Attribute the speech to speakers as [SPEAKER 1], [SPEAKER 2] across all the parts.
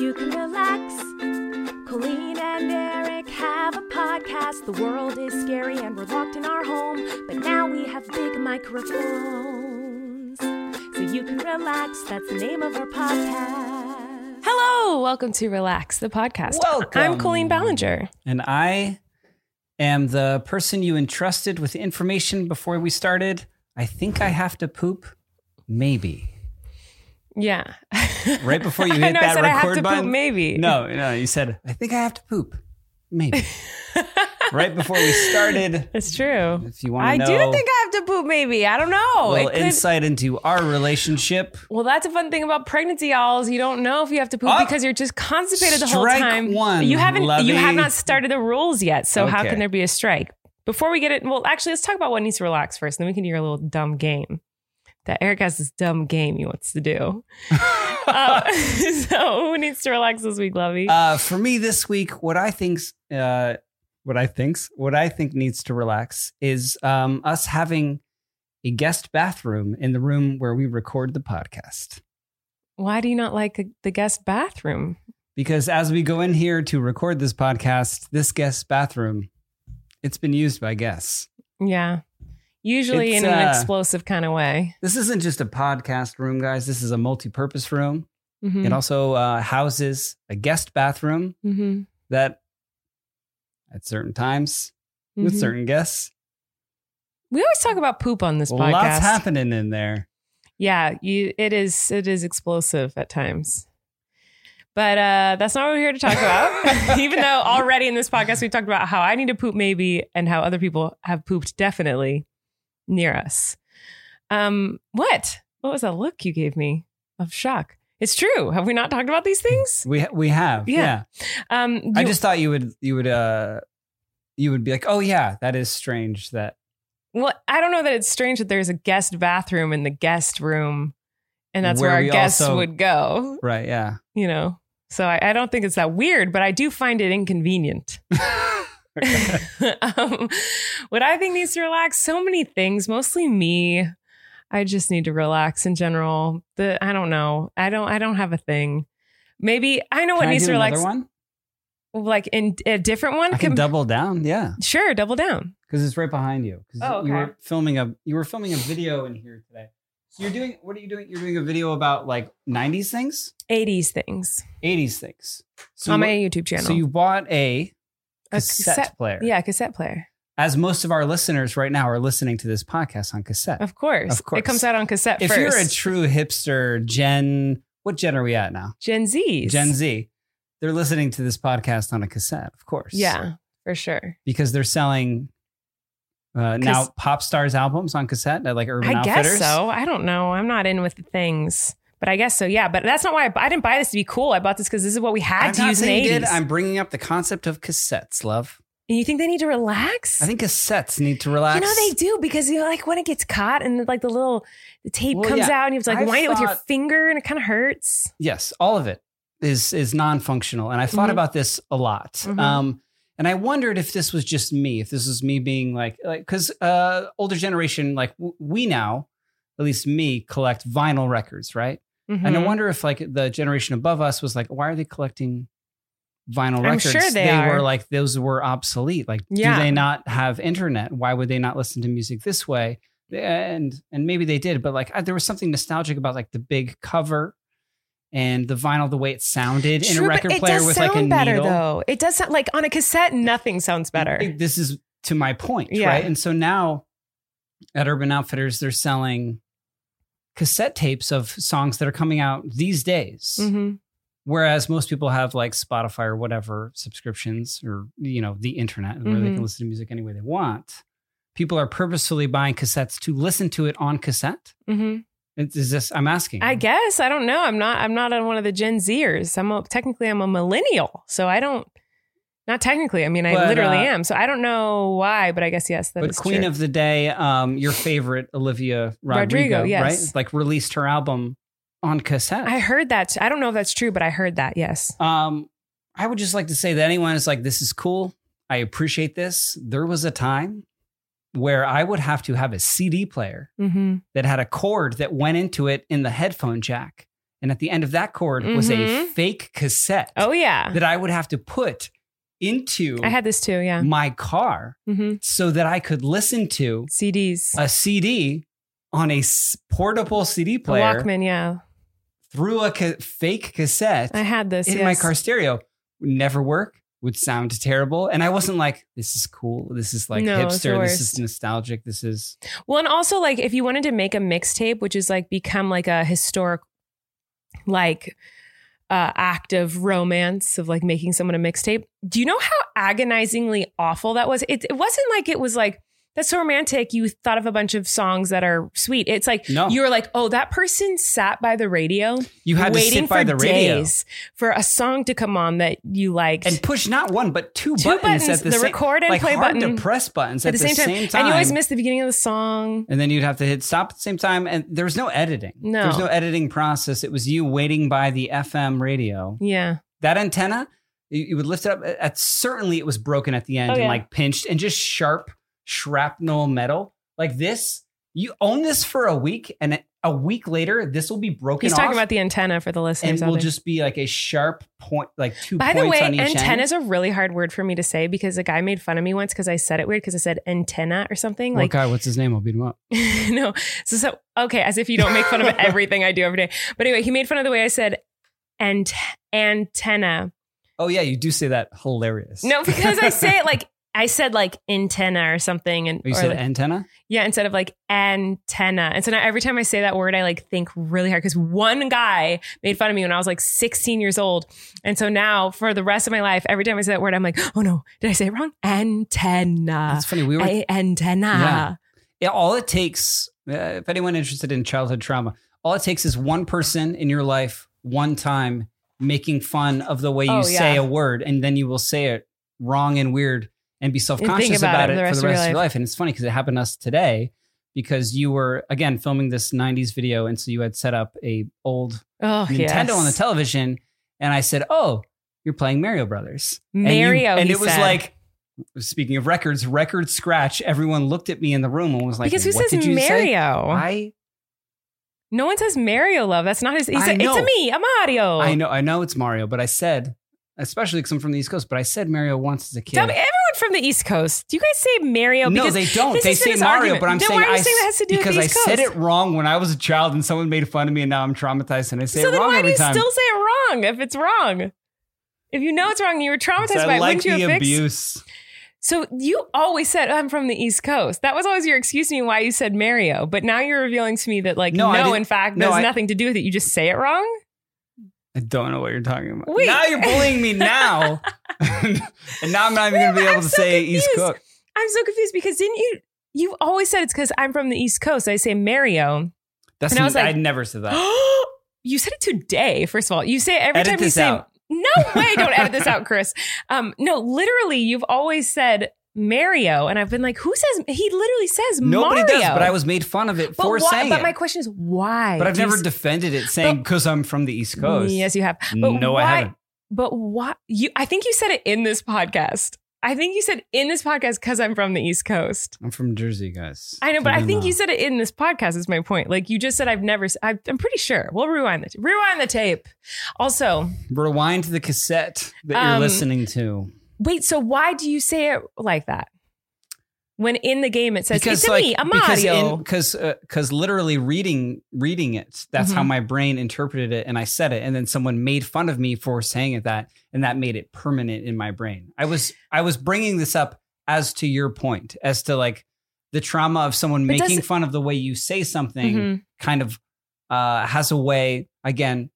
[SPEAKER 1] You can relax. Colleen and Eric have a podcast. The world is scary and we're locked in our home, but now we have big microphones. So you can relax. That's the name of our podcast.
[SPEAKER 2] Hello, Oh, welcome to Relax the podcast.
[SPEAKER 3] Welcome.
[SPEAKER 2] I'm Colleen Ballinger.
[SPEAKER 3] And I am the person you entrusted with information before we started. I think I have to poop. Maybe.
[SPEAKER 2] Yeah.
[SPEAKER 3] Right before you
[SPEAKER 2] I
[SPEAKER 3] hit
[SPEAKER 2] know, I
[SPEAKER 3] that
[SPEAKER 2] said I have to
[SPEAKER 3] record
[SPEAKER 2] poop,
[SPEAKER 3] button.
[SPEAKER 2] maybe.
[SPEAKER 3] No, no, you said, I think I have to poop. Maybe. right before we started.
[SPEAKER 2] It's true.
[SPEAKER 3] If you wanna
[SPEAKER 2] I
[SPEAKER 3] know-
[SPEAKER 2] do think I have to poop maybe. I don't know.
[SPEAKER 3] A little
[SPEAKER 2] It could-
[SPEAKER 3] insight into our relationship.
[SPEAKER 2] well, that's a fun thing about pregnancy, y'all, is you don't know if you have to poop
[SPEAKER 3] Oh!
[SPEAKER 2] because you're just constipated the whole
[SPEAKER 3] Strike
[SPEAKER 2] time.
[SPEAKER 3] one,
[SPEAKER 2] you haven't
[SPEAKER 3] Levy.
[SPEAKER 2] you have not started the rules yet. So how
[SPEAKER 3] Okay.
[SPEAKER 2] can there be a strike? Before we get it, well, actually let's talk about what needs to relax first, and then we can do your little dumb game. That Eric has this dumb game he wants to do. Uh, so who needs to relax this week, Lovey?
[SPEAKER 3] Uh, for me this week, what I think's uh, what I think's what I think needs to relax is um, us having a guest bathroom in the room where we record the podcast.
[SPEAKER 2] Why do you not like the guest bathroom?
[SPEAKER 3] Because as we go in here to record this podcast, this guest bathroom, it's been used by guests.
[SPEAKER 2] Yeah. Usually
[SPEAKER 3] It's,
[SPEAKER 2] in an
[SPEAKER 3] uh,
[SPEAKER 2] explosive kind of way.
[SPEAKER 3] This isn't just a podcast room, guys. This is a multi-purpose room.
[SPEAKER 2] Mhm.
[SPEAKER 3] It also uh, houses a guest bathroom
[SPEAKER 2] Mhm.
[SPEAKER 3] that, at certain times, with
[SPEAKER 2] Mhm.
[SPEAKER 3] certain guests,
[SPEAKER 2] We always talk about poop on this podcast.
[SPEAKER 3] lots happening in there.
[SPEAKER 2] Yeah, you, it is it is explosive at times. But uh, that's not what we're here to talk about. Even though already in this podcast we talked about how I need to poop maybe and how other people have pooped definitely near us. Um, what? What was that look you gave me of shock? It's true. Have we not talked about these things?
[SPEAKER 3] We ha- we have.
[SPEAKER 2] Yeah.
[SPEAKER 3] Yeah.
[SPEAKER 2] Um,
[SPEAKER 3] Mm-hmm. I
[SPEAKER 2] you-
[SPEAKER 3] just thought you would you would uh you would be like, "Oh yeah, that is strange that
[SPEAKER 2] Well, I don't know that it's strange that there's a guest bathroom in the guest room, and that's where,
[SPEAKER 3] Where
[SPEAKER 2] our
[SPEAKER 3] we
[SPEAKER 2] guests
[SPEAKER 3] also-
[SPEAKER 2] would go,
[SPEAKER 3] right, yeah."
[SPEAKER 2] you know? So I, I don't think it's that weird, but I do find it inconvenient. um, what I think needs to relax, so many things, mostly me. I just need to relax in general. The I don't know. I don't I don't have a thing. Maybe I know what
[SPEAKER 3] Can I
[SPEAKER 2] needs to
[SPEAKER 3] do
[SPEAKER 2] relax.
[SPEAKER 3] another one?
[SPEAKER 2] Like in a different one.
[SPEAKER 3] I can
[SPEAKER 2] Com-
[SPEAKER 3] double down, yeah,
[SPEAKER 2] sure, double down.
[SPEAKER 3] because it's right behind you. 'Cause
[SPEAKER 2] Oh,
[SPEAKER 3] you
[SPEAKER 2] okay.
[SPEAKER 3] were filming a you were filming a video in here today. So you're doing what are you doing? You're doing a video about like '90s things,
[SPEAKER 2] 80s things
[SPEAKER 3] '80s things. So
[SPEAKER 2] on my
[SPEAKER 3] what-
[SPEAKER 2] YouTube channel.
[SPEAKER 3] so you bought a
[SPEAKER 2] A
[SPEAKER 3] cassette,
[SPEAKER 2] cassette-
[SPEAKER 3] player,
[SPEAKER 2] yeah, cassette player.
[SPEAKER 3] As most of our listeners right now are listening to this podcast on cassette.
[SPEAKER 2] Of course.
[SPEAKER 3] Of course.
[SPEAKER 2] It comes out on cassette
[SPEAKER 3] if
[SPEAKER 2] first.
[SPEAKER 3] you're a true hipster, Gen, what gen are we at now?
[SPEAKER 2] Gen Z.
[SPEAKER 3] Gen Z. They're listening to this podcast on a cassette, of course.
[SPEAKER 2] Yeah, for sure.
[SPEAKER 3] Because they're selling uh, now
[SPEAKER 2] Cas-
[SPEAKER 3] pop stars albums on cassette at like Urban
[SPEAKER 2] I
[SPEAKER 3] Outfitters.
[SPEAKER 2] guess so. I don't know. I'm not in with the things, but I guess so. Yeah, but that's not why I, I didn't buy this to be cool. I bought this because this is what we had
[SPEAKER 3] I'm
[SPEAKER 2] to
[SPEAKER 3] not
[SPEAKER 2] use in
[SPEAKER 3] saying
[SPEAKER 2] the
[SPEAKER 3] you
[SPEAKER 2] 80s.
[SPEAKER 3] did. I'm bringing up the concept of cassettes, love.
[SPEAKER 2] and you think they need to relax?
[SPEAKER 3] I think cassettes need to relax.
[SPEAKER 2] You know they do because you know, like when it gets caught and like the little the tape
[SPEAKER 3] Well,
[SPEAKER 2] comes
[SPEAKER 3] yeah.
[SPEAKER 2] out and you have to like
[SPEAKER 3] I
[SPEAKER 2] wind it with your
[SPEAKER 3] thought-
[SPEAKER 2] finger and it kind of hurts.
[SPEAKER 3] yes, all of it is is non functional, and I've thought
[SPEAKER 2] Mhm.
[SPEAKER 3] about this a lot.
[SPEAKER 2] Mhm.
[SPEAKER 3] Um, and I wondered if this was just me, if this was me being like, like because uh, older generation, like w- we now, at least me, collect vinyl records, right? And I
[SPEAKER 2] Mhm.
[SPEAKER 3] wonder if like the generation above us was like, why are they collecting vinyl
[SPEAKER 2] I'm
[SPEAKER 3] records?
[SPEAKER 2] sure they are.
[SPEAKER 3] were like those were obsolete. Like,
[SPEAKER 2] Yeah.
[SPEAKER 3] do they not have internet? Why would they not listen to music this way? And and maybe they did, but like I, there was something nostalgic about like the big cover and the vinyl, the way it sounded in a
[SPEAKER 2] True, but
[SPEAKER 3] record
[SPEAKER 2] it
[SPEAKER 3] player
[SPEAKER 2] does
[SPEAKER 3] with
[SPEAKER 2] sound
[SPEAKER 3] like a
[SPEAKER 2] better
[SPEAKER 3] needle.
[SPEAKER 2] though. It does sound like on a cassette, nothing sounds better.
[SPEAKER 3] It- this is to my point,
[SPEAKER 2] Yeah.
[SPEAKER 3] right? And so now at Urban Outfitters, they're selling cassette tapes of songs that are coming out these days
[SPEAKER 2] mm-hmm.
[SPEAKER 3] whereas most people have like spotify or whatever subscriptions or you know the internet where they
[SPEAKER 2] Mhm.
[SPEAKER 3] can listen to music any way they want people are purposefully buying cassettes to listen to it on cassette
[SPEAKER 2] Mm-hmm.
[SPEAKER 3] It's, is this? I'm asking.
[SPEAKER 2] I guess I don't know. I'm not. I'm not on one of the Gen Zers. I'm a, technically I'm a millennial, so I don't. Not technically. I mean, I
[SPEAKER 3] But,
[SPEAKER 2] literally
[SPEAKER 3] uh,
[SPEAKER 2] am. So I don't know why, but I guess yes, that is
[SPEAKER 3] but Queen
[SPEAKER 2] true.
[SPEAKER 3] of the Day, um, your favorite Olivia Rodrigo,
[SPEAKER 2] Rodrigo,
[SPEAKER 3] right?
[SPEAKER 2] yes.
[SPEAKER 3] Like released her album on cassette.
[SPEAKER 2] I heard that. I don't know if that's true, but I heard that. Yes.
[SPEAKER 3] Um, I would just like to say that anyone is like, this is cool. I appreciate this. There was a time where I would have to have a CD player
[SPEAKER 2] Mm-hmm.
[SPEAKER 3] that had a cord that went into it in the headphone jack. And at the end of that cord was a
[SPEAKER 2] Mhm.
[SPEAKER 3] fake cassette
[SPEAKER 2] Oh yeah,
[SPEAKER 3] that I would have to put into
[SPEAKER 2] I had this too. Yeah.
[SPEAKER 3] my car
[SPEAKER 2] Mm-hmm.
[SPEAKER 3] so that I could listen to
[SPEAKER 2] CDs,
[SPEAKER 3] a CD on a s- portable CD
[SPEAKER 2] A
[SPEAKER 3] player
[SPEAKER 2] Walkman. Yeah,
[SPEAKER 3] through a ca- fake cassette
[SPEAKER 2] I had this
[SPEAKER 3] in
[SPEAKER 2] yes.
[SPEAKER 3] my car stereo would never work would sound terrible and i wasn't like this is cool this is like
[SPEAKER 2] No, it's the
[SPEAKER 3] hipster this is
[SPEAKER 2] worst.
[SPEAKER 3] nostalgic this is
[SPEAKER 2] Well, and also like if you wanted to make a mixtape, which is like become like a historic, like uh, act of romance of like making someone a mixtape. Do you know how agonizingly awful that was? It, it wasn't like it was like that's so romantic. You thought of a bunch of songs that are sweet. It's like
[SPEAKER 3] No.
[SPEAKER 2] you were like, oh, that person sat by the radio,
[SPEAKER 3] you had to
[SPEAKER 2] waiting
[SPEAKER 3] sit by
[SPEAKER 2] for
[SPEAKER 3] the radio
[SPEAKER 2] days for a song to come on that you liked.
[SPEAKER 3] and push not one but two,
[SPEAKER 2] Two buttons,
[SPEAKER 3] at the,
[SPEAKER 2] the
[SPEAKER 3] same,
[SPEAKER 2] record and
[SPEAKER 3] like
[SPEAKER 2] play
[SPEAKER 3] hard
[SPEAKER 2] button
[SPEAKER 3] to press buttons at,
[SPEAKER 2] at the same, time. and you always miss the beginning of the song.
[SPEAKER 3] and then you'd have to hit stop at the same time and there was no editing
[SPEAKER 2] No.
[SPEAKER 3] there was no editing process it was you waiting by the fm radio
[SPEAKER 2] Yeah,
[SPEAKER 3] that antenna you, you would lift it up at certainly it was broken at the end
[SPEAKER 2] Oh,
[SPEAKER 3] and
[SPEAKER 2] yeah.
[SPEAKER 3] like pinched and just sharp shrapnel metal like this you own this for a week and a week later this will be broken
[SPEAKER 2] he's
[SPEAKER 3] off
[SPEAKER 2] talking about the antenna for the
[SPEAKER 3] and
[SPEAKER 2] listeners. out
[SPEAKER 3] will
[SPEAKER 2] there.
[SPEAKER 3] just be like a sharp point like two
[SPEAKER 2] By the
[SPEAKER 3] points
[SPEAKER 2] way,
[SPEAKER 3] on each
[SPEAKER 2] antenna
[SPEAKER 3] end.
[SPEAKER 2] is a really hard word for me to say because a guy made fun of me once because I said it weird because I said antenna or something. Like,
[SPEAKER 3] guy what's his name i'll beat him up
[SPEAKER 2] no. So, so, okay, as if you don't make fun of everything I do every day. But anyway, he made fun of the way I said ant- antenna.
[SPEAKER 3] oh yeah you do say that hilarious
[SPEAKER 2] No, because I say it like, I said like antenna or something. And
[SPEAKER 3] Oh, you
[SPEAKER 2] or
[SPEAKER 3] said
[SPEAKER 2] like-
[SPEAKER 3] antenna
[SPEAKER 2] yeah, instead of like antenna. And so now every time I say that word, I like think really hard because one guy made fun of me when I was like 16 years old. And so now for the rest of my life, every time I say that word, I'm like, oh no, did I say it wrong? Antenna.
[SPEAKER 3] it's funny we were
[SPEAKER 2] A- antenna.
[SPEAKER 3] Yeah, all it takes, uh, if anyone interested in childhood trauma, all it takes is one person in your life, one time, making fun of the way you
[SPEAKER 2] Oh,
[SPEAKER 3] say
[SPEAKER 2] yeah.
[SPEAKER 3] a word, and then you will say it wrong and weird and be self conscious
[SPEAKER 2] about
[SPEAKER 3] about,
[SPEAKER 2] it
[SPEAKER 3] it,
[SPEAKER 2] the
[SPEAKER 3] for
[SPEAKER 2] rest
[SPEAKER 3] the
[SPEAKER 2] of your
[SPEAKER 3] rest of your
[SPEAKER 2] life.
[SPEAKER 3] life. And it's funny because it happened to us today because you were again filming this 90s video and so you had set up a old
[SPEAKER 2] Oh,
[SPEAKER 3] Nintendo
[SPEAKER 2] yes.
[SPEAKER 3] on the television and I said, "Oh, you're playing Mario Brothers." And you-
[SPEAKER 2] Mario.
[SPEAKER 3] and
[SPEAKER 2] he
[SPEAKER 3] it was
[SPEAKER 2] said.
[SPEAKER 3] like speaking of records, record scratch, everyone looked at me in the room and was like,
[SPEAKER 2] because who says
[SPEAKER 3] what did you say?"
[SPEAKER 2] Mario?
[SPEAKER 3] I
[SPEAKER 2] no one says Mario, love. That's not his. He
[SPEAKER 3] I
[SPEAKER 2] said, it's
[SPEAKER 3] know.
[SPEAKER 2] a me, a Mario.
[SPEAKER 3] I know I know it's Mario, but I said especially because I'm from the East Coast, but I said Mario once as a kid.
[SPEAKER 2] Dumb- everyone from the East Coast. Do you guys say Mario?
[SPEAKER 3] no,
[SPEAKER 2] because
[SPEAKER 3] they don't.
[SPEAKER 2] this
[SPEAKER 3] They
[SPEAKER 2] has
[SPEAKER 3] say
[SPEAKER 2] been his
[SPEAKER 3] Mario,
[SPEAKER 2] argument.
[SPEAKER 3] but I'm
[SPEAKER 2] Then
[SPEAKER 3] saying,
[SPEAKER 2] why are
[SPEAKER 3] I
[SPEAKER 2] you saying that
[SPEAKER 3] s-
[SPEAKER 2] has to do with
[SPEAKER 3] because
[SPEAKER 2] the East
[SPEAKER 3] I said
[SPEAKER 2] Coast?
[SPEAKER 3] it wrong when I was a child, and someone made fun of me, and now I'm traumatized, and I say
[SPEAKER 2] so
[SPEAKER 3] it
[SPEAKER 2] then
[SPEAKER 3] wrong
[SPEAKER 2] why do
[SPEAKER 3] every
[SPEAKER 2] you
[SPEAKER 3] time.
[SPEAKER 2] still say it wrong if it's wrong? If you know it's wrong and you were traumatized
[SPEAKER 3] So
[SPEAKER 2] by
[SPEAKER 3] I
[SPEAKER 2] it,
[SPEAKER 3] like
[SPEAKER 2] wouldn't you
[SPEAKER 3] the
[SPEAKER 2] have fixed?
[SPEAKER 3] abuse.
[SPEAKER 2] So you always said I'm from the East Coast. That was always your excuse to me why you said Mario. But now you're revealing to me that like
[SPEAKER 3] No,
[SPEAKER 2] no,
[SPEAKER 3] I didn't-
[SPEAKER 2] in fact,
[SPEAKER 3] no,
[SPEAKER 2] there's
[SPEAKER 3] I-
[SPEAKER 2] nothing to do with it. You just say it wrong.
[SPEAKER 3] I don't know what you're talking about.
[SPEAKER 2] Wait.
[SPEAKER 3] Now you're bullying me now, and now I'm not even going to be
[SPEAKER 2] Yeah,
[SPEAKER 3] able
[SPEAKER 2] I'm
[SPEAKER 3] to
[SPEAKER 2] so
[SPEAKER 3] say East
[SPEAKER 2] confused.
[SPEAKER 3] Coast.
[SPEAKER 2] I'm so confused because didn't you? You always said it's because I'm from the East Coast. I say Mario.
[SPEAKER 3] That's
[SPEAKER 2] And I was like-
[SPEAKER 3] I never said that.
[SPEAKER 2] you said it today. First of all, you say it every
[SPEAKER 3] Edit
[SPEAKER 2] time you
[SPEAKER 3] this
[SPEAKER 2] say.
[SPEAKER 3] out.
[SPEAKER 2] No way! Don't edit this out, Chris. Um, no, literally, you've always said Mario, and I've been like, who says? He literally says
[SPEAKER 3] Nobody
[SPEAKER 2] Mario.
[SPEAKER 3] does, but I was made fun of it
[SPEAKER 2] But
[SPEAKER 3] for
[SPEAKER 2] why-
[SPEAKER 3] saying
[SPEAKER 2] But
[SPEAKER 3] it.
[SPEAKER 2] my question is why?
[SPEAKER 3] but I've
[SPEAKER 2] do you
[SPEAKER 3] never
[SPEAKER 2] s-
[SPEAKER 3] defended it, saying because I'm from the East Coast.
[SPEAKER 2] Yes, you have. But
[SPEAKER 3] no,
[SPEAKER 2] why,
[SPEAKER 3] I haven't.
[SPEAKER 2] But why? You? I think you said it in this podcast. I think you said in this podcast because I'm from the East Coast.
[SPEAKER 3] I'm from Jersey, guys.
[SPEAKER 2] I know, but I
[SPEAKER 3] Come
[SPEAKER 2] think
[SPEAKER 3] on.
[SPEAKER 2] you said it in this podcast. Is my point? Like you just said, I've never. s- I, I'm pretty sure. We'll rewind the rewind the tape. Also,
[SPEAKER 3] rewind the cassette that you're
[SPEAKER 2] Um,
[SPEAKER 3] listening to.
[SPEAKER 2] wait. So why do you say it like that? When in the game it says it's a me, a
[SPEAKER 3] because in-
[SPEAKER 2] Mario.
[SPEAKER 3] because uh, because literally reading reading it. That's how
[SPEAKER 2] Mhm.
[SPEAKER 3] my brain interpreted it, and I said it, and then someone made fun of me for saying it that, and that made it permanent in my brain. I was I was bringing this up as to your point, as to like the trauma of someone
[SPEAKER 2] But does
[SPEAKER 3] making
[SPEAKER 2] it-
[SPEAKER 3] fun of the way you say something,
[SPEAKER 2] Mhm.
[SPEAKER 3] kind of uh, has a way. Again,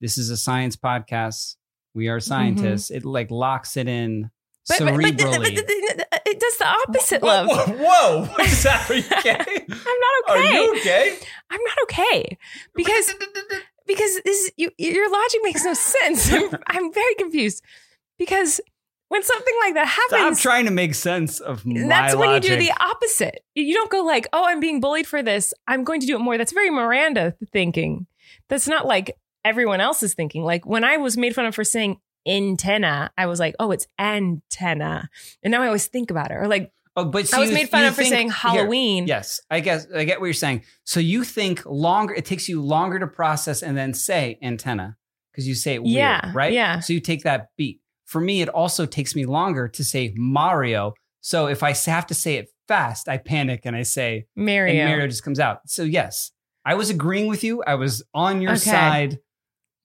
[SPEAKER 3] this is a science podcast. We are scientists. It like locks it in
[SPEAKER 2] Mm-hmm. But, but, but,
[SPEAKER 3] cerebrally.
[SPEAKER 2] but, but, but, it does the opposite, love.
[SPEAKER 4] Whoa, whoa, whoa. What is that? Are you okay?
[SPEAKER 2] I'm not
[SPEAKER 4] Are
[SPEAKER 2] okay.
[SPEAKER 4] you okay?
[SPEAKER 2] I'm not okay because because this you, your logic makes no sense. I'm, I'm very confused because when something like that
[SPEAKER 3] Stop
[SPEAKER 2] happens,
[SPEAKER 3] trying to make sense of my
[SPEAKER 2] that's when
[SPEAKER 3] logic.
[SPEAKER 2] you do the opposite. You- You don't go like, "Oh, I'm being bullied for this. I'm going to do it more." That's very Miranda thinking. That's not like everyone else is thinking. Like when I was made fun of for saying antenna, I was like, "Oh, it's antenna," and now I always think about it. Or like
[SPEAKER 3] Oh, but
[SPEAKER 2] I was
[SPEAKER 3] you-
[SPEAKER 2] made fun
[SPEAKER 3] you
[SPEAKER 2] of for
[SPEAKER 3] think-
[SPEAKER 2] saying
[SPEAKER 3] here.
[SPEAKER 2] Halloween.
[SPEAKER 3] yes, I guess I get what you're saying. So you think longer? It takes you longer to process and then say antenna because you say it weird,
[SPEAKER 2] Yeah,
[SPEAKER 3] right?
[SPEAKER 2] yeah.
[SPEAKER 3] So you take that beat. For me, it also takes me longer to say Mario. So if I s- have to say it fast, I panic and I say,
[SPEAKER 2] Mario.
[SPEAKER 3] and Mario just comes out. So yes, I was agreeing with you. I was on your
[SPEAKER 2] Okay.
[SPEAKER 3] side.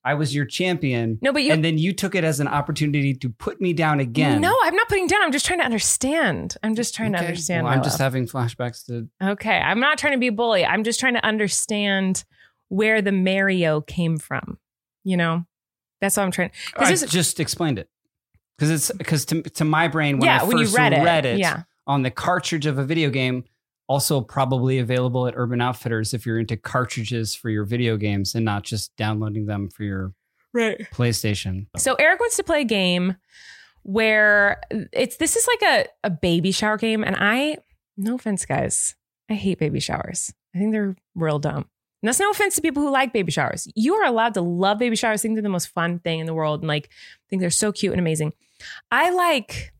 [SPEAKER 3] I was your champion.
[SPEAKER 2] No, but you
[SPEAKER 3] and then you took it as an opportunity to put me down again.
[SPEAKER 2] No, I'm not putting down. I'm just trying to understand. I'm just trying to
[SPEAKER 3] Okay.
[SPEAKER 2] understand.
[SPEAKER 3] Well,
[SPEAKER 2] my
[SPEAKER 3] I'm just
[SPEAKER 2] love.
[SPEAKER 3] having flashbacks to
[SPEAKER 2] okay. I'm not trying to be a bully. I'm just trying to understand where the Mario came from. You know, that's what I'm trying.
[SPEAKER 3] I
[SPEAKER 2] Because
[SPEAKER 3] just explained it because it's because to, to my brain when I
[SPEAKER 2] yeah,
[SPEAKER 3] first
[SPEAKER 2] when you read it, yeah,
[SPEAKER 3] on the cartridge of a video game, also probably available at Urban Outfitters if you're into cartridges for your video games and not just downloading them for your
[SPEAKER 2] right.
[SPEAKER 3] PlayStation.
[SPEAKER 2] So Eric wants to play a game where it's this is like a, a baby shower game. And I, no offense, guys, I hate baby showers. I think they're real dumb. And that's no offense to people who like baby showers. You are allowed to love baby showers, think they're the most fun thing in the world, and like think they're so cute and amazing. I like,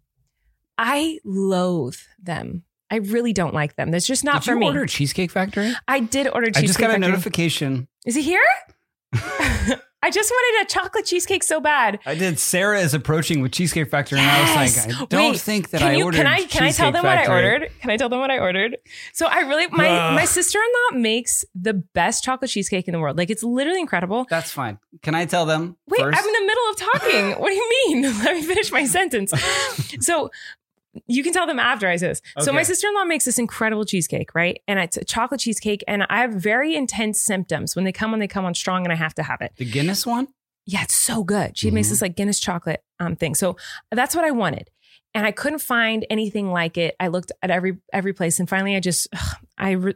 [SPEAKER 2] I loathe them. I really don't like them. That's just not
[SPEAKER 3] Did
[SPEAKER 2] for
[SPEAKER 3] you
[SPEAKER 2] me.
[SPEAKER 3] order Cheesecake Factory?
[SPEAKER 2] I did order cheesecake.
[SPEAKER 3] I just got a
[SPEAKER 2] Factory.
[SPEAKER 3] notification.
[SPEAKER 2] Is he here? I just wanted a chocolate cheesecake so bad.
[SPEAKER 3] I did. Sarah is approaching with Cheesecake Factory, and I was
[SPEAKER 2] Yes.
[SPEAKER 3] like, I don't
[SPEAKER 2] Wait,
[SPEAKER 3] think that
[SPEAKER 2] can
[SPEAKER 3] I
[SPEAKER 2] you,
[SPEAKER 3] ordered.
[SPEAKER 2] Can I can I tell
[SPEAKER 3] Cheesecake
[SPEAKER 2] them
[SPEAKER 3] Factory.
[SPEAKER 2] what I ordered? Can I tell them what I ordered? So I really my
[SPEAKER 3] Ugh.
[SPEAKER 2] my sister in law makes the best chocolate cheesecake in the world. Like it's literally incredible.
[SPEAKER 3] That's fine. Can I tell them?
[SPEAKER 2] Wait,
[SPEAKER 3] first?
[SPEAKER 2] I'm in the middle of talking. what do you mean? Let me finish my sentence. so you can tell them after I say this. So my
[SPEAKER 3] Okay.
[SPEAKER 2] sister in law makes this incredible cheesecake, right? And it's a chocolate cheesecake, and I have very intense symptoms when they come on. They come on strong, and I have to have it
[SPEAKER 3] the Guinness one.
[SPEAKER 2] yeah, it's so good. She makes
[SPEAKER 3] Mhm.
[SPEAKER 2] this like Guinness chocolate um thing. So that's what I wanted. And I couldn't find anything like it. I looked at every every place and finally I just ugh, I re-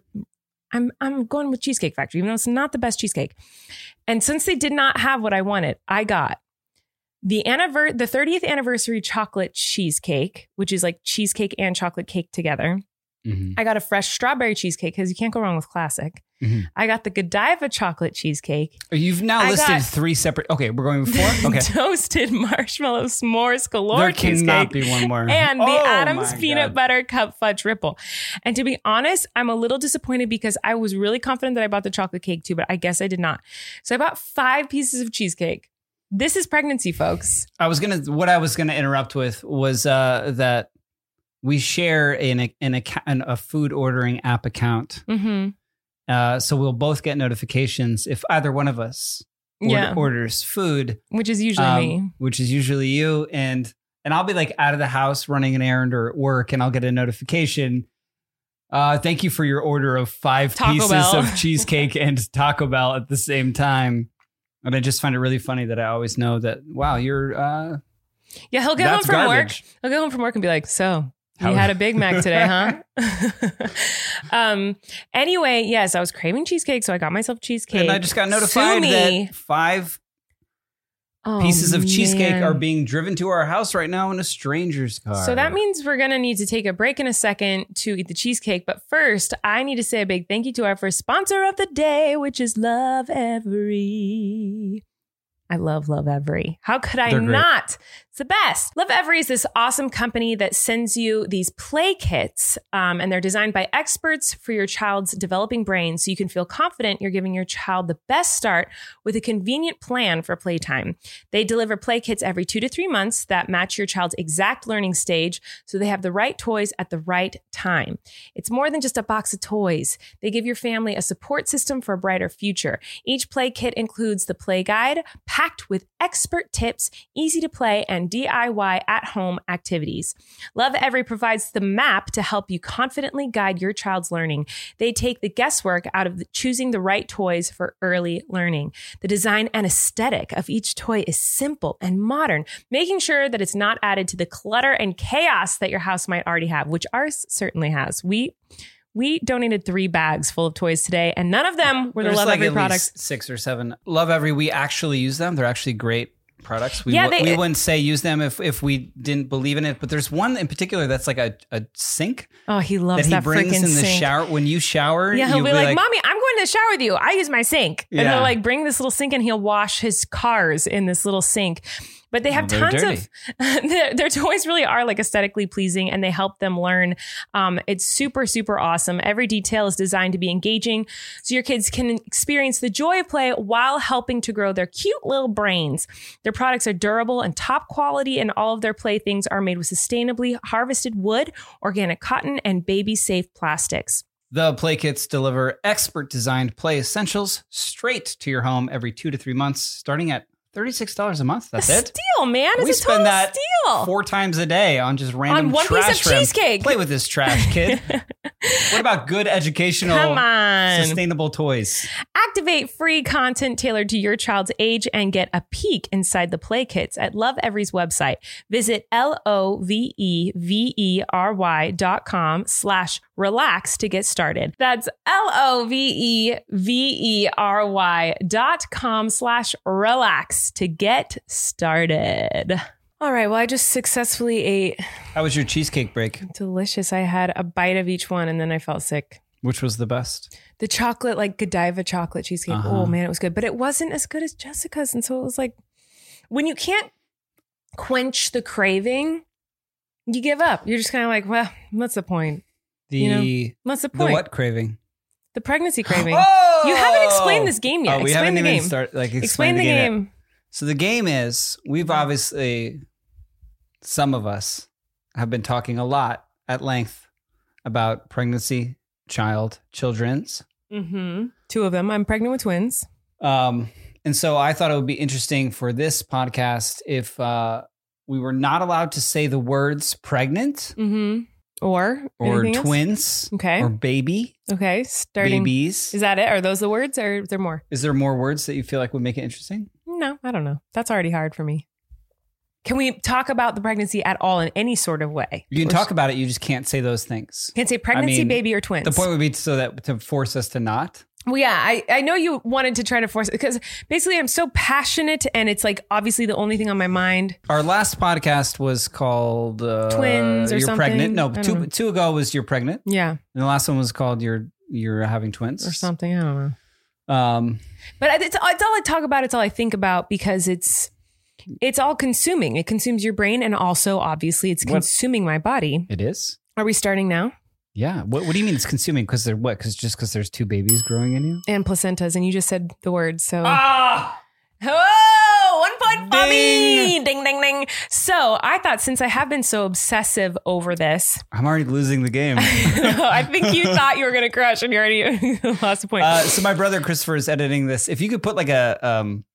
[SPEAKER 2] I'm I'm going with Cheesecake Factory even though it's not the best cheesecake. And since they did not have what I wanted, I got the anniver- the 30th anniversary chocolate cheesecake, which is like cheesecake and chocolate cake together.
[SPEAKER 3] Mhm.
[SPEAKER 2] I got a fresh strawberry cheesecake because you can't go wrong with classic.
[SPEAKER 3] Mhm.
[SPEAKER 2] I got the Godiva chocolate cheesecake.
[SPEAKER 3] You've now
[SPEAKER 2] I
[SPEAKER 3] listed
[SPEAKER 2] got-
[SPEAKER 3] three separate. Okay, we're going with four. Okay,
[SPEAKER 2] toasted marshmallow s'mores galore
[SPEAKER 3] there
[SPEAKER 2] cheesecake
[SPEAKER 3] cannot be one more.
[SPEAKER 2] and the
[SPEAKER 3] Oh
[SPEAKER 2] Adams
[SPEAKER 3] my
[SPEAKER 2] peanut
[SPEAKER 3] God.
[SPEAKER 2] butter cup fudge ripple. And to be honest, I'm a little disappointed because I was really confident that I bought the chocolate cake too, but I guess I did not. So I bought five pieces of cheesecake. This is pregnancy, folks.
[SPEAKER 3] I was gonna. What I was gonna interrupt with was uh, that we share an an, account, an a food ordering app account,
[SPEAKER 2] Mm-hmm.
[SPEAKER 3] uh, so we'll both get notifications if either one of us ord-
[SPEAKER 2] Yeah,
[SPEAKER 3] orders food,
[SPEAKER 2] which is usually
[SPEAKER 3] um,
[SPEAKER 2] me.
[SPEAKER 3] which is usually you and and I'll be like out of the house running an errand or at work, and I'll get a notification. Uh, thank you for your order of five
[SPEAKER 2] Taco
[SPEAKER 3] pieces
[SPEAKER 2] Bell.
[SPEAKER 3] of cheesecake and Taco Bell at the same time. And I just find it really funny that I always know that. Wow, you're uh,
[SPEAKER 2] Yeah, he'll get home
[SPEAKER 3] that's
[SPEAKER 2] from work.
[SPEAKER 3] garbage.
[SPEAKER 2] I'll go home from work and be like, so you
[SPEAKER 3] How-
[SPEAKER 2] had a Big Mac today, huh? um. Anyway, yes, I was craving cheesecake, so I got myself cheesecake.
[SPEAKER 3] And I just got
[SPEAKER 2] Sue
[SPEAKER 3] notified
[SPEAKER 2] me.
[SPEAKER 3] that five
[SPEAKER 2] Oh,
[SPEAKER 3] pieces of cheesecake
[SPEAKER 2] man.
[SPEAKER 3] are being driven to our house right now in a stranger's car.
[SPEAKER 2] So that means we're going to need to take a break in a second to eat the cheesecake. But first, I need to say a big thank you to our first sponsor of the day, which is Love Every. I love Love Every. How could I
[SPEAKER 3] They're great.
[SPEAKER 2] not? It's the best. Love Every is this awesome company that sends you these play kits, um, and they're designed by experts for your child's developing brain so you can feel confident you're giving your child the best start with a convenient plan for playtime. They deliver play kits every two to three months that match your child's exact learning stage so they have the right toys at the right time. It's more than just a box of toys, they give your family a support system for a brighter future. Each play kit includes the play guide, packed with expert tips, easy to play, and DIY at home activities. Love Every provides the map to help you confidently guide your child's learning. They take the guesswork out of the- choosing the right toys for early learning. The design and aesthetic of each toy is simple and modern, making sure that it's not added to the clutter and chaos that your house might already have, which ours certainly has. We we donated three bags full of toys today, and none of them were the
[SPEAKER 3] There's
[SPEAKER 2] Love
[SPEAKER 3] like
[SPEAKER 2] Every
[SPEAKER 3] at
[SPEAKER 2] products.
[SPEAKER 3] least six or seven. Love Every, we actually use them. They're actually great products. We,
[SPEAKER 2] Yeah,
[SPEAKER 3] wou-
[SPEAKER 2] they-
[SPEAKER 3] we wouldn't say use them if, if we didn't believe in it. But there's one in particular that's like a, a sink
[SPEAKER 2] Oh, he loves
[SPEAKER 3] that he
[SPEAKER 2] that,
[SPEAKER 3] brings
[SPEAKER 2] freaking
[SPEAKER 3] in the
[SPEAKER 2] sink.
[SPEAKER 3] shower. When you shower,
[SPEAKER 2] Yeah, he'll
[SPEAKER 3] you'll
[SPEAKER 2] be, like, "Mommy, I'm going to the shower with you. I use my sink." And
[SPEAKER 3] Yeah.
[SPEAKER 2] he'll like bring this little sink, and he'll wash his cars in this little sink. But they have
[SPEAKER 3] Well, they're
[SPEAKER 2] tons of their, their toys. Really are like aesthetically pleasing, and they help them learn. Um, it's super, super awesome. Every detail is designed to be engaging, so your kids can experience the joy of play while helping to grow their cute little brains. Their products are durable and top quality, and all of their playthings are made with sustainably harvested wood, organic cotton, and baby-safe plastics.
[SPEAKER 3] The play kits deliver expert designed play essentials straight to your home every two to three months, starting at $36 a month. That's
[SPEAKER 2] a
[SPEAKER 3] it.
[SPEAKER 2] Steal, man. It's
[SPEAKER 3] we
[SPEAKER 2] a total
[SPEAKER 3] spend that
[SPEAKER 2] steal.
[SPEAKER 3] four times a day on just random
[SPEAKER 2] On one piece of
[SPEAKER 3] trash from-
[SPEAKER 2] cheesecake.
[SPEAKER 3] Play with this trash, kid. what about good educational,
[SPEAKER 2] Come on.
[SPEAKER 3] sustainable toys?
[SPEAKER 2] Activate free content tailored to your child's age and get a peek inside the play kits at Love Every's website. Visit L O V E V E R Y dot com slash relax to get started. That's L O V E V E R Y dot com slash relax to get started. All right. Well, I just successfully ate
[SPEAKER 3] How was your cheesecake break?
[SPEAKER 2] delicious. I had a bite of each one and then I felt sick.
[SPEAKER 3] Which was the best?
[SPEAKER 2] the chocolate like Godiva chocolate cheesecake.
[SPEAKER 3] Uh-huh.
[SPEAKER 2] Oh man, it was good, but it wasn't as good as Jessica's, and so it was like when you can't quench the craving, you give up. You're just kind of like, well, what's the point?
[SPEAKER 3] The
[SPEAKER 2] You know, What's the
[SPEAKER 3] the
[SPEAKER 2] point? The,
[SPEAKER 3] what craving?
[SPEAKER 2] pregnancy craving.
[SPEAKER 3] Oh!
[SPEAKER 2] You haven't explained this game yet.
[SPEAKER 3] Oh, we
[SPEAKER 2] explain
[SPEAKER 3] haven't
[SPEAKER 2] the
[SPEAKER 3] even
[SPEAKER 2] game.
[SPEAKER 3] start- like
[SPEAKER 2] explain
[SPEAKER 3] explained
[SPEAKER 2] the
[SPEAKER 3] yet.
[SPEAKER 2] game.
[SPEAKER 3] So the game is we've obviously some of us have been talking a lot at length about pregnancy, child, children's.
[SPEAKER 2] Mm-hmm. Two of them. I'm pregnant with twins.
[SPEAKER 3] Um, and so I thought it would be interesting for this podcast if uh, we were not allowed to say the words pregnant
[SPEAKER 2] Mm-hmm. Or
[SPEAKER 3] or
[SPEAKER 2] anything else?
[SPEAKER 3] twins
[SPEAKER 2] Okay.
[SPEAKER 3] or baby,
[SPEAKER 2] Okay. Starting.
[SPEAKER 3] babies.
[SPEAKER 2] Is
[SPEAKER 3] Is,
[SPEAKER 2] that it? Are those the words, or is there more?
[SPEAKER 3] there more words that you feel like would make it interesting?
[SPEAKER 2] No, I don't know. That's already hard for me. Can we talk about the pregnancy at all in any sort of way?
[SPEAKER 3] You can
[SPEAKER 2] Or-
[SPEAKER 3] talk about it, you just can't say those things.
[SPEAKER 2] Can't say pregnancy,
[SPEAKER 3] mean,
[SPEAKER 2] baby, or twins.
[SPEAKER 3] The point would be so that to force us to not.
[SPEAKER 2] well, yeah, I, I know you wanted to try to force it because basically I'm so passionate and it's like obviously the only thing on my mind.
[SPEAKER 3] Our last podcast was called uh,
[SPEAKER 2] Twins or
[SPEAKER 3] You're
[SPEAKER 2] something?
[SPEAKER 3] pregnant. No,
[SPEAKER 2] I don't
[SPEAKER 3] two
[SPEAKER 2] know.
[SPEAKER 3] two ago was you're pregnant,
[SPEAKER 2] Yeah,
[SPEAKER 3] and the last one was called you're you're having twins
[SPEAKER 2] or something. I don't know.
[SPEAKER 3] Um,
[SPEAKER 2] But it's, it's all I talk about. It's all I think about because it's it's all consuming. It consumes your brain and also obviously it's
[SPEAKER 3] What-
[SPEAKER 2] consuming my body.
[SPEAKER 3] it is.
[SPEAKER 2] Are we starting now?
[SPEAKER 3] Yeah. What What do you mean it's consuming? Because they're what? Because just because there's two babies growing in you.
[SPEAKER 2] And placentas, and you just said the word. So
[SPEAKER 3] Ah.
[SPEAKER 2] Oh, one point for
[SPEAKER 3] Ding.
[SPEAKER 2] me. Ding, ding, ding. So I thought since I have been so obsessive over this,
[SPEAKER 3] I'm already losing the game.
[SPEAKER 2] I think you thought you were going to crush and you already lost a point.
[SPEAKER 3] uh, so my brother Christopher is editing this. If you could put like a um,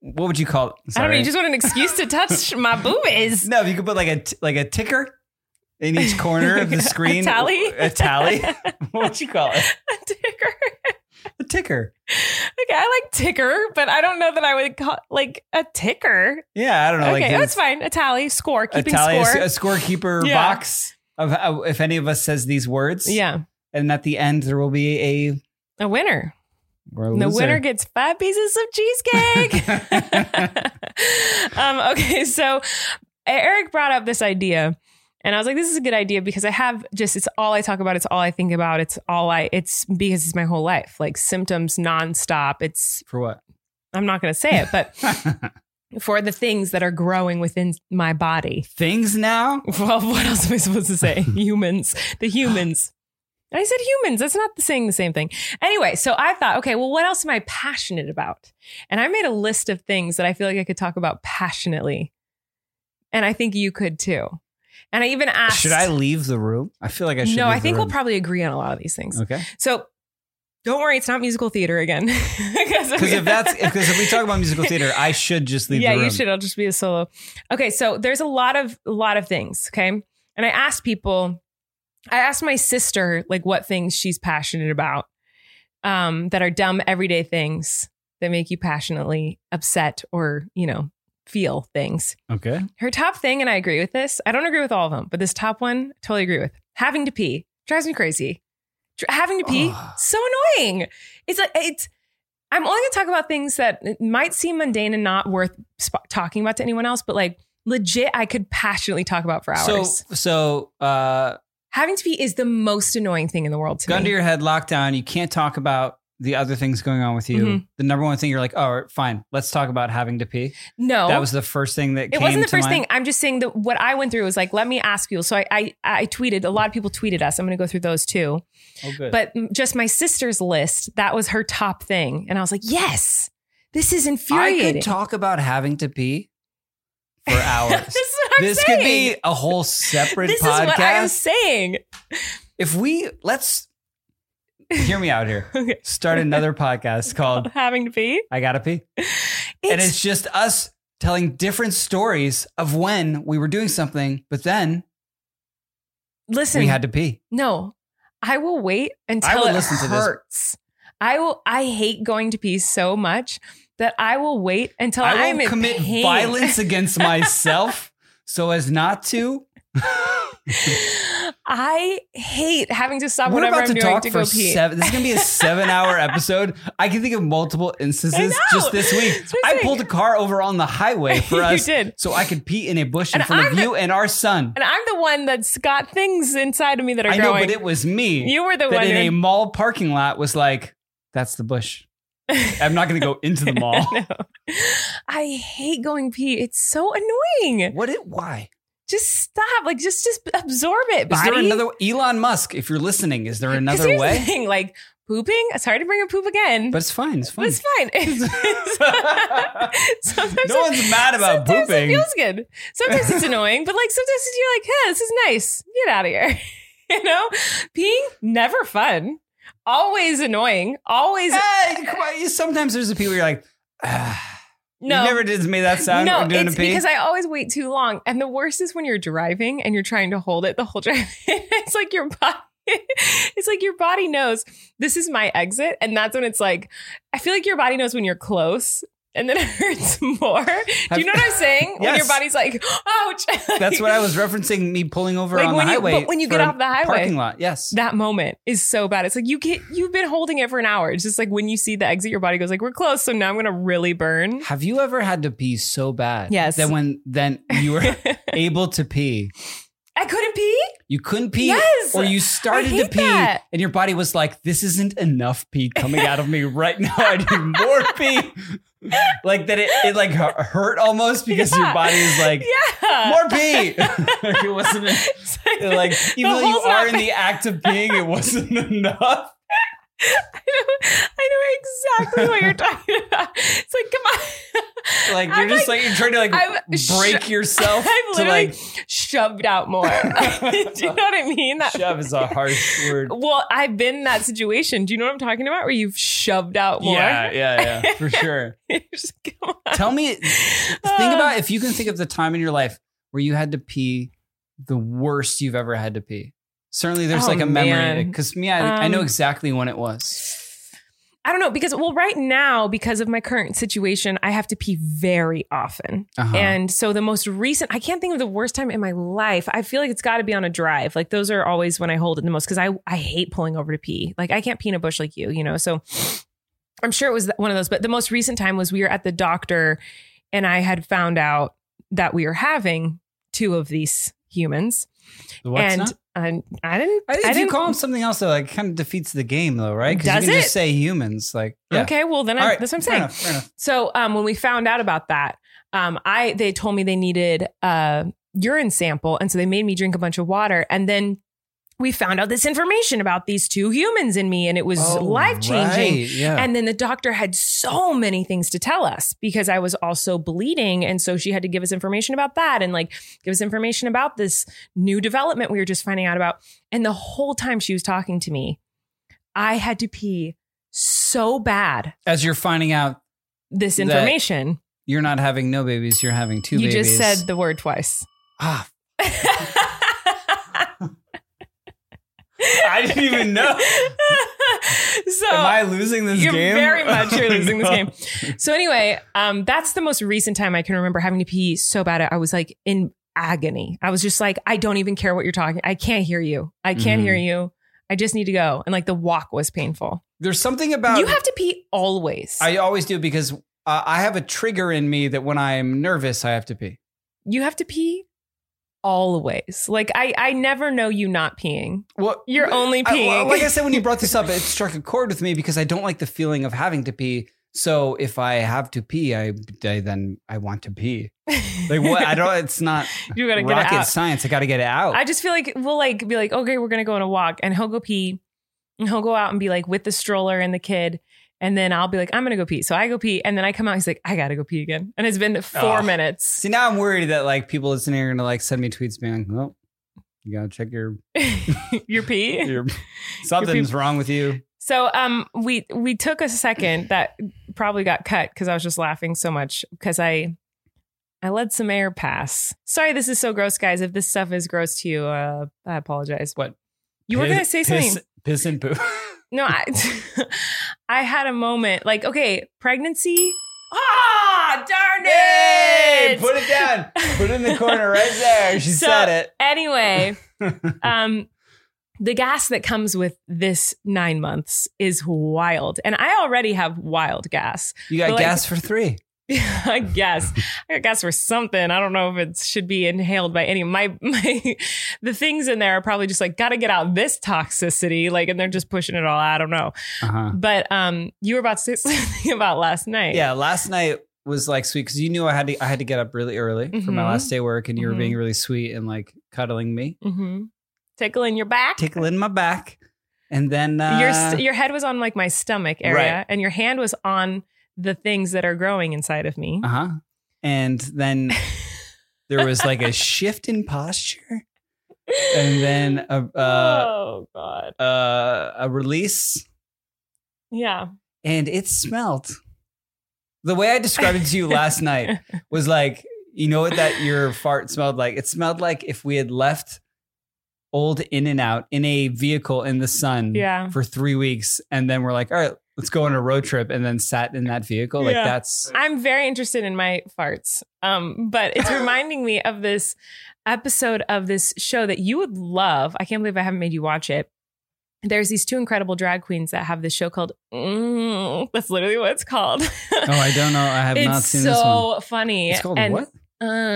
[SPEAKER 3] what would you call it?
[SPEAKER 2] I don't know.
[SPEAKER 3] Sorry.
[SPEAKER 2] You just want an excuse to touch my boobies.
[SPEAKER 3] No, if you could put like a t- like a ticker in each corner of the screen.
[SPEAKER 2] tally?
[SPEAKER 3] A tally. what would you call it?
[SPEAKER 2] ticker.
[SPEAKER 3] A ticker.
[SPEAKER 2] Okay, I like ticker, but I don't know that I would call like a ticker.
[SPEAKER 3] Yeah, I don't know.
[SPEAKER 2] okay,
[SPEAKER 3] like
[SPEAKER 2] that's
[SPEAKER 3] it's
[SPEAKER 2] fine. A tally, score,
[SPEAKER 3] a
[SPEAKER 2] keeping
[SPEAKER 3] tally, a
[SPEAKER 2] score.
[SPEAKER 3] s- a scorekeeper
[SPEAKER 2] Yeah.
[SPEAKER 3] box of how, if any of us says these words.
[SPEAKER 2] yeah,
[SPEAKER 3] and at the end there will be a.
[SPEAKER 2] a winner.
[SPEAKER 3] Or a
[SPEAKER 2] The
[SPEAKER 3] loser.
[SPEAKER 2] winner gets five pieces of cheesecake. um, okay, so Eric brought up this idea, and I was like, "This is a good idea because I have just it's all I talk about, it's all I think about, it's all I it's because it's my whole life, like symptoms nonstop. It's
[SPEAKER 3] for what?
[SPEAKER 2] I'm not going to say it, but for the things that are growing within my body.
[SPEAKER 3] Things now.
[SPEAKER 2] Well, what else am I supposed to say? humans, the humans. I said humans. That's not the saying the same thing. Anyway, so I thought, okay, well, what else am I passionate about? And I made a list of things that I feel like I could talk about passionately, and I think you could too. And I even asked,
[SPEAKER 3] Should I leave the room? I feel like I should.
[SPEAKER 2] no,
[SPEAKER 3] leave
[SPEAKER 2] I
[SPEAKER 3] the
[SPEAKER 2] think we'll
[SPEAKER 3] room.
[SPEAKER 2] probably agree on a lot of these things.
[SPEAKER 3] Okay.
[SPEAKER 2] So Don't worry, it's not musical theater again. Because
[SPEAKER 3] Because if that's because if we talk about musical theater, I should just leave.
[SPEAKER 2] yeah,
[SPEAKER 3] the room.
[SPEAKER 2] you should. I'll just be a solo. Okay, so there's a lot of a lot of things. Okay, and I asked people. I asked my sister like what things she's passionate about, um, that are dumb everyday things that make you passionately upset or you know feel things.
[SPEAKER 3] Okay.
[SPEAKER 2] Her top thing, and I agree with this. I don't agree with all of them, but this top one, totally agree with. Having to pee drives me crazy. Dr- having to pee,
[SPEAKER 3] Ugh.
[SPEAKER 2] so annoying. It's like it's. I'm only gonna talk about things that might seem mundane and not worth sp- talking about to anyone else, but like legit, I could passionately talk about for hours.
[SPEAKER 3] So so uh,
[SPEAKER 2] having to pee is the most annoying thing in the world to
[SPEAKER 3] gun
[SPEAKER 2] me.
[SPEAKER 3] to your head, lockdown. You can't talk about the other things going on with you.
[SPEAKER 2] Mhm.
[SPEAKER 3] The number one thing you're like, oh, fine, let's talk about having to pee.
[SPEAKER 2] no,
[SPEAKER 3] That was the first thing that
[SPEAKER 2] Oh. it
[SPEAKER 3] came
[SPEAKER 2] wasn't the
[SPEAKER 3] to
[SPEAKER 2] first
[SPEAKER 3] mind.
[SPEAKER 2] thing. I'm just saying that what I went through was like, let me ask you. So I, I, I tweeted. A lot of people tweeted us. I'm gonna go through those too.
[SPEAKER 3] Oh, good.
[SPEAKER 2] But m- just my sister's list, that was her top thing. And I was like, yes, this is
[SPEAKER 3] I
[SPEAKER 2] infuriating.
[SPEAKER 3] could talk about having to pee for hours.
[SPEAKER 2] this is what I'm
[SPEAKER 3] this
[SPEAKER 2] saying.
[SPEAKER 3] could be a whole separate
[SPEAKER 2] This
[SPEAKER 3] podcast.
[SPEAKER 2] is what I'm saying.
[SPEAKER 3] if we let's hear me out here,
[SPEAKER 2] Okay.
[SPEAKER 3] start another podcast called
[SPEAKER 2] Having to pee.
[SPEAKER 3] "I Gotta Pee,"
[SPEAKER 2] It's,
[SPEAKER 3] and it's just us telling different stories of when we were doing something, but then
[SPEAKER 2] listen.
[SPEAKER 3] we had to pee.
[SPEAKER 2] no, I will wait until
[SPEAKER 3] would
[SPEAKER 2] it
[SPEAKER 3] listen to this.
[SPEAKER 2] hurts. I will. I hate going to pee so much that I will wait until
[SPEAKER 3] I will
[SPEAKER 2] Oh, I'm in
[SPEAKER 3] commit
[SPEAKER 2] pain.
[SPEAKER 3] violence against myself so as not to.
[SPEAKER 2] I hate having to stop
[SPEAKER 3] We're
[SPEAKER 2] Uh, whatever
[SPEAKER 3] about
[SPEAKER 2] I'm
[SPEAKER 3] to
[SPEAKER 2] doing
[SPEAKER 3] talk
[SPEAKER 2] to
[SPEAKER 3] for
[SPEAKER 2] go pee.
[SPEAKER 3] seven. This is gonna be a seven-hour episode. I can think of multiple
[SPEAKER 2] I
[SPEAKER 3] instances
[SPEAKER 2] know.
[SPEAKER 3] just this week.
[SPEAKER 2] That's what I'm
[SPEAKER 3] I
[SPEAKER 2] saying.
[SPEAKER 3] pulled a car over on the highway for
[SPEAKER 2] You
[SPEAKER 3] us,
[SPEAKER 2] did.
[SPEAKER 3] so I could pee in a bush in
[SPEAKER 2] And
[SPEAKER 3] front
[SPEAKER 2] I'm
[SPEAKER 3] of
[SPEAKER 2] the-
[SPEAKER 3] you and our son.
[SPEAKER 2] And I'm the one that's got things inside of me that are
[SPEAKER 3] I know,
[SPEAKER 2] growing.
[SPEAKER 3] but it was me.
[SPEAKER 2] you were the
[SPEAKER 3] that
[SPEAKER 2] one
[SPEAKER 3] in a
[SPEAKER 2] who-
[SPEAKER 3] mall parking lot was like, "That's the bush." I'm not gonna go into the mall.
[SPEAKER 2] No. I hate going pee. It's so annoying.
[SPEAKER 3] What? It? Why?
[SPEAKER 2] Just stop. Like just just absorb it.
[SPEAKER 3] Is
[SPEAKER 2] Body.
[SPEAKER 3] there another Elon Musk? If you're listening, is there
[SPEAKER 2] 'Cause
[SPEAKER 3] another
[SPEAKER 2] here's
[SPEAKER 3] way?
[SPEAKER 2] The thing, like pooping. Sorry to bring up poop again.
[SPEAKER 3] But it's fine. It's
[SPEAKER 2] But
[SPEAKER 3] fine.
[SPEAKER 2] it's fine. It's- sometimes
[SPEAKER 3] No one's mad about
[SPEAKER 2] sometimes
[SPEAKER 3] pooping.
[SPEAKER 2] It feels good. Sometimes it's annoying, but like sometimes you're like, "Huh, this is nice. Get out of here." You know, peeing never fun. Always annoying. Always
[SPEAKER 3] Eh, come on. sometimes there's a pee where you're like, ah.
[SPEAKER 2] no.
[SPEAKER 3] you never did made that sound
[SPEAKER 2] no,
[SPEAKER 3] when doing
[SPEAKER 2] it's
[SPEAKER 3] a pee.
[SPEAKER 2] because I always wait too long. And the worst is when you're driving and you're trying to hold it the whole drive. it's like your body. It's like your body knows this is my exit, and that's when it's like I feel like your body knows when you're close, and then it hurts more. Do you know what I'm saying? When your
[SPEAKER 3] Yes.
[SPEAKER 2] body's like, ouch.
[SPEAKER 3] That's what I was referencing. Me pulling over
[SPEAKER 2] Like
[SPEAKER 3] on
[SPEAKER 2] when
[SPEAKER 3] the
[SPEAKER 2] you-
[SPEAKER 3] highway.
[SPEAKER 2] but when you
[SPEAKER 3] for
[SPEAKER 2] get
[SPEAKER 3] a
[SPEAKER 2] off the highway.
[SPEAKER 3] parking lot. Yes.
[SPEAKER 2] That moment is so bad. It's like you get you've been holding it for an hour. It's just like when you see the exit, your body goes like, "We're close," so now I'm gonna really burn.
[SPEAKER 3] Have you ever had to pee so bad?
[SPEAKER 2] Yes.
[SPEAKER 3] That when then you were able to pee,
[SPEAKER 2] I couldn't pee.
[SPEAKER 3] you couldn't pee,
[SPEAKER 2] Yes.
[SPEAKER 3] or
[SPEAKER 2] I
[SPEAKER 3] you started to
[SPEAKER 2] hate
[SPEAKER 3] pee,
[SPEAKER 2] that.
[SPEAKER 3] and your body was like, "This isn't enough pee coming out of me right now. I need more pee." like that, it, it like hu- hurt almost because your
[SPEAKER 2] Yeah.
[SPEAKER 3] body is like,
[SPEAKER 2] Yeah,
[SPEAKER 3] "More pee." Like, it wasn't.
[SPEAKER 2] It's like-
[SPEAKER 3] like even
[SPEAKER 2] the
[SPEAKER 3] though you
[SPEAKER 2] hole's not
[SPEAKER 3] are in the act of peeing, it wasn't enough.
[SPEAKER 2] I know, I know exactly what you're talking about. It's like, come on.
[SPEAKER 3] Like you're
[SPEAKER 2] I'm
[SPEAKER 3] just like, you're trying to like
[SPEAKER 2] I'm
[SPEAKER 3] break
[SPEAKER 2] sho-
[SPEAKER 3] yourself
[SPEAKER 2] I've
[SPEAKER 3] to
[SPEAKER 2] literally
[SPEAKER 3] like
[SPEAKER 2] shoved out more. Do you know what I mean? That,
[SPEAKER 3] shove is a harsh word.
[SPEAKER 2] well, I've been in that situation. Do you know what I'm talking about? Where you've shoved out more.
[SPEAKER 3] Yeah, yeah, yeah, for sure.
[SPEAKER 2] You're just like, come on.
[SPEAKER 3] Tell me, think
[SPEAKER 2] Uh.
[SPEAKER 3] about if you can think of the time in your life where you had to pee the worst you've ever had to pee. Certainly, there's
[SPEAKER 2] Oh,
[SPEAKER 3] like a memory
[SPEAKER 2] man.
[SPEAKER 3] because me, I, I know
[SPEAKER 2] Um,
[SPEAKER 3] exactly when it was.
[SPEAKER 2] I don't know because well, right now because of my current situation, I have to pee very often.
[SPEAKER 3] Uh-huh.
[SPEAKER 2] And so the most recent, I can't think of the worst time in my life. I feel like it's got to be on a drive. Like those are always when I hold it the most because I I hate pulling over to pee. Like I can't pee in a bush like you, you know. So I'm sure it was one of those. But the most recent time was we were at the doctor, and I had found out that we were having two of these humans, and
[SPEAKER 3] not?
[SPEAKER 2] and I didn't.
[SPEAKER 3] I think
[SPEAKER 2] I
[SPEAKER 3] if you
[SPEAKER 2] didn't
[SPEAKER 3] call them something else, though, like kind of defeats the game, though, right? Because
[SPEAKER 2] Does
[SPEAKER 3] you can
[SPEAKER 2] it?
[SPEAKER 3] just say humans, like yeah.
[SPEAKER 2] Okay, well then
[SPEAKER 3] All
[SPEAKER 2] I,
[SPEAKER 3] right,
[SPEAKER 2] that's what I'm
[SPEAKER 3] fair
[SPEAKER 2] saying.
[SPEAKER 3] enough, fair enough.
[SPEAKER 2] So um, when we found out about that, um, I they told me they needed a urine sample, and so they made me drink a bunch of water, and then we found out this information about these two humans in me, and it was
[SPEAKER 3] Oh,
[SPEAKER 2] life changing.
[SPEAKER 3] right, Yeah.
[SPEAKER 2] And then the doctor had so many things to tell us because I was also bleeding. And so she had to give us information about that and like give us information about this new development we were just finding out about. And the whole time she was talking to me, I had to pee so bad
[SPEAKER 3] As you're finding out,
[SPEAKER 2] this
[SPEAKER 3] That-
[SPEAKER 2] information.
[SPEAKER 3] you're not having no babies, you're having two
[SPEAKER 2] You
[SPEAKER 3] babies.
[SPEAKER 2] just said the word twice.
[SPEAKER 3] ah,
[SPEAKER 4] I didn't even know.
[SPEAKER 2] so
[SPEAKER 3] am I losing this
[SPEAKER 2] you're
[SPEAKER 3] game?
[SPEAKER 2] very much you're losing this
[SPEAKER 3] No.
[SPEAKER 2] game. So anyway, um, that's the most recent time I can remember having to pee so bad. I was like in agony. I was just like, I don't even care what you're talking. I can't hear you. I can't
[SPEAKER 3] Mhm.
[SPEAKER 2] hear you. I just need to go. And like the walk was painful.
[SPEAKER 3] There's something about
[SPEAKER 2] you have to pee always.
[SPEAKER 3] I always do because uh, I have a trigger in me that when I'm nervous, I have to pee.
[SPEAKER 2] you have to pee always. Like I, I never know you not peeing.
[SPEAKER 3] Well,
[SPEAKER 2] You're only
[SPEAKER 3] I-
[SPEAKER 2] peeing.
[SPEAKER 3] well, like I said, when you brought this up, it struck a chord with me because I don't like the feeling of having to pee. So if I have to pee, I, I then I want to pee. Like what? I don't. It's not
[SPEAKER 2] you gotta get it
[SPEAKER 3] rocket
[SPEAKER 2] out.
[SPEAKER 3] science. I got to get it out.
[SPEAKER 2] I just feel like we'll like be like, okay, we're gonna go on a walk, and he'll go pee, and he'll go out and be like with the stroller and the kid, and then I'll be like, I'm gonna go pee. So I go pee, and then I come out. He's like, I gotta go pee again, and it's been four
[SPEAKER 3] Ugh.
[SPEAKER 2] minutes.
[SPEAKER 3] See, now I'm worried that like people listening are gonna like send me tweets being, like, "Well, you gotta check your
[SPEAKER 2] Your pee.
[SPEAKER 3] your something's wrong with you."
[SPEAKER 2] So um, we we took a second that probably got cut because I was just laughing so much because I. I let some air pass. Sorry, this is so gross, guys. If this stuff is gross to you, uh, I apologize.
[SPEAKER 3] What?
[SPEAKER 2] you were
[SPEAKER 3] Piss-
[SPEAKER 2] gonna say
[SPEAKER 3] piss-
[SPEAKER 2] something?
[SPEAKER 3] Piss and poo.
[SPEAKER 2] No, I, I had a moment like, okay, pregnancy. Ah, darn
[SPEAKER 3] Hey,
[SPEAKER 2] it.
[SPEAKER 3] put it down. Put it in the corner right there. She
[SPEAKER 2] So-
[SPEAKER 3] said it.
[SPEAKER 2] Anyway, um, the gas that comes with this nine months is wild. And I already have wild gas.
[SPEAKER 3] You got
[SPEAKER 2] But, like-
[SPEAKER 3] gas for three.
[SPEAKER 2] I guess. I got gas for something. I don't know if it should be inhaled by any. My, my, the things in there are probably just like, gotta get out this toxicity. Like, and they're just pushing it all. I don't know.
[SPEAKER 3] Uh-huh.
[SPEAKER 2] But um, you were about to say something about last night.
[SPEAKER 3] Yeah, last night was like sweet because you knew I had to I had to get up really early for my
[SPEAKER 2] Mhm.
[SPEAKER 3] last day of work, and you were
[SPEAKER 2] Mhm.
[SPEAKER 3] being really sweet and like cuddling me,
[SPEAKER 2] Mm-hmm. Tickling your back.
[SPEAKER 3] tickling my back, and then uh,
[SPEAKER 2] your st- your head was on like my stomach area,
[SPEAKER 3] Right.
[SPEAKER 2] and your hand was on the things that are growing inside of me.
[SPEAKER 3] uh huh, and then there was like a shift in posture, and then a uh,
[SPEAKER 2] oh god,
[SPEAKER 3] uh, a release,
[SPEAKER 2] yeah,
[SPEAKER 3] and it smelled. The way I described it to you last night was like, you know what that your fart smelled like? It smelled like if we had left old In and Out in a vehicle in the sun
[SPEAKER 2] Yeah.
[SPEAKER 3] for three weeks, and then we're like, all right, let's go on a road trip, and then sat in that vehicle. Like
[SPEAKER 2] Yeah.
[SPEAKER 3] that's
[SPEAKER 2] I'm very interested in my farts, um, but it's reminding me of this episode of this show that you would love. I can't believe I haven't made you watch it. There's these two incredible drag queens that have this show called. Mm, that's literally what it's called.
[SPEAKER 3] oh, I don't know, I have
[SPEAKER 2] it's
[SPEAKER 3] not seen
[SPEAKER 2] so
[SPEAKER 3] this one.
[SPEAKER 2] funny.
[SPEAKER 3] It's called
[SPEAKER 2] and
[SPEAKER 3] what?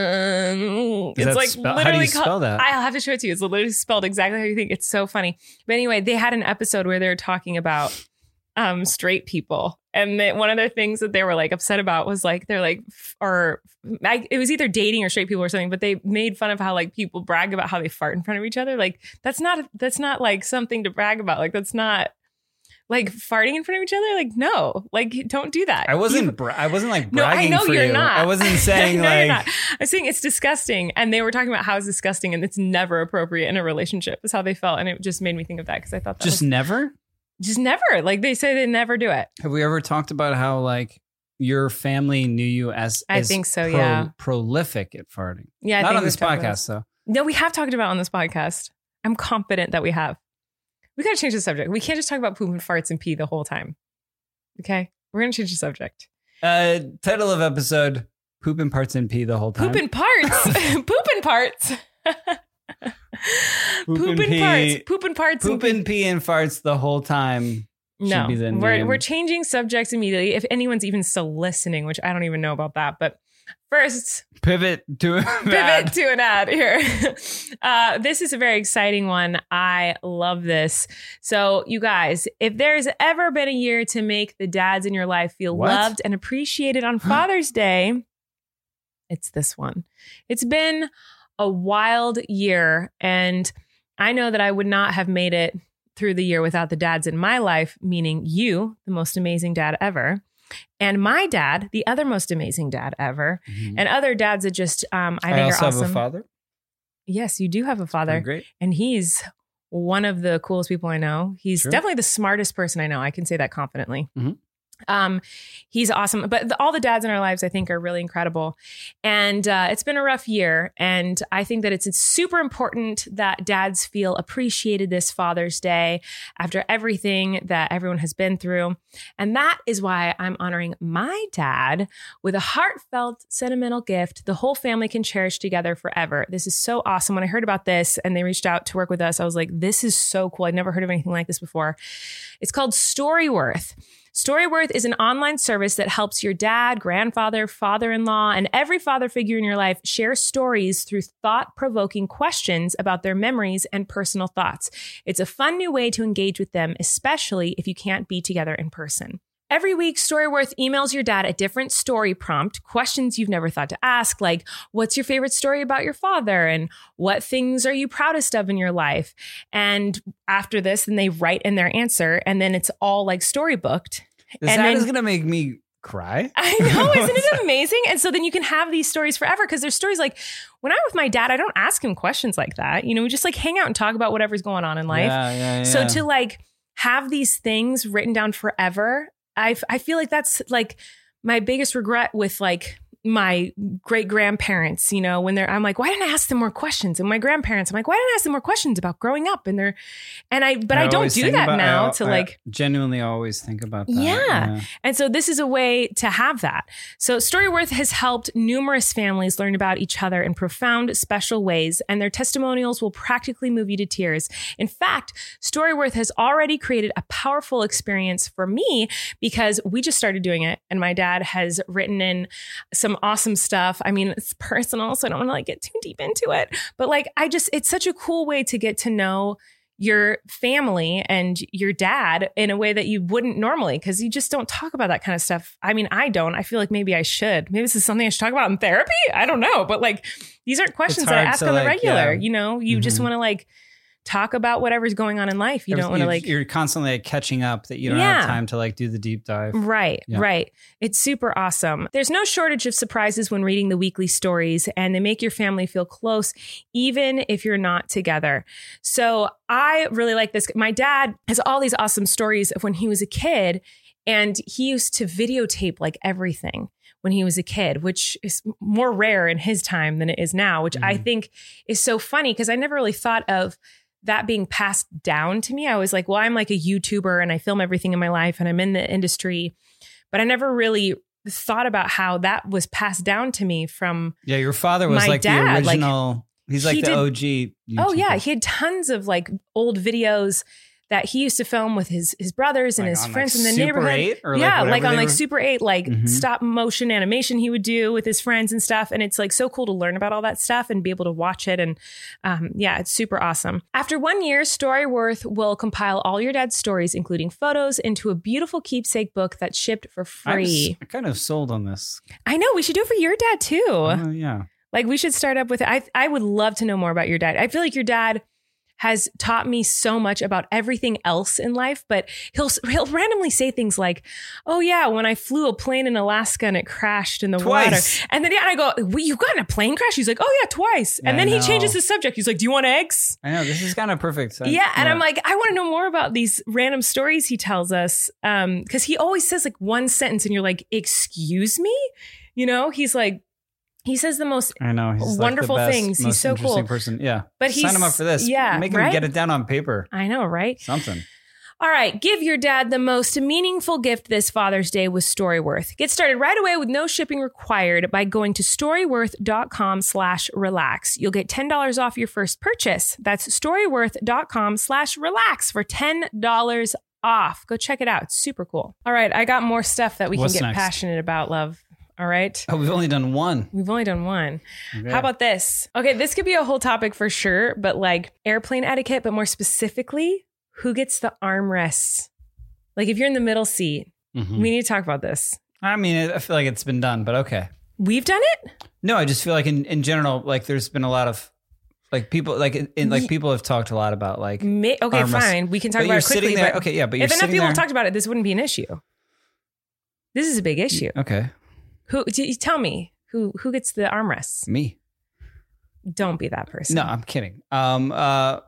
[SPEAKER 2] Um, it's
[SPEAKER 3] Is that
[SPEAKER 2] like
[SPEAKER 3] spell-
[SPEAKER 2] literally
[SPEAKER 3] how do you
[SPEAKER 2] called-
[SPEAKER 3] spell that?
[SPEAKER 2] I'll have to show it to you. It's literally spelled exactly how you think. It's so funny. But anyway, they had an episode where they were talking about um, straight people, and that one of their things that they were like upset about was like they're like, f- or I, it was either dating or straight people or something. But they made fun of how like people brag about how they fart in front of each other. Like that's not that's not like something to brag about. Like that's not like farting in front of each other. Like no, like don't do that.
[SPEAKER 3] I
[SPEAKER 2] You-
[SPEAKER 3] wasn't. Bra- I wasn't like
[SPEAKER 2] no, I
[SPEAKER 3] bragging
[SPEAKER 2] know
[SPEAKER 3] for
[SPEAKER 2] you're
[SPEAKER 3] you.
[SPEAKER 2] not.
[SPEAKER 3] I wasn't saying
[SPEAKER 2] I know you're
[SPEAKER 3] like.
[SPEAKER 2] not. I was saying it's disgusting, and they were talking about how it's disgusting and it's never appropriate in a relationship. Is how they felt, and it just made me think of that because I thought that
[SPEAKER 3] Just
[SPEAKER 2] was,
[SPEAKER 3] never.
[SPEAKER 2] just never like they say they never do it.
[SPEAKER 3] Have we ever talked about how like your family knew you as
[SPEAKER 2] I
[SPEAKER 3] as
[SPEAKER 2] think so, yeah.
[SPEAKER 3] prolific at farting?
[SPEAKER 2] Yeah, I
[SPEAKER 3] Not
[SPEAKER 2] think
[SPEAKER 3] on
[SPEAKER 2] we've
[SPEAKER 3] this
[SPEAKER 2] talked about
[SPEAKER 3] podcast though.
[SPEAKER 2] it. No, we have talked about it on this podcast. I'm confident that we have. We got to change the subject. We can't just talk about poop and farts and pee the whole time. Okay, we're gonna change the subject.
[SPEAKER 3] Uh, title of episode: Poop and parts and pee the whole time.
[SPEAKER 2] Poop and parts. poop and parts.
[SPEAKER 3] Poop
[SPEAKER 2] Poop
[SPEAKER 3] and
[SPEAKER 2] and parts.
[SPEAKER 3] pee.
[SPEAKER 2] Poop and parts.
[SPEAKER 3] poop
[SPEAKER 2] pee.
[SPEAKER 3] and pee and farts the whole time. should
[SPEAKER 2] No,
[SPEAKER 3] be the
[SPEAKER 2] we're
[SPEAKER 3] name.
[SPEAKER 2] we're changing subjects immediately. If anyone's even still listening, which I don't even know about that, but first
[SPEAKER 3] Pivot to
[SPEAKER 2] pivot to an ad here. Uh, this is a very exciting one. I love this. So, you guys, if there's ever been a year to make the dads in your life feel
[SPEAKER 3] What?
[SPEAKER 2] loved and appreciated on Father's Day, it's this one. It's been a wild year, and I know that I would not have made it through the year without the dads in my life, meaning you, the most amazing dad ever, and my dad, the other most amazing dad ever
[SPEAKER 3] Mhm.
[SPEAKER 2] and other dads that just um, I
[SPEAKER 3] I
[SPEAKER 2] think
[SPEAKER 3] also
[SPEAKER 2] are
[SPEAKER 3] have
[SPEAKER 2] awesome.
[SPEAKER 3] a father.
[SPEAKER 2] Yes, you do have a
[SPEAKER 3] Pretty
[SPEAKER 2] father,
[SPEAKER 3] Great.
[SPEAKER 2] and he's one of the coolest people I know. He's
[SPEAKER 3] Sure.
[SPEAKER 2] definitely the smartest person I know. I can say that confidently.
[SPEAKER 3] Mhm.
[SPEAKER 2] Um, he's awesome. But the, all the dads in our lives, I think, are really incredible. And uh, it's been a rough year. And I think that it's super important that dads feel appreciated this Father's Day after everything that everyone has been through. And that is why I'm honoring my dad with a heartfelt, sentimental gift the whole family can cherish together forever. This is so awesome. When I heard about this and they reached out to work with us, I was like, this is so cool. I'd never heard of anything like this before. It's called Storyworth. Storyworth is an online service that helps your dad, grandfather, father in law, and every father figure in your life share stories through thought provoking questions about their memories and personal thoughts. It's a fun new way to engage with them, especially if you can't be together in person. Every week, Storyworth emails your dad a different story prompt, questions you've never thought to ask, like, what's your favorite story about your father? And what things are you proudest of in your life? And after this, then they write in their answer, and then it's all like storybooked.
[SPEAKER 3] This
[SPEAKER 2] And
[SPEAKER 3] ad
[SPEAKER 2] then-
[SPEAKER 3] is gonna make me cry.
[SPEAKER 2] I know, isn't it amazing? And so then you can have these stories forever because there's stories like when I'm with my dad, I don't ask him questions like that. You know, we just like hang out and talk about whatever's going on in life.
[SPEAKER 3] Yeah, yeah,
[SPEAKER 2] So
[SPEAKER 3] yeah.
[SPEAKER 2] to like have these things written down forever, I f- I feel like that's like my biggest regret with like my great grandparents, you know, when they're I'm like, why didn't I ask them more questions? And my grandparents, I'm like, why didn't I ask them more questions about growing up? And they're and I but I, don't
[SPEAKER 3] always
[SPEAKER 2] do
[SPEAKER 3] think
[SPEAKER 2] that
[SPEAKER 3] about- oh,
[SPEAKER 2] now
[SPEAKER 3] I-
[SPEAKER 2] to
[SPEAKER 3] I
[SPEAKER 2] like
[SPEAKER 3] genuinely always think about that.
[SPEAKER 2] Yeah. and so this is a way to have that. So Storyworth has helped numerous families learn about each other in profound, special ways, and their testimonials will practically move you to tears. In fact, Storyworth has already created a powerful experience for me because we just started doing it, and my dad has written in some awesome stuff. I mean, it's personal, so I don't want to like get too deep into it, but like I just, it's such a cool way to get to know your family and your dad in a way that you wouldn't normally because you just don't talk about that kind of stuff. I mean, I don't. I feel like maybe I should. Maybe this is something I should talk about in therapy. I don't know. But like, these aren't questions that I
[SPEAKER 3] hard
[SPEAKER 2] ask
[SPEAKER 3] to,
[SPEAKER 2] on the
[SPEAKER 3] like,
[SPEAKER 2] regular.
[SPEAKER 3] yeah.
[SPEAKER 2] You know, you just
[SPEAKER 3] Mhm.
[SPEAKER 2] want to like talk about whatever's going on in life. You don't want to like.
[SPEAKER 3] You're constantly like, catching up that you don't
[SPEAKER 2] Yeah. Mm.
[SPEAKER 3] have time to like do the deep dive.
[SPEAKER 2] Right,
[SPEAKER 3] Yeah.
[SPEAKER 2] right. It's super awesome. There's no shortage of surprises when reading the weekly stories, and they make your family feel close, even if you're not together. So I really like this. My dad has all these awesome stories of when he was a kid, and he used to videotape like everything when he was a kid, which is more rare in his time than it is now, which I
[SPEAKER 3] Mhm.
[SPEAKER 2] think is so funny because I never really thought of that being passed down to me. I was like, well, I'm like a YouTuber and I film everything in my life and I'm in the industry, but I never really thought about how that was passed down to me from
[SPEAKER 3] Yeah, your father was
[SPEAKER 2] My
[SPEAKER 3] like
[SPEAKER 2] dad, like,
[SPEAKER 3] the original. he's like
[SPEAKER 2] he
[SPEAKER 3] the
[SPEAKER 2] did-
[SPEAKER 3] OG.
[SPEAKER 2] Oh yeah,
[SPEAKER 3] YouTuber.
[SPEAKER 2] he had tons of like old videos that he used to film with his his brothers and
[SPEAKER 3] Like,
[SPEAKER 2] his
[SPEAKER 3] on,
[SPEAKER 2] friends
[SPEAKER 3] like,
[SPEAKER 2] in the
[SPEAKER 3] Super
[SPEAKER 2] neighborhood.
[SPEAKER 3] 8 or,
[SPEAKER 2] yeah,
[SPEAKER 3] whatever
[SPEAKER 2] like on
[SPEAKER 3] they
[SPEAKER 2] like
[SPEAKER 3] were-
[SPEAKER 2] Super 8 like
[SPEAKER 3] Mhm.
[SPEAKER 2] stop motion animation he would do with his friends and stuff and it's like so cool to learn about all that stuff and be able to watch it and um, yeah, it's super awesome. After 1 year, Storyworth will compile all your dad's stories including photos into a beautiful keepsake book that's shipped for
[SPEAKER 3] I'm s-
[SPEAKER 2] free.
[SPEAKER 3] I'm kind of sold on this.
[SPEAKER 2] I know we should do it for your dad too.
[SPEAKER 3] Oh yeah,
[SPEAKER 2] Like we should start up with I I would love to know more about your dad. I feel like your dad has taught me so much about everything else in life, but he'll he'll randomly say things like, "Oh yeah, when I flew a plane in Alaska and it crashed in the
[SPEAKER 3] Twice.
[SPEAKER 2] water," and then yeah, and I go, well, "You got in a plane crash?" He's like, "Oh yeah, twice," and
[SPEAKER 3] Yeah, I
[SPEAKER 2] then he
[SPEAKER 3] know.
[SPEAKER 2] changes the subject. He's like, "Do you want eggs?"
[SPEAKER 3] I know this is kind of perfect. I-
[SPEAKER 2] yeah, and I'm like, I want to know more about these random stories he tells us, because he always says like one sentence, and you're like, "Excuse me," you know? He's like, he says the most
[SPEAKER 3] I know he's like, the
[SPEAKER 2] wonderful
[SPEAKER 3] best,
[SPEAKER 2] things. He's
[SPEAKER 3] most
[SPEAKER 2] so cool.
[SPEAKER 3] interesting Person, yeah.
[SPEAKER 2] But
[SPEAKER 3] sign him
[SPEAKER 2] he's-
[SPEAKER 3] up for this.
[SPEAKER 2] yeah,
[SPEAKER 3] make
[SPEAKER 2] right?
[SPEAKER 3] him get it down on paper.
[SPEAKER 2] I know, right?
[SPEAKER 3] Something.
[SPEAKER 2] All right, give your dad the most meaningful gift this Father's Day with Storyworth. Get started right away with no shipping required by going to storyworth.com slash relax. You'll get $10 off your first purchase. That's storyworth.com slash relax for $10 off. Go check it out. It's super cool. All right, I got more stuff that we
[SPEAKER 3] What's
[SPEAKER 2] can get
[SPEAKER 3] next?
[SPEAKER 2] passionate about, love. All right.
[SPEAKER 3] Oh, we've only done one.
[SPEAKER 2] We've only done one.
[SPEAKER 3] Okay.
[SPEAKER 2] How about this? Okay, this could be a whole topic for sure, but like airplane etiquette, but more specifically, who gets the armrests? Like if you're in the middle seat,
[SPEAKER 3] Mhm.
[SPEAKER 2] we need to talk about this.
[SPEAKER 3] I mean, I feel like it's been done, but okay.
[SPEAKER 2] We've done it?
[SPEAKER 3] No, I just feel like in, in general, like there's been a lot of like people like in, in- like people have talked a lot about like
[SPEAKER 2] Ma- okay,
[SPEAKER 3] Armrests.
[SPEAKER 2] fine. We can talk
[SPEAKER 3] but
[SPEAKER 2] about
[SPEAKER 3] you're
[SPEAKER 2] it quickly.
[SPEAKER 3] sitting there.
[SPEAKER 2] but
[SPEAKER 3] okay, yeah, but you're
[SPEAKER 2] if enough
[SPEAKER 3] sitting
[SPEAKER 2] people
[SPEAKER 3] there.
[SPEAKER 2] talked about it, this wouldn't be an issue. This is a big issue.
[SPEAKER 3] okay,
[SPEAKER 2] Who do you tell me who who gets the armrests?
[SPEAKER 3] me.
[SPEAKER 2] Don't be that person.
[SPEAKER 3] No, I'm kidding. Um, uh,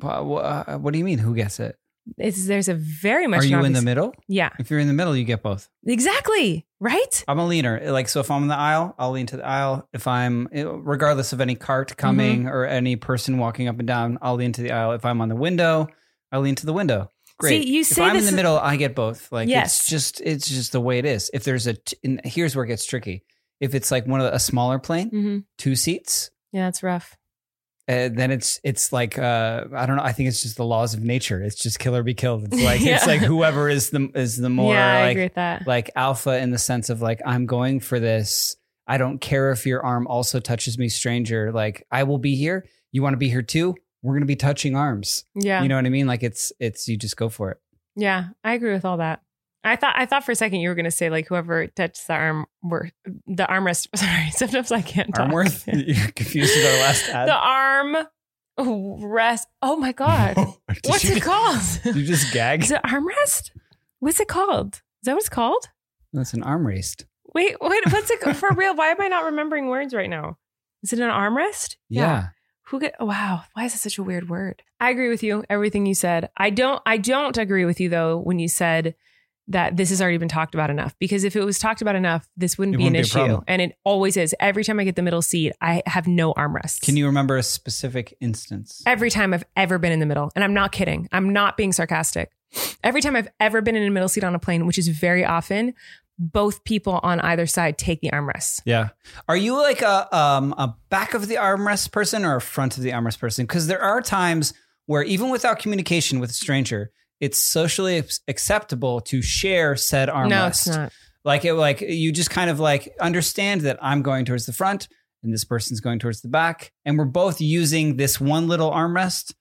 [SPEAKER 3] Wha- wha- uh, What do you mean? Who gets it?
[SPEAKER 2] It's, there's a very much.
[SPEAKER 3] Are you
[SPEAKER 2] an
[SPEAKER 3] in the
[SPEAKER 2] obvious-
[SPEAKER 3] middle?
[SPEAKER 2] Yeah,
[SPEAKER 3] If you're in the middle, you get both.
[SPEAKER 2] exactly. Right.
[SPEAKER 3] I'm a leaner. Like, so if I'm in the aisle, I'll lean to the aisle. If I'm, eh, regardless of any
[SPEAKER 2] Mm-hmm.
[SPEAKER 3] cart coming or any person walking up and down, I'll lean to the aisle. If I'm on the window, I lean to the window. Great.
[SPEAKER 2] See, you
[SPEAKER 3] if
[SPEAKER 2] say
[SPEAKER 3] I'm in
[SPEAKER 2] this
[SPEAKER 3] the
[SPEAKER 2] is-
[SPEAKER 3] middle, I get both. Like,
[SPEAKER 2] Yes.
[SPEAKER 3] it's just, it's just the way it is. If there's a, t- and here's where it gets tricky. If it's like one of the, a smaller plane,
[SPEAKER 2] Mm-hmm.
[SPEAKER 3] two seats,
[SPEAKER 2] Yeah, that's rough.
[SPEAKER 3] uh, then it's it's like uh, I don't know. I think it's just the laws of nature. It's just kill or be killed. It's like it's
[SPEAKER 2] Yeah.
[SPEAKER 3] like whoever is the is the more
[SPEAKER 2] yeah, I
[SPEAKER 3] like
[SPEAKER 2] agree with that.
[SPEAKER 3] like alpha in the sense of like I'm going for this. I don't care if your arm also touches me, stranger. Like I will be here. You want to be here too? We're gonna be touching arms.
[SPEAKER 2] yeah.
[SPEAKER 3] You know what I mean? Like it's it's you just go for it.
[SPEAKER 2] Yeah, I agree with all that. I thought I thought for a second you were going to say like whoever touched the arm were the armrest. Sorry, sometimes I can't. talk.
[SPEAKER 3] Armworth. You're confused with our last ad.
[SPEAKER 2] The arm rest. Oh my god,
[SPEAKER 3] Did
[SPEAKER 2] what's
[SPEAKER 3] you,
[SPEAKER 2] it called?
[SPEAKER 3] You just gagged.
[SPEAKER 2] the armrest. What's it called? Is that what it's called?
[SPEAKER 3] That's an arm raced.
[SPEAKER 2] Wait, wait. What's it for real? Why am I not remembering words right now? Is it an armrest?
[SPEAKER 3] yeah.
[SPEAKER 2] Who get wow, why is it such a weird word? I agree with you, everything you said. I don't I don't agree with you though when you said that this has already been talked about enough because if it was talked about enough, this wouldn't
[SPEAKER 3] It
[SPEAKER 2] be an
[SPEAKER 3] wouldn't be a
[SPEAKER 2] issue.
[SPEAKER 3] problem.
[SPEAKER 2] And it always is. Every time I get the middle seat, I have no armrests.
[SPEAKER 3] Can you remember a specific instance?
[SPEAKER 2] Every time I've ever been in the middle, and I'm not kidding, I'm not being sarcastic. Every time I've ever been in a middle seat on a plane, which is very often, both people on either side take the armrests.
[SPEAKER 3] Yeah. Are you like a um a back of the armrest person or a front of the armrest person? Because there are times where even without communication with a stranger, it's socially ac- acceptable to share said armrest.
[SPEAKER 2] No, it's not.
[SPEAKER 3] Like it like you just kind of like understand that I'm going towards the front and this person's going towards the back and we're both using this one little armrest.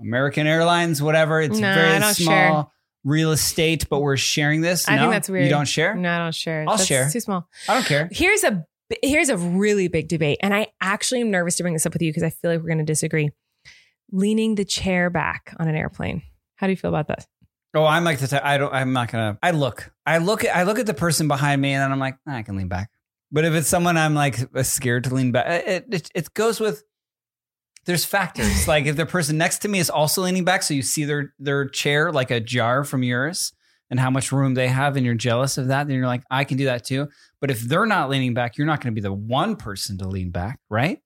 [SPEAKER 3] American Airlines, whatever. It's
[SPEAKER 2] No, I
[SPEAKER 3] very
[SPEAKER 2] don't
[SPEAKER 3] small
[SPEAKER 2] share.
[SPEAKER 3] real estate, but we're sharing this.
[SPEAKER 2] I
[SPEAKER 3] No?
[SPEAKER 2] think that's weird.
[SPEAKER 3] You don't share?
[SPEAKER 2] No, I don't share.
[SPEAKER 3] I'll
[SPEAKER 2] That's
[SPEAKER 3] share.
[SPEAKER 2] Too small.
[SPEAKER 3] I don't care.
[SPEAKER 2] Here's a here's a really big debate, and I actually am nervous to bring this up with you because I feel like we're going to disagree. Leaning the chair back on an airplane. How do you feel about that?
[SPEAKER 3] Oh, I'm like the type. I don't. I'm not gonna. I look. I look. At, I look at the person behind me, and then I'm like, "Nah, I can lean back. But if it's someone I'm like scared to lean back, it it, it goes with. There's factors like if the person next to me is also leaning back, so you see their their chair like a jar from yours, and how much room they have, and you're jealous of that, then you're like, I can do that too. But if they're not leaning back, you're not going to be the one person to lean back, right?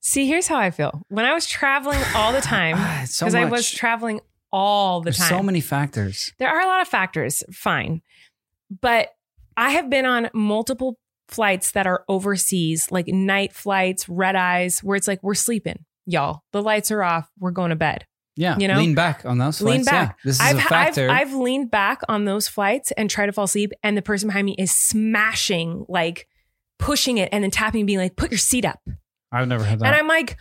[SPEAKER 2] See, here's how I feel. When I was traveling all the time,
[SPEAKER 3] Ah, it's so
[SPEAKER 2] because I
[SPEAKER 3] much.
[SPEAKER 2] was traveling all the
[SPEAKER 3] There's
[SPEAKER 2] time.
[SPEAKER 3] so many factors.
[SPEAKER 2] There are a lot of factors, fine. But I have been on multiple flights that are overseas, like night flights, red eyes, where it's like we're sleeping, y'all. The lights are off, we're going to bed.
[SPEAKER 3] Yeah,
[SPEAKER 2] You know?
[SPEAKER 3] lean back on those.
[SPEAKER 2] Lean
[SPEAKER 3] flights. Yeah.
[SPEAKER 2] back.
[SPEAKER 3] This is
[SPEAKER 2] I've,
[SPEAKER 3] a factor.
[SPEAKER 2] I've I've leaned back on those flights and tried to fall asleep, and the person behind me is smashing, like pushing it, and then tapping, being like, "Put your seat up,"
[SPEAKER 3] I've never had
[SPEAKER 2] and I'm like.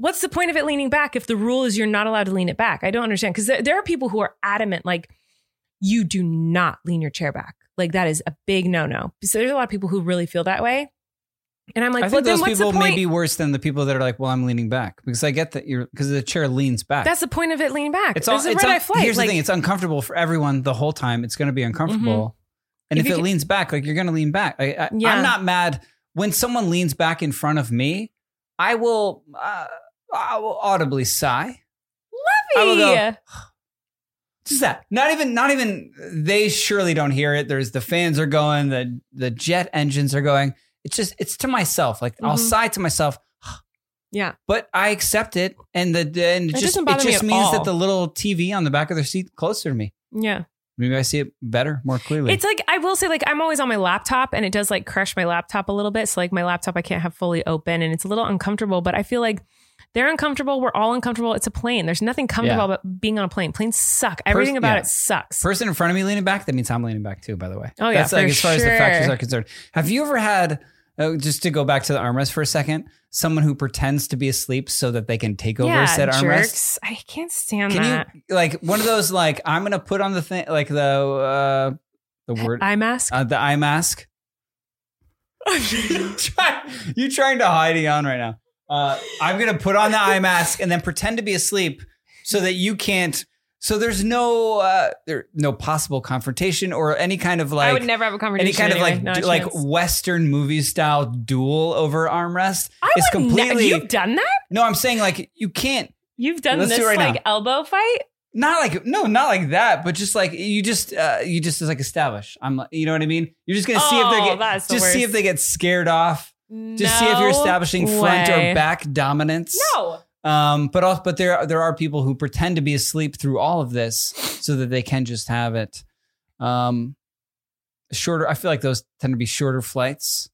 [SPEAKER 2] What's the point of it leaning back if the rule is you're not allowed to lean it back? I don't understand because there are people who are adamant like you do not lean your chair back. Like that is a big no no. So there's a lot of people who really feel that way, and I'm like,
[SPEAKER 3] I
[SPEAKER 2] well,
[SPEAKER 3] think
[SPEAKER 2] then
[SPEAKER 3] those
[SPEAKER 2] what's
[SPEAKER 3] people
[SPEAKER 2] the
[SPEAKER 3] may
[SPEAKER 2] point?
[SPEAKER 3] be worse than the people that are like, "Well, I'm leaning back," because I get that you're because the chair leans back.
[SPEAKER 2] That's the point of it leaning back. It's,
[SPEAKER 3] it's all.
[SPEAKER 2] a
[SPEAKER 3] it's
[SPEAKER 2] red
[SPEAKER 3] un-
[SPEAKER 2] eye flight.
[SPEAKER 3] Here's
[SPEAKER 2] like, Mm-hmm.
[SPEAKER 3] the thing: it's uncomfortable for everyone the whole time. It's going to be uncomfortable, and
[SPEAKER 2] If
[SPEAKER 3] if,
[SPEAKER 2] you
[SPEAKER 3] it
[SPEAKER 2] can-
[SPEAKER 3] leans back, like you're going to lean back. I, I,
[SPEAKER 2] Yeah.
[SPEAKER 3] I'm not mad when someone leans back in front of me. I will. Uh, I will audibly sigh. I will go,
[SPEAKER 2] Yeah.
[SPEAKER 3] Just that. Not even. Not even. They surely don't hear it. There's the fans are going. The the jet engines are going. It's just. It's to myself. Like I'll
[SPEAKER 2] Mhm.
[SPEAKER 3] sigh to myself.
[SPEAKER 2] yeah.
[SPEAKER 3] but I accept it, and the and it,
[SPEAKER 2] It
[SPEAKER 3] just
[SPEAKER 2] doesn't
[SPEAKER 3] it
[SPEAKER 2] bother me
[SPEAKER 3] just
[SPEAKER 2] at
[SPEAKER 3] means
[SPEAKER 2] all.
[SPEAKER 3] that the little TV on the back of their seat closer to me.
[SPEAKER 2] Yeah.
[SPEAKER 3] Maybe I see it better, more clearly.
[SPEAKER 2] It's like I will say, like I'm always on my laptop, and it does like crush my laptop a little bit. So like my laptop, I can't have fully open, and it's a little uncomfortable. But I feel like they're uncomfortable. We're all uncomfortable. It's a plane. There's nothing comfortable about being on a plane. Planes suck. Everything about
[SPEAKER 3] yeah.
[SPEAKER 2] it sucks.
[SPEAKER 3] person in front of me leaning back. That means I'm leaning back too. By the way,
[SPEAKER 2] Oh, yeah,
[SPEAKER 3] that's like
[SPEAKER 2] for
[SPEAKER 3] as far as the factors
[SPEAKER 2] sure.
[SPEAKER 3] are concerned. Have you ever had? Uh, just to go back to the armrest for a second, someone who pretends to be asleep so that they can take over
[SPEAKER 2] yeah,
[SPEAKER 3] said armrest.
[SPEAKER 2] jerks. I can't stand
[SPEAKER 3] Can
[SPEAKER 2] that.
[SPEAKER 3] you like one of those like I'm gonna put on the thing like the uh the word
[SPEAKER 2] Eye mask.
[SPEAKER 3] uh, the eye mask. Try- you trying to hide on right now. Uh, I'm gonna put on the eye mask and then pretend to be asleep so that you can't. So there's no uh, there no possible confrontation or any kind of like
[SPEAKER 2] I would never have a conversation.
[SPEAKER 3] any kind of
[SPEAKER 2] anyway.
[SPEAKER 3] like
[SPEAKER 2] Not a
[SPEAKER 3] du- like
[SPEAKER 2] chance.
[SPEAKER 3] Western movie style duel over armrest.
[SPEAKER 2] I
[SPEAKER 3] It's
[SPEAKER 2] would ne-
[SPEAKER 3] completely
[SPEAKER 2] You've done that?
[SPEAKER 3] no. I'm saying like you can't.
[SPEAKER 2] You've done
[SPEAKER 3] Let's do
[SPEAKER 2] this
[SPEAKER 3] it right
[SPEAKER 2] like
[SPEAKER 3] now.
[SPEAKER 2] elbow fight?
[SPEAKER 3] Not like no, not like that, but just like you just uh, you just like establish. I'm like, you know what I mean. You're just gonna see if
[SPEAKER 2] Oh,
[SPEAKER 3] they get
[SPEAKER 2] that's the
[SPEAKER 3] just see if
[SPEAKER 2] worst.
[SPEAKER 3] they get scared off. Just see if you're
[SPEAKER 2] No
[SPEAKER 3] establishing front
[SPEAKER 2] way.
[SPEAKER 3] or back dominance.
[SPEAKER 2] No.
[SPEAKER 3] Um, but also, but there there are people who pretend to be asleep through all of this so that they can just have it. Um, shorter. I feel like those tend to be shorter flights.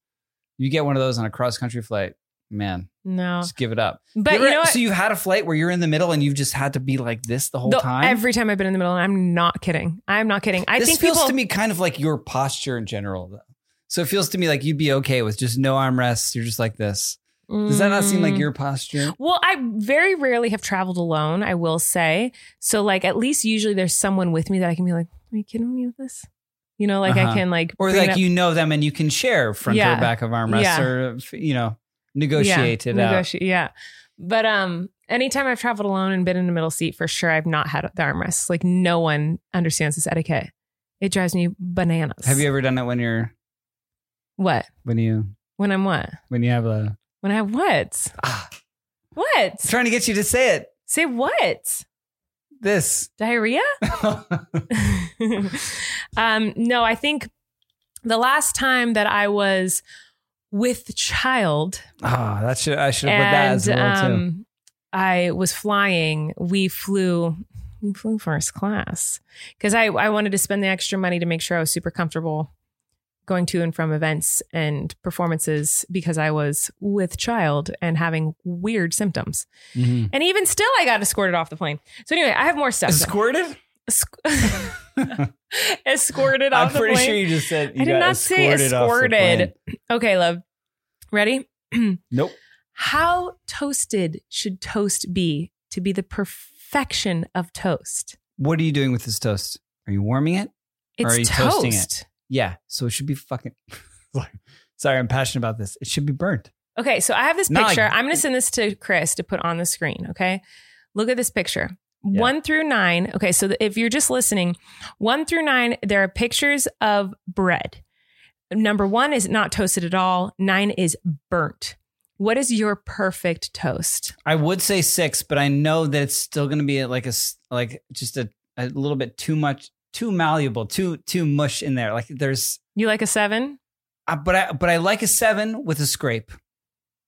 [SPEAKER 3] You get one of those on a cross country flight, man.
[SPEAKER 2] No.
[SPEAKER 3] Just give it up.
[SPEAKER 2] But
[SPEAKER 3] ever-
[SPEAKER 2] you know what?
[SPEAKER 3] so you've had a flight where you're in the middle and you've just had to be like this the whole
[SPEAKER 2] The-
[SPEAKER 3] time.
[SPEAKER 2] Every time I've been in the middle, and I'm not kidding. I'm not kidding. I
[SPEAKER 3] this
[SPEAKER 2] think
[SPEAKER 3] feels
[SPEAKER 2] people.
[SPEAKER 3] to me kind of like your posture in general, though. So it feels to me like you'd be okay with just no armrests. You're just like this. Does that not seem like
[SPEAKER 2] Mm.
[SPEAKER 3] your posture?
[SPEAKER 2] Well, I very rarely have traveled alone, I will say. So, like, at least usually there's someone with me that I can be like, are you kidding me with this? You know, like
[SPEAKER 3] Uh-huh.
[SPEAKER 2] I can, like,
[SPEAKER 3] Or
[SPEAKER 2] bring it
[SPEAKER 3] like
[SPEAKER 2] up-
[SPEAKER 3] you know them and you can share front
[SPEAKER 2] Yeah.
[SPEAKER 3] or back of armrests
[SPEAKER 2] Yeah.
[SPEAKER 3] or f- you know negotiate
[SPEAKER 2] yeah,
[SPEAKER 3] it out.
[SPEAKER 2] negotiate- Yeah. But um, anytime I've traveled alone and been in the middle seat, for sure, I've not had the armrests. Like, no one understands this etiquette. It drives me bananas.
[SPEAKER 3] Have you ever done it when you're
[SPEAKER 2] What?
[SPEAKER 3] when you
[SPEAKER 2] When I'm what?
[SPEAKER 3] when you have a
[SPEAKER 2] When I have what?
[SPEAKER 3] ah, I'm
[SPEAKER 2] What?
[SPEAKER 3] trying to get you to say it
[SPEAKER 2] Say what?
[SPEAKER 3] this
[SPEAKER 2] Diarrhea? um, no, I think the last time that I was with child
[SPEAKER 3] Ah, that should I should have put that as
[SPEAKER 2] and
[SPEAKER 3] a rule too.
[SPEAKER 2] um, I was flying, we flew we flew first class because I, I wanted to spend the extra money to make sure I was super comfortable going to and from events and performances because I was with child and having weird symptoms.
[SPEAKER 3] Mhm.
[SPEAKER 2] And even still, I got escorted off the plane. So anyway, I have more stuff.
[SPEAKER 3] Squirted?
[SPEAKER 2] Esc- escorted off
[SPEAKER 3] I'm
[SPEAKER 2] the
[SPEAKER 3] pretty
[SPEAKER 2] plane.
[SPEAKER 3] sure you just said you
[SPEAKER 2] I did
[SPEAKER 3] got
[SPEAKER 2] not say
[SPEAKER 3] escorted off the plane.
[SPEAKER 2] escorted. Okay, love. Ready?
[SPEAKER 3] Nope.
[SPEAKER 2] How toasted should toast be to be the perfection of toast?
[SPEAKER 3] What are you doing with this toast? Are you warming it? Or
[SPEAKER 2] It's
[SPEAKER 3] are you
[SPEAKER 2] toast.
[SPEAKER 3] toasting it? Yeah. So it should be fucking. Sorry, I'm passionate about this. It should be burnt.
[SPEAKER 2] Okay, so I have this
[SPEAKER 3] No, I-
[SPEAKER 2] picture. I'm going to send this to Chris to put on the screen. Okay, look at this picture.
[SPEAKER 3] Yeah.
[SPEAKER 2] One through nine. Okay, so th- if you're just listening, one through nine, there are pictures of bread. Number one is not toasted at all. Nine is burnt. What is your perfect toast?
[SPEAKER 3] I would say six, but I know that it's still going to be like a s- like just a, a little bit too much, too malleable, too too mush in there. Like there's,
[SPEAKER 2] You like a seven?
[SPEAKER 3] uh, but I but I like a seven with a scrape,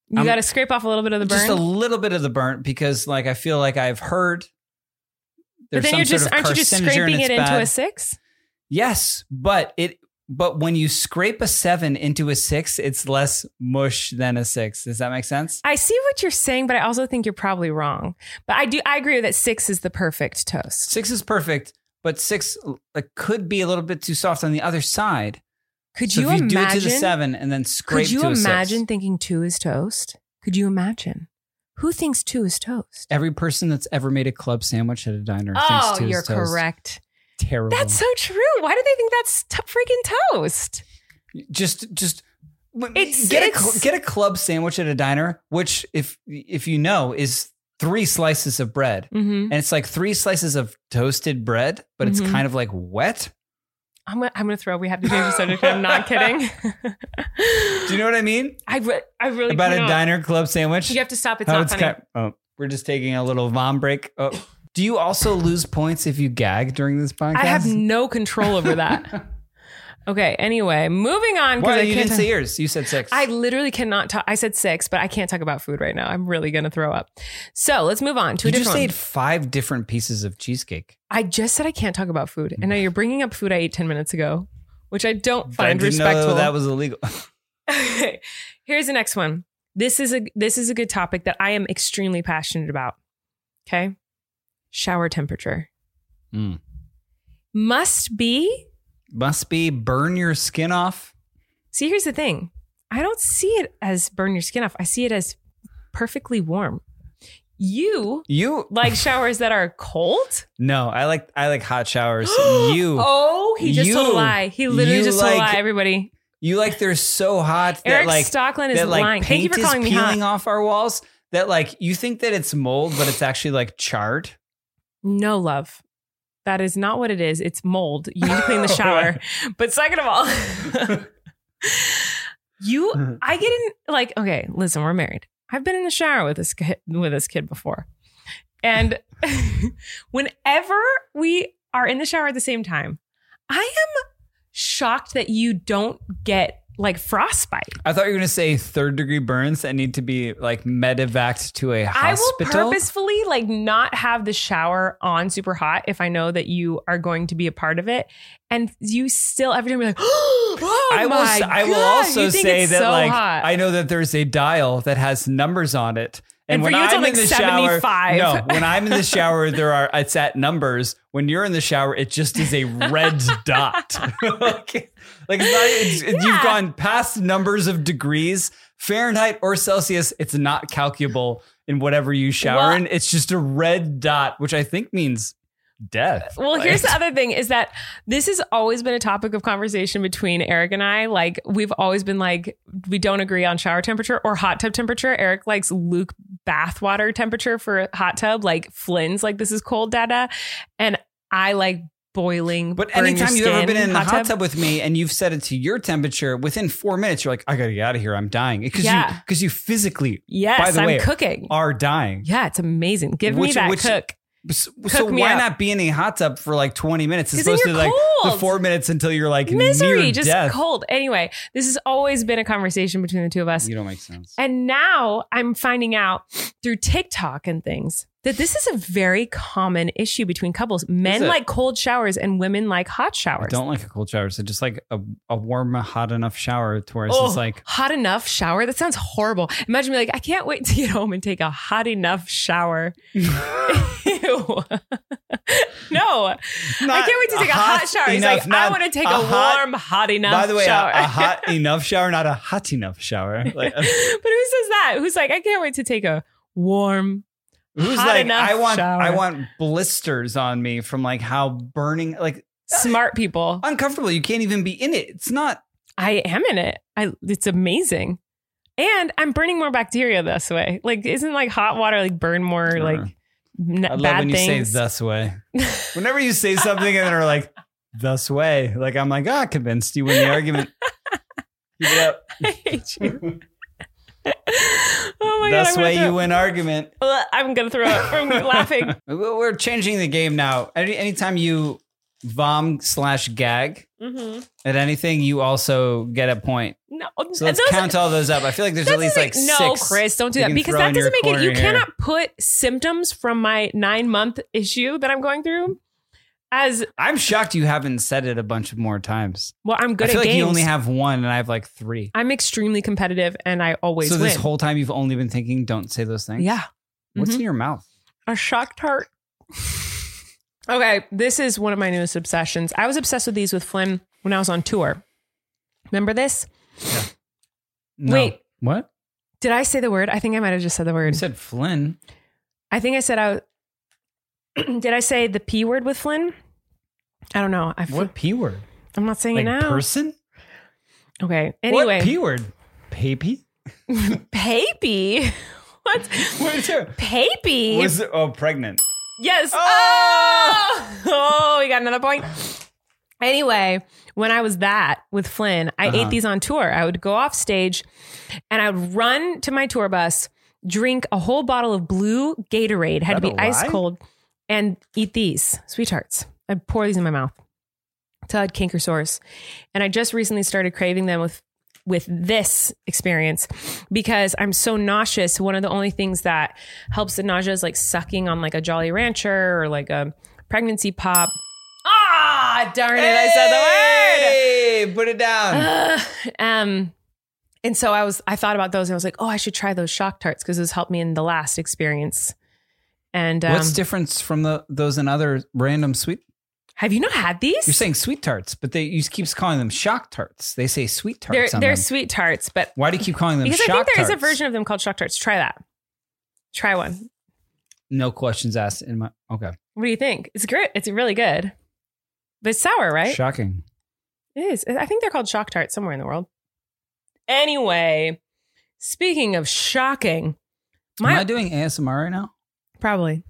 [SPEAKER 2] You
[SPEAKER 3] I'm-
[SPEAKER 2] got to scrape off a little bit of the burn.
[SPEAKER 3] just a little bit of the burnt because like I feel like I've heard.
[SPEAKER 2] but
[SPEAKER 3] there's
[SPEAKER 2] then
[SPEAKER 3] some
[SPEAKER 2] you're just
[SPEAKER 3] sort of
[SPEAKER 2] aren't you just
[SPEAKER 3] carcinogen and
[SPEAKER 2] scraping it
[SPEAKER 3] it's
[SPEAKER 2] into
[SPEAKER 3] bad.
[SPEAKER 2] a six?
[SPEAKER 3] Yes, but it but when you scrape a seven into a six, it's less mush than a six. Does that make sense?
[SPEAKER 2] I see what you're saying, but I also think you're probably wrong. But I do I agree that six is the perfect toast.
[SPEAKER 3] Six is perfect, but six like, could be a little bit too soft on the other side.
[SPEAKER 2] Could
[SPEAKER 3] so
[SPEAKER 2] you,
[SPEAKER 3] if you
[SPEAKER 2] imagine?
[SPEAKER 3] do it to the seven and then scrape
[SPEAKER 2] could you
[SPEAKER 3] to a
[SPEAKER 2] imagine
[SPEAKER 3] six,
[SPEAKER 2] thinking two is toast? Could you imagine? Who thinks two is toast?
[SPEAKER 3] every person that's ever made a club sandwich at a diner
[SPEAKER 2] Oh,
[SPEAKER 3] thinks two
[SPEAKER 2] you're
[SPEAKER 3] is toast.
[SPEAKER 2] correct.
[SPEAKER 3] Terrible.
[SPEAKER 2] That's so true. Why do they think that's t- freaking toast?
[SPEAKER 3] just just
[SPEAKER 2] It's-
[SPEAKER 3] get a
[SPEAKER 2] it's-
[SPEAKER 3] cl- get a club sandwich at a diner, which if if you know is three slices of bread.
[SPEAKER 2] Mm-hmm.
[SPEAKER 3] and it's like three slices of toasted bread, but it's
[SPEAKER 2] Mhm.
[SPEAKER 3] kind of like wet.
[SPEAKER 2] I'm gonna, I'm gonna throw. We have to change the subject. I'm not kidding.
[SPEAKER 3] Do you know what I mean?
[SPEAKER 2] I re- I really
[SPEAKER 3] About a
[SPEAKER 2] cannot.
[SPEAKER 3] diner club sandwich.
[SPEAKER 2] You have to stop. It's
[SPEAKER 3] How
[SPEAKER 2] not
[SPEAKER 3] it's
[SPEAKER 2] funny.
[SPEAKER 3] kind- oh, we're just taking a little vom break. Oh. Do you also lose points if you gag during this podcast?
[SPEAKER 2] I have no control over that. okay. Anyway, moving on. 'cause
[SPEAKER 3] Why
[SPEAKER 2] I
[SPEAKER 3] you
[SPEAKER 2] can't
[SPEAKER 3] didn't
[SPEAKER 2] ta-
[SPEAKER 3] say yours? You said six.
[SPEAKER 2] I literally cannot talk. I said six, but I can't talk about food right now. I'm really gonna throw up. So let's move on to a
[SPEAKER 3] you just
[SPEAKER 2] different.
[SPEAKER 3] ate
[SPEAKER 2] one.
[SPEAKER 3] five different pieces of cheesecake.
[SPEAKER 2] I just said I can't talk about food, and now you're bringing up food I ate ten minutes ago, which I don't
[SPEAKER 3] I
[SPEAKER 2] find
[SPEAKER 3] didn't know
[SPEAKER 2] respectful.
[SPEAKER 3] that was illegal.
[SPEAKER 2] Okay. Here's the next one. This is a this is a good topic that I am extremely passionate about. Okay? Shower temperature.
[SPEAKER 3] Mm.
[SPEAKER 2] Must be.
[SPEAKER 3] Must be burn your skin off.
[SPEAKER 2] See, here's the thing. I don't see it as burn your skin off. I see it as perfectly warm. You
[SPEAKER 3] You
[SPEAKER 2] like showers that are cold?
[SPEAKER 3] no, I like I like hot showers. you
[SPEAKER 2] Oh, he just told a
[SPEAKER 3] You.
[SPEAKER 2] lie. He literally
[SPEAKER 3] You
[SPEAKER 2] just told a
[SPEAKER 3] like-
[SPEAKER 2] lie, everybody.
[SPEAKER 3] you like they're so hot that
[SPEAKER 2] Eric
[SPEAKER 3] like
[SPEAKER 2] Stockland is
[SPEAKER 3] that like
[SPEAKER 2] lying. Thank you
[SPEAKER 3] paint
[SPEAKER 2] for
[SPEAKER 3] is
[SPEAKER 2] calling me hot.
[SPEAKER 3] peeling off our walls. That like you think that it's mold, but it's actually like charred.
[SPEAKER 2] No love. That is not what it is. It's mold. You need to clean the shower. but second of all, you, I get in like, okay, listen, we're married. I've been in the shower with this kid, with this kid before. And whenever we are in the shower at the same time, I am shocked that you don't get like frostbite.
[SPEAKER 3] I thought you were going to say third degree burns that need to be like medevaced to a
[SPEAKER 2] I
[SPEAKER 3] hospital.
[SPEAKER 2] will purposefully like not have the shower on super hot if I know that you are going to be a part of it, and you still every time you're like, oh
[SPEAKER 3] I will.
[SPEAKER 2] my
[SPEAKER 3] s- I will
[SPEAKER 2] God,
[SPEAKER 3] also
[SPEAKER 2] you think
[SPEAKER 3] say
[SPEAKER 2] it's
[SPEAKER 3] that,
[SPEAKER 2] so
[SPEAKER 3] like,
[SPEAKER 2] hot.
[SPEAKER 3] I know that there's a dial that has numbers on it,
[SPEAKER 2] And for you, it's on, like, 75.
[SPEAKER 3] shower, no, when I'm in the shower, there are it's at numbers. When you're in the shower, it just is a red dot. okay. Like it's not, it's, you've
[SPEAKER 2] Yeah.
[SPEAKER 3] gone past numbers of degrees, Fahrenheit or Celsius. It's not calculable in whatever you shower
[SPEAKER 2] Well-
[SPEAKER 3] in. It's just a red dot, which I think means death.
[SPEAKER 2] Well, here's the
[SPEAKER 3] Like-
[SPEAKER 2] other thing is that this has always been a topic of conversation between Eric and I. Like, we've always been like, we don't agree on shower temperature or hot tub temperature. Eric likes Luke bathwater temperature for a hot tub, like Flynn's, like, this is cold data. And I like boiling.
[SPEAKER 3] But
[SPEAKER 2] burn your
[SPEAKER 3] anytime you've ever
[SPEAKER 2] skin
[SPEAKER 3] been in a hot tub with me and you've set it to your temperature, within four minutes, you're like, I gotta get out of here. I'm dying. Because you
[SPEAKER 2] Yeah.
[SPEAKER 3] because you physically
[SPEAKER 2] yes,
[SPEAKER 3] By the
[SPEAKER 2] I'm
[SPEAKER 3] way,
[SPEAKER 2] cooking.
[SPEAKER 3] are dying.
[SPEAKER 2] yeah, it's amazing. Give
[SPEAKER 3] Which-
[SPEAKER 2] me that
[SPEAKER 3] which-
[SPEAKER 2] cook.
[SPEAKER 3] So, so
[SPEAKER 2] me
[SPEAKER 3] why
[SPEAKER 2] up.
[SPEAKER 3] not be in a hot tub for like 20 minutes as
[SPEAKER 2] 'Cause then
[SPEAKER 3] opposed to
[SPEAKER 2] you're
[SPEAKER 3] like the
[SPEAKER 2] cold.
[SPEAKER 3] four minutes until you're like
[SPEAKER 2] Misery,
[SPEAKER 3] near
[SPEAKER 2] just
[SPEAKER 3] death.
[SPEAKER 2] cold. Anyway, this has always been a conversation between the two of us.
[SPEAKER 3] You don't make sense.
[SPEAKER 2] And now I'm finding out through TikTok and things that this is a very common issue between couples. Men
[SPEAKER 3] it?
[SPEAKER 2] like cold showers and women like hot
[SPEAKER 3] I
[SPEAKER 2] showers.
[SPEAKER 3] don't like a cold shower. So just like a, a warm, hot enough shower to where it's
[SPEAKER 2] Oh,
[SPEAKER 3] just like
[SPEAKER 2] hot enough shower. That sounds horrible. Imagine me like, I can't wait to get home and take a hot enough shower. Ew. no, I can't wait to take a hot, shower. He's like, I
[SPEAKER 3] not
[SPEAKER 2] want to take a,
[SPEAKER 3] hot-
[SPEAKER 2] warm, hot enough.
[SPEAKER 3] By the way, a-
[SPEAKER 2] shower.
[SPEAKER 3] a, hot enough shower, not a hot enough shower. Like,
[SPEAKER 2] but who says that? Who's like, I can't wait to take a warm.
[SPEAKER 3] Who's
[SPEAKER 2] Hot
[SPEAKER 3] like
[SPEAKER 2] enough
[SPEAKER 3] I want
[SPEAKER 2] shower.
[SPEAKER 3] I want blisters on me from like how burning like
[SPEAKER 2] Smart people.
[SPEAKER 3] uncomfortable you can't even be in it. It's not
[SPEAKER 2] I am in it. I it's amazing. And I'm burning more bacteria this way. Like isn't like hot water like burn more
[SPEAKER 3] Sure.
[SPEAKER 2] like n-
[SPEAKER 3] I love
[SPEAKER 2] bad
[SPEAKER 3] when you
[SPEAKER 2] things?
[SPEAKER 3] say this way. Whenever you say something and they're like this way, like I'm like, ah, convinced you win the argument. Keep it up.
[SPEAKER 2] I hate you. oh my
[SPEAKER 3] Thus
[SPEAKER 2] god. I'm
[SPEAKER 3] way
[SPEAKER 2] gonna
[SPEAKER 3] you
[SPEAKER 2] throw-
[SPEAKER 3] win argument.
[SPEAKER 2] Ugh, I'm gonna throw up from laughing.
[SPEAKER 3] We're we're changing the game now. Any, anytime you vom slash gag at anything, you also get a point.
[SPEAKER 2] No,
[SPEAKER 3] So let's
[SPEAKER 2] those-
[SPEAKER 3] count all those up. I feel like there's at
[SPEAKER 2] that's
[SPEAKER 3] least
[SPEAKER 2] not-
[SPEAKER 3] like
[SPEAKER 2] no,
[SPEAKER 3] six.
[SPEAKER 2] Chris, don't do
[SPEAKER 3] you
[SPEAKER 2] that
[SPEAKER 3] can
[SPEAKER 2] because
[SPEAKER 3] throw
[SPEAKER 2] that
[SPEAKER 3] in your
[SPEAKER 2] doesn't make it. You
[SPEAKER 3] corner here.
[SPEAKER 2] cannot put symptoms from my nine month issue that I'm going through as
[SPEAKER 3] I'm shocked you haven't said it a bunch of more times.
[SPEAKER 2] well. I'm good
[SPEAKER 3] I feel
[SPEAKER 2] at
[SPEAKER 3] like
[SPEAKER 2] games.
[SPEAKER 3] you only have one, and I have like three.
[SPEAKER 2] I'm extremely competitive, and I always
[SPEAKER 3] so
[SPEAKER 2] win.
[SPEAKER 3] this whole time you've only been thinking, "Don't say those things."
[SPEAKER 2] yeah. mm-hmm.
[SPEAKER 3] What's in your mouth?
[SPEAKER 2] A shock tart. okay, this is one of my newest obsessions. I was obsessed with these with Flynn when I was on tour. Remember this?
[SPEAKER 3] No.
[SPEAKER 2] Wait.
[SPEAKER 3] what?
[SPEAKER 2] Did I say the word? I think I might have just said the
[SPEAKER 3] You
[SPEAKER 2] word.
[SPEAKER 3] said Flynn.
[SPEAKER 2] I think I said I. did I say the p word with Flynn? I don't know. I f-
[SPEAKER 3] What p word?
[SPEAKER 2] I'm not saying
[SPEAKER 3] Like
[SPEAKER 2] it now.
[SPEAKER 3] person?
[SPEAKER 2] okay.
[SPEAKER 3] What
[SPEAKER 2] Anyway,
[SPEAKER 3] p word? Papy?
[SPEAKER 2] papy. What?
[SPEAKER 3] Wait, sir.
[SPEAKER 2] Papy.
[SPEAKER 3] Was Oh! it, oh pregnant?
[SPEAKER 2] Yes. Oh! oh, we got another point. Anyway, when I was that with Flynn, I
[SPEAKER 3] Uh-huh.
[SPEAKER 2] ate these on tour. I would go off stage and I would run to my tour bus, drink a whole bottle of blue Gatorade, had
[SPEAKER 3] That
[SPEAKER 2] to be
[SPEAKER 3] a
[SPEAKER 2] ice
[SPEAKER 3] lie?
[SPEAKER 2] cold, and eat these sweet tarts. I'd pour these in my mouth till I had canker sores. And I just recently started craving them with with this experience because I'm so nauseous. One of the only things that helps the nausea is like sucking on like a Jolly Rancher or like a pregnancy pop. Ah, darn it! I said the word.
[SPEAKER 3] Hey, put it down.
[SPEAKER 2] Um, and so I was, I thought about those, and I was like, oh, I should try those shock tarts because those helped me in the last experience. And um,
[SPEAKER 3] What's difference from the, those and other random sweet?
[SPEAKER 2] have you not had these?
[SPEAKER 3] You're saying sweet tarts, but they you keeps calling them shock tarts. They say sweet tarts.
[SPEAKER 2] they're
[SPEAKER 3] on
[SPEAKER 2] they're
[SPEAKER 3] them.
[SPEAKER 2] sweet tarts, but
[SPEAKER 3] Why do you keep calling them?
[SPEAKER 2] because I
[SPEAKER 3] shock
[SPEAKER 2] think there is
[SPEAKER 3] tarts?
[SPEAKER 2] a version of them called shock tarts. Try that. Try one.
[SPEAKER 3] No questions asked. In my okay,
[SPEAKER 2] What do you think? It's great. It's really good, but it's sour, right?
[SPEAKER 3] shocking.
[SPEAKER 2] It is. I think they're called shock tarts somewhere in the world. Anyway, speaking of shocking, my
[SPEAKER 3] Am I doing ASMR right now?
[SPEAKER 2] probably.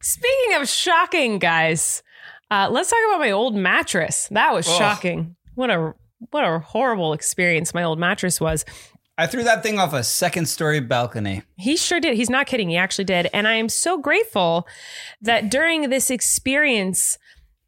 [SPEAKER 2] Speaking of shocking, guys, uh, let's talk about my old mattress. That was
[SPEAKER 3] Ugh.
[SPEAKER 2] shocking. What a what a horrible experience my old mattress was.
[SPEAKER 3] I threw that thing off a second story balcony.
[SPEAKER 2] He sure did. He's not kidding. He actually did. And I am so grateful that during this experience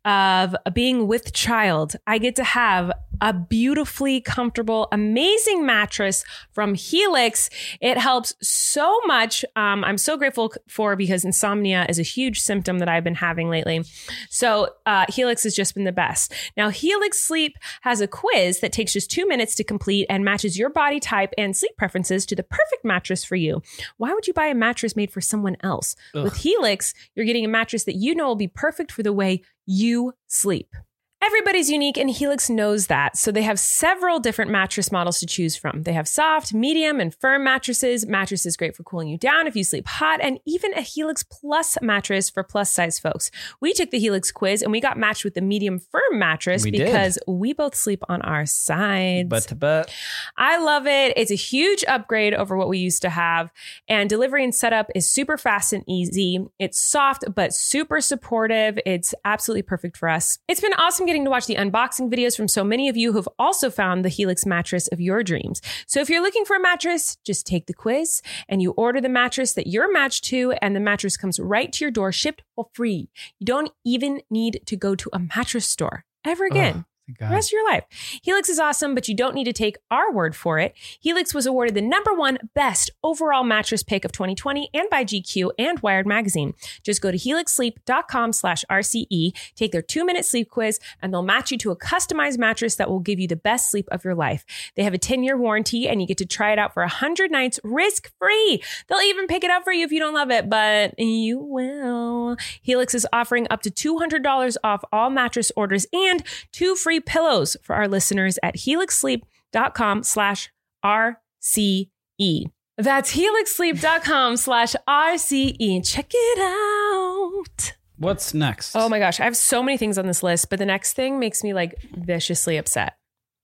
[SPEAKER 2] of being with child, I get to have a beautifully comfortable, amazing mattress from Helix. It helps so much. Um, I'm so grateful for because insomnia is a huge symptom that I've been having lately. So uh, Helix has just been the best. Now, Helix Sleep has a quiz that takes just two minutes to complete and matches your body type and sleep preferences to the perfect mattress for you. Why would you buy a mattress made for someone else? With Helix, you're getting a mattress that you know will be perfect for the way you sleep. Everybody's unique and Helix knows that. So they have several different mattress models to choose from. They have soft, medium, and firm mattresses, mattresses great for cooling you down if you sleep hot, and even a Helix Plus mattress for plus size folks. We took the Helix quiz and we got matched with the medium firm mattress
[SPEAKER 3] We did.
[SPEAKER 2] because we both sleep on our sides.
[SPEAKER 3] But to but
[SPEAKER 2] I love it. It's a huge upgrade over what we used to have. And delivery and setup is super fast and easy. It's soft, but super supportive. It's absolutely perfect for us. It's been awesome getting to watch the unboxing videos from so many of you who've also found the Helix mattress of your dreams. So if you're looking for a mattress, just take the quiz and you order the mattress that you're matched to, and the mattress comes right to your door, shipped for free. You don't even need to go to a mattress store ever again
[SPEAKER 3] thank
[SPEAKER 2] the rest of your life. Helix is awesome, but you don't need to take our word for it. Helix was awarded the number one best overall mattress pick of 2020 and by GQ and Wired Magazine. Just go to helixsleep.com slash RCE, take their two minute sleep quiz, and they'll match you to a customized mattress that will give you the best sleep of your life. They have a 10 year warranty and you get to try it out for 100 nights risk free. They'll even pick it up for you if you don't love it, but you will. Helix is offering up to $200 off all mattress orders and two free pillows for our listeners at helixsleep.com slash RCE. That's helixsleep.com slash RCE. Check it out.
[SPEAKER 3] What's next?
[SPEAKER 2] Oh my gosh, I have so many things on this list, but the next thing makes me like viciously upset,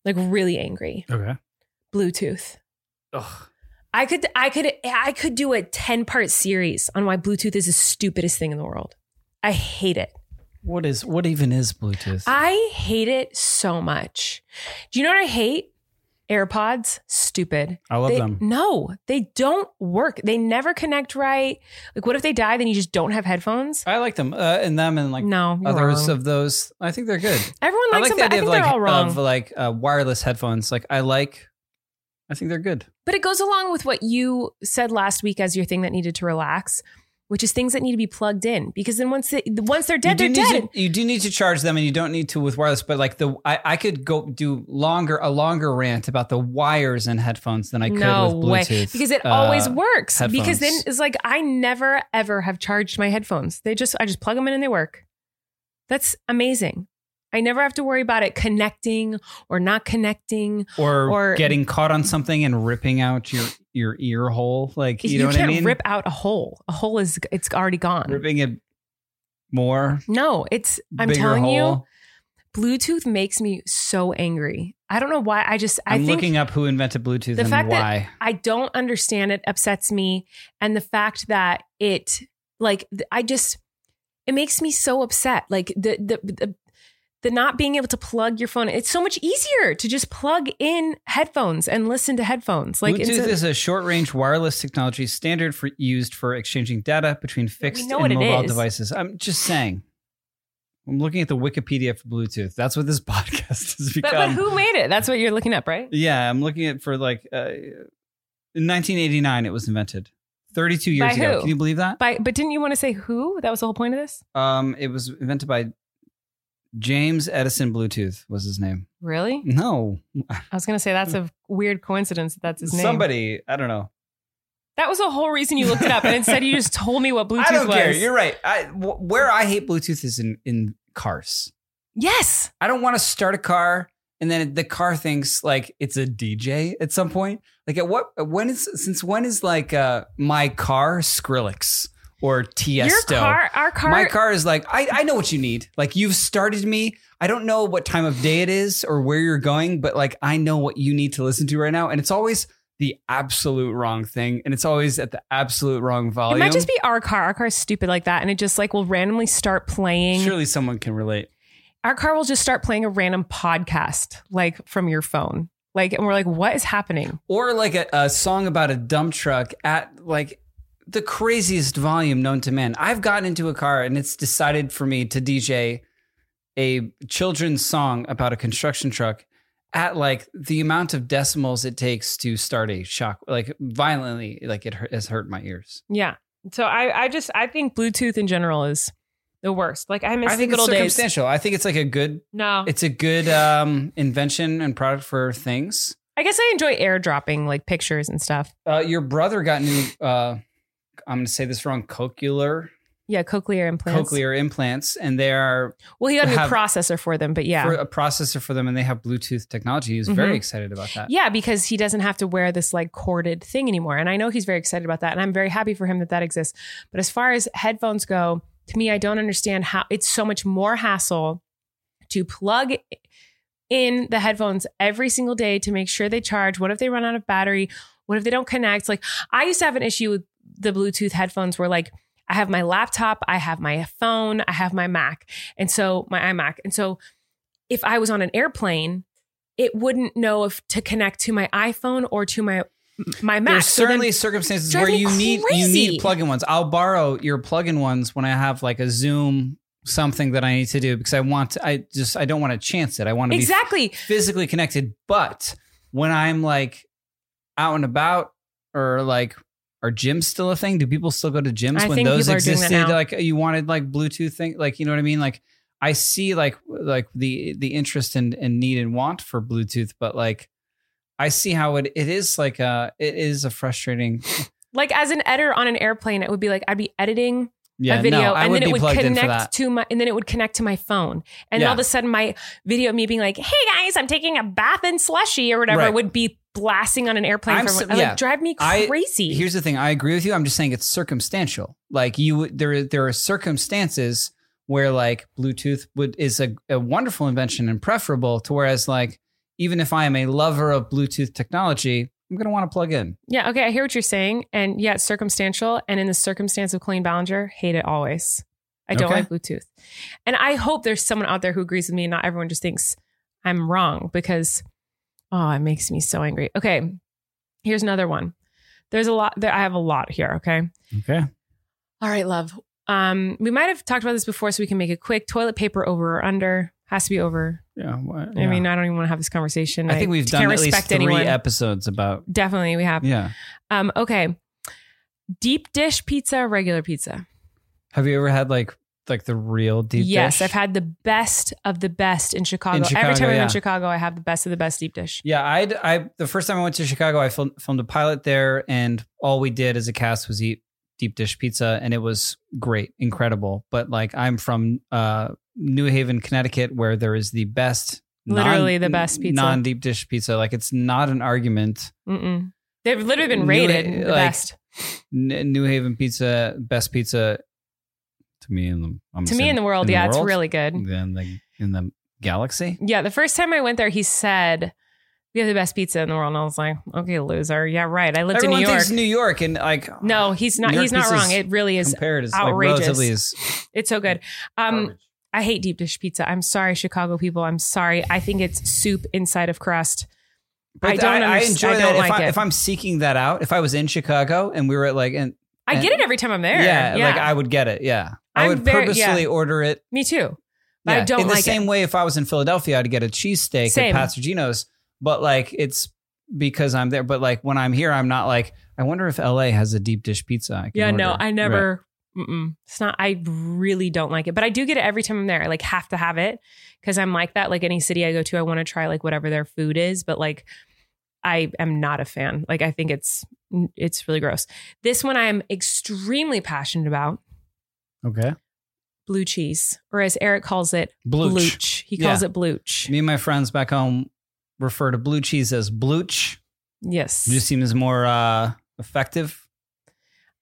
[SPEAKER 2] like really angry.
[SPEAKER 3] Okay.
[SPEAKER 2] Bluetooth.
[SPEAKER 3] Ugh.
[SPEAKER 2] I could I could I could do a 10 part series on why Bluetooth is the stupidest thing in the world. I hate it.
[SPEAKER 3] What is what even is Bluetooth?
[SPEAKER 2] I hate it so much. Do you know what I hate? AirPods, stupid.
[SPEAKER 3] I love
[SPEAKER 2] They-
[SPEAKER 3] them.
[SPEAKER 2] No, they don't work. They never connect right. Like, what if they die? Then you just don't have headphones.
[SPEAKER 3] I like them. Uh, and them and like
[SPEAKER 2] no, you're
[SPEAKER 3] others
[SPEAKER 2] wrong.
[SPEAKER 3] of those. I think they're good.
[SPEAKER 2] Everyone
[SPEAKER 3] I
[SPEAKER 2] likes them.
[SPEAKER 3] like
[SPEAKER 2] but
[SPEAKER 3] the
[SPEAKER 2] I
[SPEAKER 3] idea
[SPEAKER 2] think
[SPEAKER 3] of
[SPEAKER 2] they're
[SPEAKER 3] like
[SPEAKER 2] all wrong.
[SPEAKER 3] of like uh, wireless headphones. Like I like I think they're good.
[SPEAKER 2] But it goes along with what you said last week as your thing that needed to relax, which is things that need to be plugged in. Because then once they, once they're dead,
[SPEAKER 3] you
[SPEAKER 2] they're
[SPEAKER 3] do
[SPEAKER 2] dead.
[SPEAKER 3] Need to, you do need to charge them, and you don't need to with wireless. But like the, I, I could go do longer a longer rant about the wires and headphones than I could
[SPEAKER 2] no
[SPEAKER 3] with
[SPEAKER 2] way,
[SPEAKER 3] Bluetooth
[SPEAKER 2] because it
[SPEAKER 3] uh,
[SPEAKER 2] always works. Because then
[SPEAKER 3] headphones.
[SPEAKER 2] it's like I never ever have charged my headphones. They just I just plug them in and they work. That's amazing. I never have to worry about it connecting or not connecting.
[SPEAKER 3] or,
[SPEAKER 2] or-
[SPEAKER 3] getting caught on something and ripping out your your ear hole. Like you,
[SPEAKER 2] You,
[SPEAKER 3] know what
[SPEAKER 2] can't
[SPEAKER 3] I mean?
[SPEAKER 2] rip out a hole. A hole is it's already gone.
[SPEAKER 3] ripping it more.
[SPEAKER 2] No, it's I'm
[SPEAKER 3] bigger
[SPEAKER 2] telling you.
[SPEAKER 3] hole.
[SPEAKER 2] Bluetooth makes me so angry. I don't know why. I just I
[SPEAKER 3] I'm
[SPEAKER 2] think
[SPEAKER 3] looking up who invented Bluetooth
[SPEAKER 2] the
[SPEAKER 3] and
[SPEAKER 2] fact that-
[SPEAKER 3] why.
[SPEAKER 2] I don't understand it upsets me and the fact that it like th- I just it makes me so upset like the the the, the not being able to plug your phone it's so much easier to just plug in headphones and listen to headphones like it's
[SPEAKER 3] Bluetooth
[SPEAKER 2] a-
[SPEAKER 3] is a short-range wireless technology standard for used for exchanging data between fixed
[SPEAKER 2] know
[SPEAKER 3] and
[SPEAKER 2] what it
[SPEAKER 3] mobile
[SPEAKER 2] is.
[SPEAKER 3] devices. I'm just saying. I'm looking at the Wikipedia for Bluetooth. That's what this podcast has
[SPEAKER 2] but,
[SPEAKER 3] become.
[SPEAKER 2] but who made it that's what you're looking up right
[SPEAKER 3] Yeah, I'm looking at for like uh, in 1989 it was invented. 32 years
[SPEAKER 2] By
[SPEAKER 3] ago.
[SPEAKER 2] who?
[SPEAKER 3] Can you believe that?
[SPEAKER 2] by, but didn't you want to say who that was the whole point of this
[SPEAKER 3] Um, it was invented by James Edison Bluetooth was his name.
[SPEAKER 2] really
[SPEAKER 3] Mm. No,
[SPEAKER 2] I was gonna say that's a weird coincidence that that's his name
[SPEAKER 3] somebody. I don't know.
[SPEAKER 2] that was the whole reason you looked it up and instead you just told me what Bluetooth
[SPEAKER 3] I don't
[SPEAKER 2] was
[SPEAKER 3] care. You're right. I, w- where I hate Bluetooth is in, in cars.
[SPEAKER 2] yes
[SPEAKER 3] I don't want to start a car and then the car thinks like it's a DJ at some point. Like at what when is since when is like uh my car Skrillex or Tiesto?
[SPEAKER 2] your car our car
[SPEAKER 3] My car is like I I know what you need. Like you've started me. I don't know what time of day it is or where you're going, but like I know what you need to listen to right now and it's always the absolute wrong thing and it's always at the absolute wrong
[SPEAKER 2] It
[SPEAKER 3] volume.
[SPEAKER 2] might just be our car. Our car's stupid like that, and it just like will randomly start playing.
[SPEAKER 3] Surely someone can relate.
[SPEAKER 2] Our car will just start playing a random podcast, like from your phone. Like, and we're like, what is happening?
[SPEAKER 3] or like a, a song about a dump truck at like the craziest volume known to man. I've gotten into a car and it's decided for me to DJ a children's song about a construction truck at like the amount of decimals it takes to start a shock, like violently, like it hurt, has hurt my ears.
[SPEAKER 2] Yeah. So I, I just, I think Bluetooth in general is the worst. Like I miss
[SPEAKER 3] I think
[SPEAKER 2] the
[SPEAKER 3] it's
[SPEAKER 2] good old days.
[SPEAKER 3] circumstantial. I think it's like a good,
[SPEAKER 2] No,
[SPEAKER 3] it's a good um, invention and product for things.
[SPEAKER 2] I guess I enjoy airdropping like pictures and stuff.
[SPEAKER 3] Uh, your brother got new, uh, I'm going to say this wrong, cochlear
[SPEAKER 2] Yeah, cochlear implants.
[SPEAKER 3] cochlear implants and they are
[SPEAKER 2] Well, he got a new
[SPEAKER 3] have-
[SPEAKER 2] processor for them, but yeah. Mm-hmm.
[SPEAKER 3] for a processor for them and they have bluetooth technology he's very excited about that
[SPEAKER 2] yeah, because he doesn't have to wear this like corded thing anymore. And I know he's very excited about that. And I'm very happy for him that that exists. But as far as headphones go, to me, I don't understand how it's so much more hassle to plug in the headphones every single day to make sure they charge. What if they run out of battery? What if they don't connect? Like, I used to have an issue with the Bluetooth headphones where, like, I have my laptop, I have my phone, I have my Mac, and so my iMac. And so if I was on an airplane, it wouldn't know if to connect to my iPhone or to my my Mac.
[SPEAKER 3] there's
[SPEAKER 2] So then-
[SPEAKER 3] certainly circumstances
[SPEAKER 2] drives
[SPEAKER 3] where
[SPEAKER 2] me
[SPEAKER 3] you need you
[SPEAKER 2] crazy.
[SPEAKER 3] need plug-in ones i'll borrow your plug-in ones when i have like a zoom something that i need to do because i want to, i just i don't want to chance it i want to
[SPEAKER 2] exactly.
[SPEAKER 3] be physically connected but when i'm like out and about or like are gyms still a thing? Do people still go to gyms
[SPEAKER 2] I
[SPEAKER 3] when
[SPEAKER 2] think
[SPEAKER 3] those
[SPEAKER 2] people are doing that
[SPEAKER 3] existed?
[SPEAKER 2] now.
[SPEAKER 3] Like you wanted like Bluetooth thing, like you know what I mean? Like I see like like the the interest and and need and want for Bluetooth, but like I see how it it is like a it is a frustrating
[SPEAKER 2] Like as an editor on an airplane, it would be like I'd be editing
[SPEAKER 3] yeah
[SPEAKER 2] a video
[SPEAKER 3] No, I
[SPEAKER 2] and
[SPEAKER 3] would
[SPEAKER 2] then
[SPEAKER 3] be
[SPEAKER 2] it would
[SPEAKER 3] plugged
[SPEAKER 2] connect
[SPEAKER 3] in for that.
[SPEAKER 2] to my and then it would connect to my phone and then
[SPEAKER 3] Yeah.
[SPEAKER 2] all of a sudden my video of me being like hey guys i'm taking a bath in slushy or whatever
[SPEAKER 3] Right.
[SPEAKER 2] would be blasting on an airplane
[SPEAKER 3] I'm
[SPEAKER 2] from
[SPEAKER 3] so-
[SPEAKER 2] like,
[SPEAKER 3] yeah.
[SPEAKER 2] drive me
[SPEAKER 3] I-
[SPEAKER 2] crazy
[SPEAKER 3] Here's the thing. I agree with you. I'm just saying it's circumstantial. Like you, there, there are circumstances where like Bluetooth would is a, a wonderful invention and preferable to whereas like even if I am a lover of Bluetooth technology, I'm gonna want to plug in.
[SPEAKER 2] yeah okay i hear what you're saying and yeah it's circumstantial and in the circumstance of colleen ballinger hate it always i don't
[SPEAKER 3] Okay.
[SPEAKER 2] like bluetooth and i hope there's someone out there who agrees with me and not everyone just thinks i'm wrong because oh it makes me so angry okay here's another one there's a lot there i have a lot here okay
[SPEAKER 3] Okay.
[SPEAKER 2] All right, love. Um, we might have talked about this before, so we can make it quick. Toilet paper over or under has to be over.
[SPEAKER 3] Yeah.
[SPEAKER 2] I mean, I don't even want to have this conversation.
[SPEAKER 3] I think we've done
[SPEAKER 2] can't
[SPEAKER 3] at least
[SPEAKER 2] respect
[SPEAKER 3] three
[SPEAKER 2] anyone.
[SPEAKER 3] episodes about.
[SPEAKER 2] Definitely, we have.
[SPEAKER 3] Yeah.
[SPEAKER 2] Um, okay. Deep dish pizza, or regular pizza.
[SPEAKER 3] Have you ever had like like the real deep?
[SPEAKER 2] yes,
[SPEAKER 3] dish?
[SPEAKER 2] I've had the best of the best in Chicago. Every
[SPEAKER 3] Chicago,
[SPEAKER 2] time I'm
[SPEAKER 3] yeah.
[SPEAKER 2] in Chicago, I have the best of the best deep dish.
[SPEAKER 3] Yeah, I'd, I the first time I went to Chicago, I filmed, filmed a pilot there, and all we did as a cast was eat deep dish pizza, and it was great, incredible. But like, I'm from uh, New Haven, Connecticut, where there is the best,
[SPEAKER 2] Literally the best pizza.
[SPEAKER 3] non deep dish pizza. Like, it's not an argument.
[SPEAKER 2] Mm-mm. They've literally been
[SPEAKER 3] Knew
[SPEAKER 2] rated
[SPEAKER 3] it,
[SPEAKER 2] the
[SPEAKER 3] like-
[SPEAKER 2] best.
[SPEAKER 3] N- New Haven pizza, best pizza to me in the I'm
[SPEAKER 2] To me, in the world, yeah, it's really good.
[SPEAKER 3] in the in the galaxy.
[SPEAKER 2] Yeah, the first time I went there, he said, "We have the best pizza in the world," and I was like, "Okay, loser. Yeah, right. I lived
[SPEAKER 3] Everyone
[SPEAKER 2] in New York."
[SPEAKER 3] thinks New York, and like
[SPEAKER 2] no, he's not.
[SPEAKER 3] New York
[SPEAKER 2] He's not
[SPEAKER 3] pizza
[SPEAKER 2] wrong.
[SPEAKER 3] is
[SPEAKER 2] It really is.
[SPEAKER 3] compared is
[SPEAKER 2] outrageous.
[SPEAKER 3] like relatively is
[SPEAKER 2] It's so good. Um, I hate deep dish pizza. I'm sorry, Chicago people. I'm sorry. I think it's soup inside of crust. I don't.
[SPEAKER 3] I,
[SPEAKER 2] underst-
[SPEAKER 3] enjoy
[SPEAKER 2] I don't
[SPEAKER 3] that.
[SPEAKER 2] like
[SPEAKER 3] if, I,
[SPEAKER 2] it.
[SPEAKER 3] if I'm seeking that out, if I was in Chicago and we were at like, and,
[SPEAKER 2] I get it every time I'm there.
[SPEAKER 3] yeah,
[SPEAKER 2] Yeah,
[SPEAKER 3] like I would get it. Yeah, i
[SPEAKER 2] I'm
[SPEAKER 3] would
[SPEAKER 2] very-
[SPEAKER 3] purposefully
[SPEAKER 2] yeah.
[SPEAKER 3] order it.
[SPEAKER 2] me too. But I
[SPEAKER 3] Yeah.
[SPEAKER 2] don't
[SPEAKER 3] in the
[SPEAKER 2] like
[SPEAKER 3] same
[SPEAKER 2] it.
[SPEAKER 3] way. If I was in Philadelphia, I'd get a cheesesteak
[SPEAKER 2] Same.
[SPEAKER 3] at Pasagino's. But like, it's because I'm there. But like when I'm here, I'm not like. I wonder if LA has a deep dish pizza. I can
[SPEAKER 2] Yeah, no,
[SPEAKER 3] order."
[SPEAKER 2] I
[SPEAKER 3] Right.
[SPEAKER 2] never. Mm-mm. It's not. I really don't like it, but I do get it every time I'm there. I like have to have it because I'm like that. Like any city I go to, I want to try like whatever their food is, but like I am not a fan. Like I think it's it's really gross. This one I am extremely passionate about.
[SPEAKER 3] Okay.
[SPEAKER 2] Blue cheese, or as Eric calls it,
[SPEAKER 3] Blooch.
[SPEAKER 2] blooch. He calls
[SPEAKER 3] Yeah.
[SPEAKER 2] it blooch.
[SPEAKER 3] Me and my friends back home refer to blue cheese as blooch.
[SPEAKER 2] Yes,
[SPEAKER 3] It just seems more uh, effective.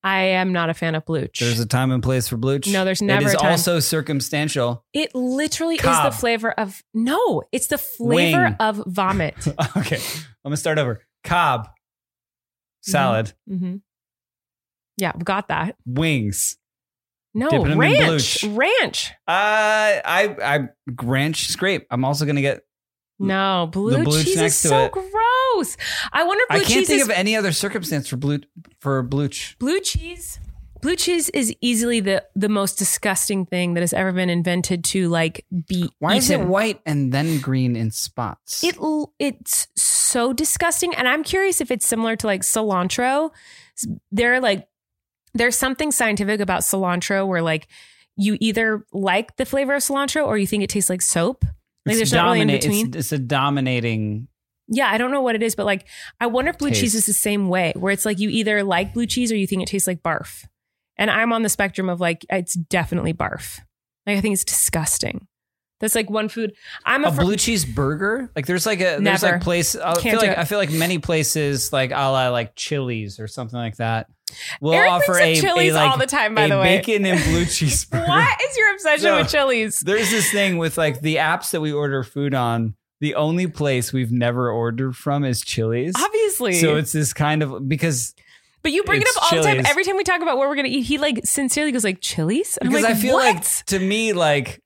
[SPEAKER 2] I am not a fan of blooch.
[SPEAKER 3] There's a time and place for blooch.
[SPEAKER 2] No, there's never
[SPEAKER 3] It is
[SPEAKER 2] a time.
[SPEAKER 3] also circumstantial.
[SPEAKER 2] it literally
[SPEAKER 3] Cobb.
[SPEAKER 2] is the flavor of no. It's the flavor
[SPEAKER 3] Wing.
[SPEAKER 2] of vomit.
[SPEAKER 3] okay, I'm gonna start over. Cobb salad,
[SPEAKER 2] Mm-hmm. Yeah, we got that.
[SPEAKER 3] wings.
[SPEAKER 2] No,
[SPEAKER 3] Dipping 'em in
[SPEAKER 2] ranch.
[SPEAKER 3] blooch.
[SPEAKER 2] Ranch.
[SPEAKER 3] Uh, I I ranch is great. I'm also gonna get
[SPEAKER 2] No, blue
[SPEAKER 3] blooch
[SPEAKER 2] cheese is
[SPEAKER 3] next to
[SPEAKER 2] so
[SPEAKER 3] it.
[SPEAKER 2] gross. gross. I wonder if
[SPEAKER 3] I
[SPEAKER 2] blue
[SPEAKER 3] can't
[SPEAKER 2] cheese
[SPEAKER 3] think
[SPEAKER 2] is
[SPEAKER 3] of any other circumstance for blue for blooch.
[SPEAKER 2] blue cheese. Blue cheese is easily the the most disgusting thing that has ever been invented to like be
[SPEAKER 3] Why is it
[SPEAKER 2] eaten.
[SPEAKER 3] white and then green in spots?
[SPEAKER 2] It l- it's so disgusting, and I'm curious if it's similar to like cilantro. S- They're like there's something scientific about cilantro where like you either like the flavor of cilantro or you think it tastes like soap. Like there's not really in
[SPEAKER 3] domina- it's-
[SPEAKER 2] between.
[SPEAKER 3] It's, a dominating.
[SPEAKER 2] Yeah, I don't know what it is, but like I wonder if blue cheese is
[SPEAKER 3] Taste.
[SPEAKER 2] the same way, where it's like you either like blue cheese or you think it tastes like barf. And I'm on the spectrum of like it's definitely barf. Like I think it's disgusting. That's like one food. I'm a,
[SPEAKER 3] A
[SPEAKER 2] fir-
[SPEAKER 3] blue cheese burger? Like there's like a there's
[SPEAKER 2] Never.
[SPEAKER 3] like place. I
[SPEAKER 2] Can't
[SPEAKER 3] feel
[SPEAKER 2] do
[SPEAKER 3] like
[SPEAKER 2] it.
[SPEAKER 3] I feel like many places like a la like Chili's or something like that. Will
[SPEAKER 2] Eric
[SPEAKER 3] offer
[SPEAKER 2] brings up
[SPEAKER 3] a
[SPEAKER 2] Chili's
[SPEAKER 3] a, like,
[SPEAKER 2] all the time, by
[SPEAKER 3] a
[SPEAKER 2] the way.
[SPEAKER 3] bacon and blue cheese burger.
[SPEAKER 2] What is your obsession
[SPEAKER 3] So-
[SPEAKER 2] with chilies?
[SPEAKER 3] There's this thing with like the apps that we order food on. The only place we've never ordered from is Chili's.
[SPEAKER 2] Obviously.
[SPEAKER 3] So it's this kind of because
[SPEAKER 2] but you bring it
[SPEAKER 3] it's
[SPEAKER 2] up all the time.
[SPEAKER 3] Chili's.
[SPEAKER 2] Every time we talk about what we're gonna eat, he like sincerely goes like chilies? And
[SPEAKER 3] because
[SPEAKER 2] I'm like,
[SPEAKER 3] I feel
[SPEAKER 2] what?
[SPEAKER 3] like to me like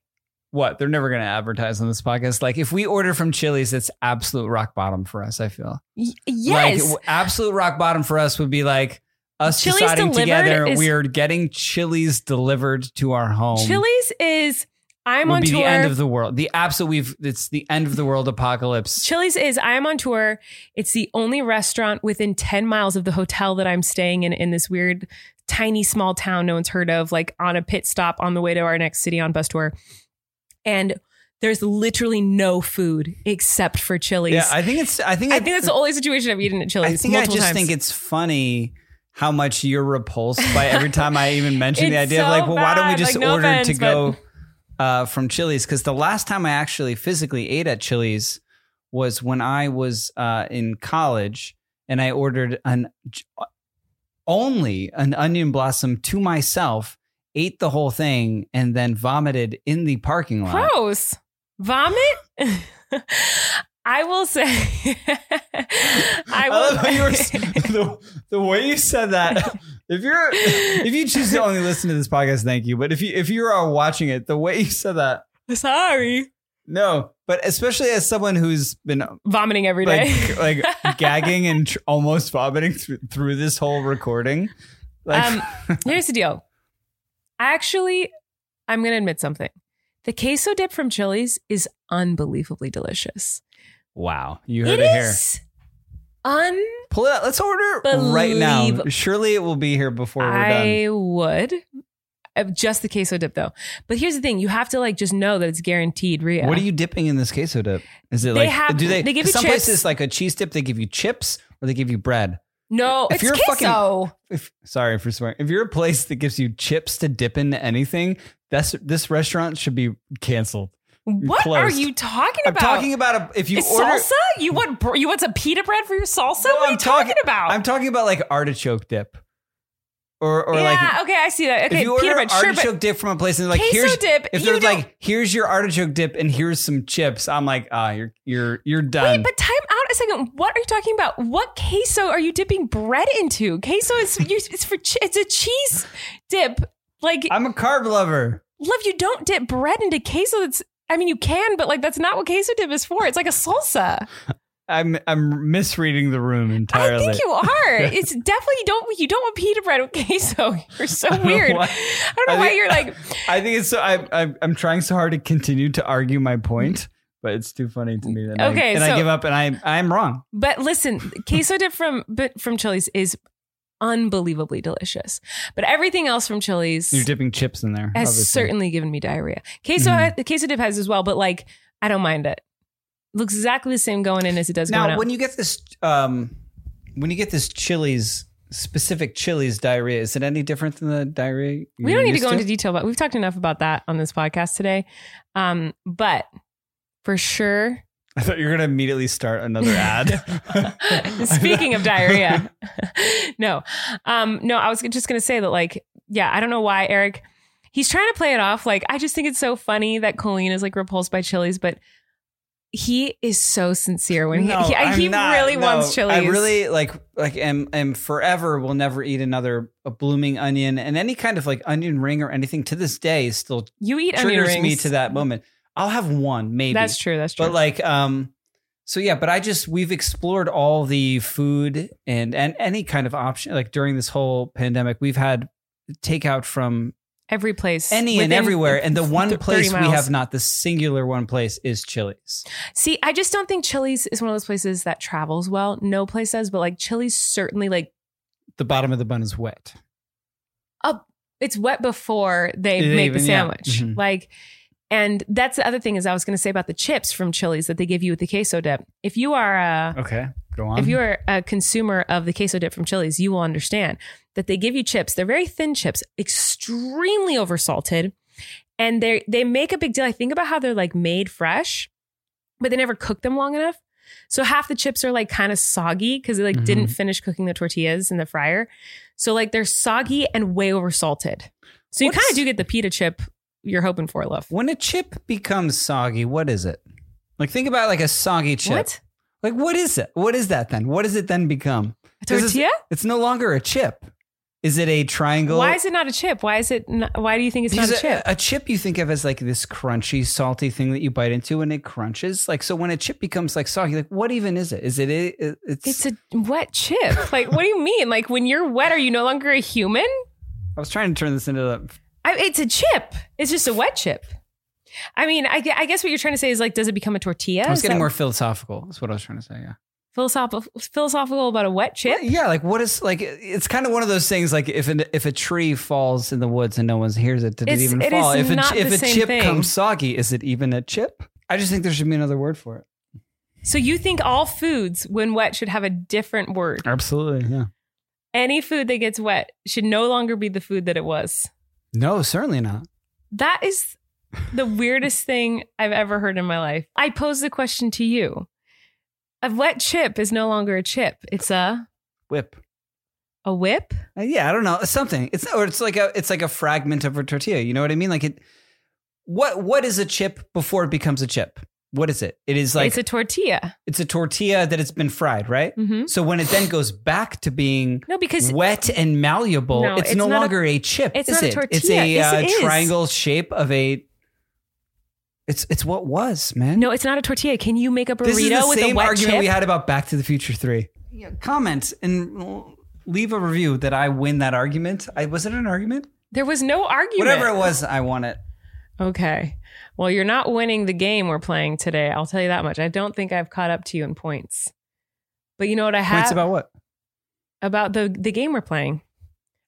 [SPEAKER 3] what they're never going to advertise on this podcast. Like if we order from Chili's, it's absolute rock bottom for us. I feel
[SPEAKER 2] Y- yes.
[SPEAKER 3] like w- absolute rock bottom for us would be like us
[SPEAKER 2] Chili's
[SPEAKER 3] deciding
[SPEAKER 2] delivered
[SPEAKER 3] together
[SPEAKER 2] is-
[SPEAKER 3] we're getting Chili's delivered to our home.
[SPEAKER 2] Chili's is I'm
[SPEAKER 3] um, would
[SPEAKER 2] on
[SPEAKER 3] be
[SPEAKER 2] tour.
[SPEAKER 3] the end of the world. The absolute we've it's the end of the world apocalypse.
[SPEAKER 2] Chili's is I am on tour. It's the only restaurant within 10 miles of the hotel that I'm staying in in this weird tiny small town no one's heard of like on a pit stop on the way to our next city on bus tour. And there's literally no food except for Chili's.
[SPEAKER 3] Yeah,
[SPEAKER 2] I,
[SPEAKER 3] I think it's. I think.
[SPEAKER 2] think that's the only situation I've eaten at Chili's.
[SPEAKER 3] I think I
[SPEAKER 2] multiple
[SPEAKER 3] just
[SPEAKER 2] times.
[SPEAKER 3] think it's funny how much you're repulsed by every time I even mention the
[SPEAKER 2] It's
[SPEAKER 3] idea of like,
[SPEAKER 2] so
[SPEAKER 3] well, why don't we
[SPEAKER 2] bad.
[SPEAKER 3] just
[SPEAKER 2] Like, no
[SPEAKER 3] order to
[SPEAKER 2] offense,
[SPEAKER 3] go uh, from Chili's? Because the last time I actually physically ate at Chili's was when I was uh, in college, and I ordered an only an onion blossom to myself, ate the whole thing, and then vomited in the parking lot.
[SPEAKER 2] Gross. Vomit? I will say. I
[SPEAKER 3] I
[SPEAKER 2] will.
[SPEAKER 3] love how you were, the, the way you said that. If you're if you choose to only listen to this podcast, thank you. But if you if you are watching it, the way you said that,
[SPEAKER 2] Sorry.
[SPEAKER 3] no. But especially as someone who's been
[SPEAKER 2] Vomiting every day.
[SPEAKER 3] like like gagging and tr- almost vomiting through, through this whole recording, like
[SPEAKER 2] Um, Here's the deal. Actually, I'm going to admit something. The queso dip from Chili's is unbelievably delicious.
[SPEAKER 3] wow, you
[SPEAKER 2] It
[SPEAKER 3] heard it, here.
[SPEAKER 2] is un.
[SPEAKER 3] Pull it out. Let's order right now.
[SPEAKER 2] Believe-
[SPEAKER 3] Surely it will be here before we're done.
[SPEAKER 2] I would. Uh, Just the queso dip, though. But here's the thing: you have to like just know that it's guaranteed. Ria,
[SPEAKER 3] What are you dipping in this queso dip? Is it
[SPEAKER 2] They
[SPEAKER 3] like
[SPEAKER 2] have-
[SPEAKER 3] do they?
[SPEAKER 2] they give you
[SPEAKER 3] some
[SPEAKER 2] chips.
[SPEAKER 3] places like a cheese dip. They give you chips or they give you bread.
[SPEAKER 2] No,
[SPEAKER 3] If
[SPEAKER 2] it's
[SPEAKER 3] you're fucking-
[SPEAKER 2] queso.
[SPEAKER 3] If, sorry for swearing. If you're a place that gives you chips to dip into anything, that's this restaurant should be canceled.
[SPEAKER 2] what are
[SPEAKER 3] closed.
[SPEAKER 2] you talking
[SPEAKER 3] Mm, I'm
[SPEAKER 2] about?
[SPEAKER 3] talking about a, if you
[SPEAKER 2] Is
[SPEAKER 3] order.
[SPEAKER 2] salsa? You want br- you want some pita bread for your salsa?
[SPEAKER 3] No,
[SPEAKER 2] what are you
[SPEAKER 3] I'm talking-
[SPEAKER 2] talking about?
[SPEAKER 3] I'm talking about like artichoke dip, or or like.
[SPEAKER 2] yeah, okay, I see that. Okay,
[SPEAKER 3] if you order
[SPEAKER 2] pita bread, sure,
[SPEAKER 3] artichoke
[SPEAKER 2] but
[SPEAKER 3] dip from a place and they're like
[SPEAKER 2] Queso
[SPEAKER 3] here's
[SPEAKER 2] dip,
[SPEAKER 3] if
[SPEAKER 2] you
[SPEAKER 3] there's
[SPEAKER 2] don't-
[SPEAKER 3] like here's your artichoke dip and here's some chips, I'm like ah you're you're you're done.
[SPEAKER 2] Wait, but time out a second. What are you talking about? What queso are you dipping bread into? Queso is you- it's for che- it's a cheese dip. Like,
[SPEAKER 3] I'm a carb lover.
[SPEAKER 2] love, you don't dip bread into queso. That's I mean, you can, but like that's not what queso dip is for. It's like a salsa.
[SPEAKER 3] I'm I'm misreading the room
[SPEAKER 2] I
[SPEAKER 3] entirely.
[SPEAKER 2] think you are. It's definitely you don't you don't want pita bread with queso. You're so
[SPEAKER 3] don't know
[SPEAKER 2] weird.
[SPEAKER 3] why-
[SPEAKER 2] I don't know
[SPEAKER 3] I
[SPEAKER 2] why
[SPEAKER 3] think-
[SPEAKER 2] you're like.
[SPEAKER 3] I think it's so. I, I I'm trying so hard to continue to argue my point, but it's too funny to me. That I-
[SPEAKER 2] Mm-hmm. Okay,
[SPEAKER 3] and
[SPEAKER 2] so-
[SPEAKER 3] I give up, and I I'm wrong.
[SPEAKER 2] But listen, queso dip from but from Chili's is unbelievably delicious. But everything else from Chili's
[SPEAKER 3] You're dipping chips in there.
[SPEAKER 2] has
[SPEAKER 3] obviously.
[SPEAKER 2] certainly given me diarrhea. Queso the queso dip has as well, but like I don't mind it. Looks exactly the same going in as it does going
[SPEAKER 3] Now,
[SPEAKER 2] out.
[SPEAKER 3] when you get this, um, when you get this chilies specific chilies diarrhea, is it any different than the diarrhea?
[SPEAKER 2] we don't need to go into detail, but we've talked enough about that on this podcast today. Um, but for sure,
[SPEAKER 3] I thought you were gonna immediately start another ad.
[SPEAKER 2] speaking of diarrhea, no, um, no, I was just gonna say that, like, yeah, I don't know why Eric. He's trying to play it off like I just think it's so funny that Colleen is like repulsed by Chili's, but he is so sincere when he
[SPEAKER 3] No,
[SPEAKER 2] he,
[SPEAKER 3] I'm
[SPEAKER 2] he
[SPEAKER 3] not.
[SPEAKER 2] really
[SPEAKER 3] No,
[SPEAKER 2] wants Chili's.
[SPEAKER 3] I really like like am am forever will never eat another a blooming onion and any kind of like onion ring or anything to this day still
[SPEAKER 2] you eat onion
[SPEAKER 3] triggers
[SPEAKER 2] rings
[SPEAKER 3] me to that moment. I'll have one maybe.
[SPEAKER 2] That's true. That's true.
[SPEAKER 3] But like um So yeah, but I just we've explored all the food and and any kind of option like during this whole pandemic, we've had takeout from
[SPEAKER 2] Every place,
[SPEAKER 3] any
[SPEAKER 2] within
[SPEAKER 3] and everywhere. And the one
[SPEAKER 2] th- 30
[SPEAKER 3] place we
[SPEAKER 2] miles.
[SPEAKER 3] have not, the singular one place is Chili's.
[SPEAKER 2] See, I just don't think Chili's is one of those places that travels well. No place does, but like Chili's certainly like
[SPEAKER 3] The bottom of the bun is wet.
[SPEAKER 2] it's wet before they
[SPEAKER 3] It
[SPEAKER 2] make the
[SPEAKER 3] even- yeah.
[SPEAKER 2] sandwich.
[SPEAKER 3] Mhm.
[SPEAKER 2] Like, and that's the other thing is I was going to say about the chips from Chili's that they give you with the queso dip. If you are a
[SPEAKER 3] Okay. Go on.
[SPEAKER 2] if you are a consumer of the queso dip from Chili's, you will understand that they give you chips. They're very thin chips, extremely oversalted, and they they make a big deal. I think about how they're like made fresh, but they never cook them long enough. So half the chips are like kind of soggy because they like
[SPEAKER 3] Mhm.
[SPEAKER 2] didn't finish cooking the tortillas in the fryer. So like they're soggy and way oversalted. So you kind
[SPEAKER 3] What's-
[SPEAKER 2] of do get the pita chip you're hoping for, love.
[SPEAKER 3] when a chip becomes soggy, what is it? Like think about like a soggy chip.
[SPEAKER 2] What?
[SPEAKER 3] Like what is it? What is that then? What does it then become?
[SPEAKER 2] A
[SPEAKER 3] This is-
[SPEAKER 2] tortilla?
[SPEAKER 3] It's no longer a chip. Is it a triangle?
[SPEAKER 2] Why is it not a chip? Why is it? Not, why do you think it's not
[SPEAKER 3] Because
[SPEAKER 2] a chip?
[SPEAKER 3] A, chip you think of as like this crunchy, salty thing that you bite into and it crunches. Like so, when a chip becomes like soggy, like what even is it? Is it? it it's.
[SPEAKER 2] It's a wet chip. Like, what do you mean? Like, when you're wet, are you no longer a human?
[SPEAKER 3] I was trying to turn this into. The,
[SPEAKER 2] I, it's a chip. It's just a wet chip. I mean, I, gue- I guess what you're trying to say is like, does it become a tortilla?
[SPEAKER 3] I was
[SPEAKER 2] Is
[SPEAKER 3] getting
[SPEAKER 2] that
[SPEAKER 3] more philosophical. That's what I was trying to say. Yeah.
[SPEAKER 2] philosophical, philosophical about a wet chip.
[SPEAKER 3] Yeah. Like what is like? It's kind of one of those things. Like if an, if a tree falls in the woods and no one hears it, did
[SPEAKER 2] It's-
[SPEAKER 3] it even
[SPEAKER 2] it
[SPEAKER 3] fall?
[SPEAKER 2] is
[SPEAKER 3] If a,
[SPEAKER 2] not
[SPEAKER 3] if
[SPEAKER 2] the
[SPEAKER 3] a
[SPEAKER 2] same
[SPEAKER 3] chip
[SPEAKER 2] thing.
[SPEAKER 3] comes soggy, is it even a chip? I just think there should be another word for it.
[SPEAKER 2] So you think all foods, when wet, should have a different word?
[SPEAKER 3] Absolutely. Yeah.
[SPEAKER 2] Any food that gets wet should no longer be the food that it was.
[SPEAKER 3] No, certainly not.
[SPEAKER 2] That is the weirdest thing I've ever heard in my life. I pose the question to you: A wet chip is no longer a chip. It's a
[SPEAKER 3] Whip.
[SPEAKER 2] a whip.
[SPEAKER 3] Uh, Yeah, I don't know. It's something. It's or it's like a it's like a fragment of a tortilla. You know what I mean? Like it what what is a chip before it becomes a chip? What is it? It is like
[SPEAKER 2] it's a tortilla.
[SPEAKER 3] tortilla that it's been fried, right?
[SPEAKER 2] Mhm.
[SPEAKER 3] So when it then goes back to being
[SPEAKER 2] No, because
[SPEAKER 3] wet and malleable,
[SPEAKER 2] No,
[SPEAKER 3] it's,
[SPEAKER 2] it's
[SPEAKER 3] no
[SPEAKER 2] not a-
[SPEAKER 3] longer a, chip.
[SPEAKER 2] it's
[SPEAKER 3] is
[SPEAKER 2] not a
[SPEAKER 3] it? It's
[SPEAKER 2] tortilla.
[SPEAKER 3] a
[SPEAKER 2] Yes,
[SPEAKER 3] uh,
[SPEAKER 2] it is.
[SPEAKER 3] triangle shape of a It's it's what was, man.
[SPEAKER 2] no, it's not a tortilla. Can you make a burrito
[SPEAKER 3] this is the
[SPEAKER 2] with
[SPEAKER 3] same
[SPEAKER 2] a wet
[SPEAKER 3] argument
[SPEAKER 2] chip?
[SPEAKER 3] we had about Back to the Future Three. Yeah, comment and leave a review that I win that argument. I was it an argument?
[SPEAKER 2] there was no argument.
[SPEAKER 3] Whatever it was, I won it.
[SPEAKER 2] Okay. Well, you're not winning the game we're playing today. I'll tell you that much. I don't think I've caught up to you in points. But you know what I have
[SPEAKER 3] Points about what?
[SPEAKER 2] about the the game we're playing.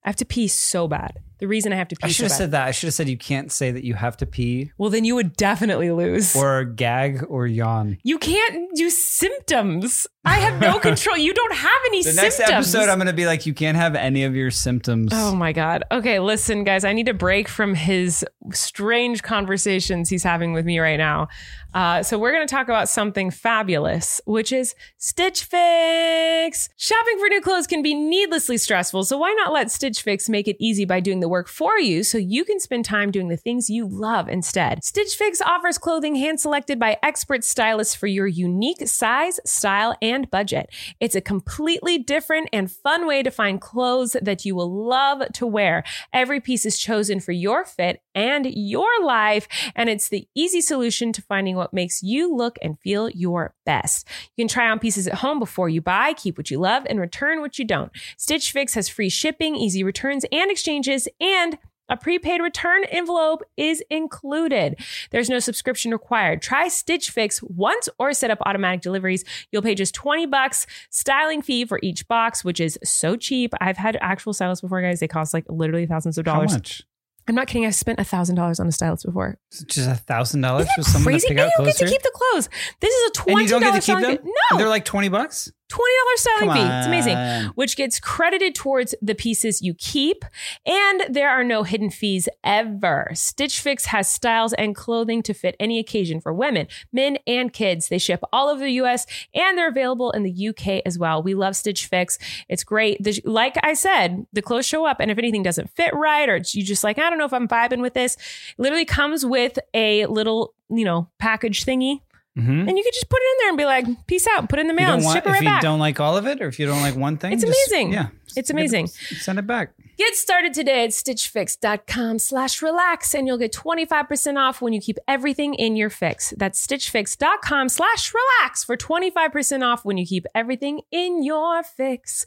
[SPEAKER 2] I have to pee so bad. The reason I have to pee
[SPEAKER 3] I
[SPEAKER 2] so
[SPEAKER 3] should
[SPEAKER 2] bad.
[SPEAKER 3] have said that. I should have said you can't say that you have to pee
[SPEAKER 2] well, then you would definitely lose.
[SPEAKER 3] or gag or yawn.
[SPEAKER 2] you can't do symptoms. I have no control. You don't have any
[SPEAKER 3] The
[SPEAKER 2] symptoms.
[SPEAKER 3] next episode, I'm going to be like, you can't have any of your symptoms.
[SPEAKER 2] Oh my God. Okay, listen, guys, I need a break from his strange conversations he's having with me right now. Uh, so, we're going to talk about something fabulous, which is Stitch Fix. Shopping for new clothes can be needlessly stressful. So, why not let Stitch Fix make it easy by doing the work for you so you can spend time doing the things you love instead? Stitch Fix offers clothing hand selected by expert stylists for your unique size, style, and budget. It's a completely different and fun way to find clothes that you will love to wear. Every piece is chosen for your fit and your life, and it's the easy solution to finding what makes you look and feel your best. You can try on pieces at home before you buy, keep what you love, and return what you don't. Stitch Fix has free shipping, easy returns and exchanges, and a prepaid return envelope is included. There's no subscription required. Try Stitch Fix once or set up automatic deliveries. You'll pay just 20 bucks styling fee for each box, which is so cheap. I've had actual stylists before, guys. They cost like literally thousands of
[SPEAKER 3] How
[SPEAKER 2] dollars.
[SPEAKER 3] much?
[SPEAKER 2] I'm not kidding. I spent thousand dollars on a stylist before.
[SPEAKER 3] Just a thousand dollars for
[SPEAKER 2] Isn't that
[SPEAKER 3] someone
[SPEAKER 2] crazy?
[SPEAKER 3] to
[SPEAKER 2] And
[SPEAKER 3] pick out
[SPEAKER 2] you don't
[SPEAKER 3] clothes
[SPEAKER 2] get to
[SPEAKER 3] for
[SPEAKER 2] keep the clothes. This is a
[SPEAKER 3] and
[SPEAKER 2] twenty
[SPEAKER 3] you don't get to
[SPEAKER 2] dollars
[SPEAKER 3] keep them.
[SPEAKER 2] No,
[SPEAKER 3] And they're like twenty bucks.
[SPEAKER 2] twenty dollars styling
[SPEAKER 3] Come
[SPEAKER 2] fee. It's amazing
[SPEAKER 3] on.
[SPEAKER 2] which gets credited towards the pieces you keep. And there are no hidden fees ever. Stitch Fix has styles and clothing to fit any occasion for women, men, and kids. They ship all over the US and they're available in the UK as well. We love Stitch Fix. It's great. The- like I said, the clothes show up, and if anything doesn't fit right, or you just like, I don't know if I'm vibing with this, it literally comes with a little, you know, package thingy
[SPEAKER 3] Mm-hmm.
[SPEAKER 2] and you could just put it in there and be like, "Peace out," put it in the
[SPEAKER 3] You
[SPEAKER 2] mail
[SPEAKER 3] don't
[SPEAKER 2] and
[SPEAKER 3] want,
[SPEAKER 2] ship it
[SPEAKER 3] if
[SPEAKER 2] right
[SPEAKER 3] you
[SPEAKER 2] back.
[SPEAKER 3] don't like all of it, or if you don't like one thing,
[SPEAKER 2] It's
[SPEAKER 3] just-
[SPEAKER 2] amazing.
[SPEAKER 3] Yeah,
[SPEAKER 2] It's amazing.
[SPEAKER 3] Send it back.
[SPEAKER 2] Get started today at stitchfix.com slash relax and you'll get 25% off when you keep everything in your fix. That's stitchfix.com slash relax for 25% off when you keep everything in your fix.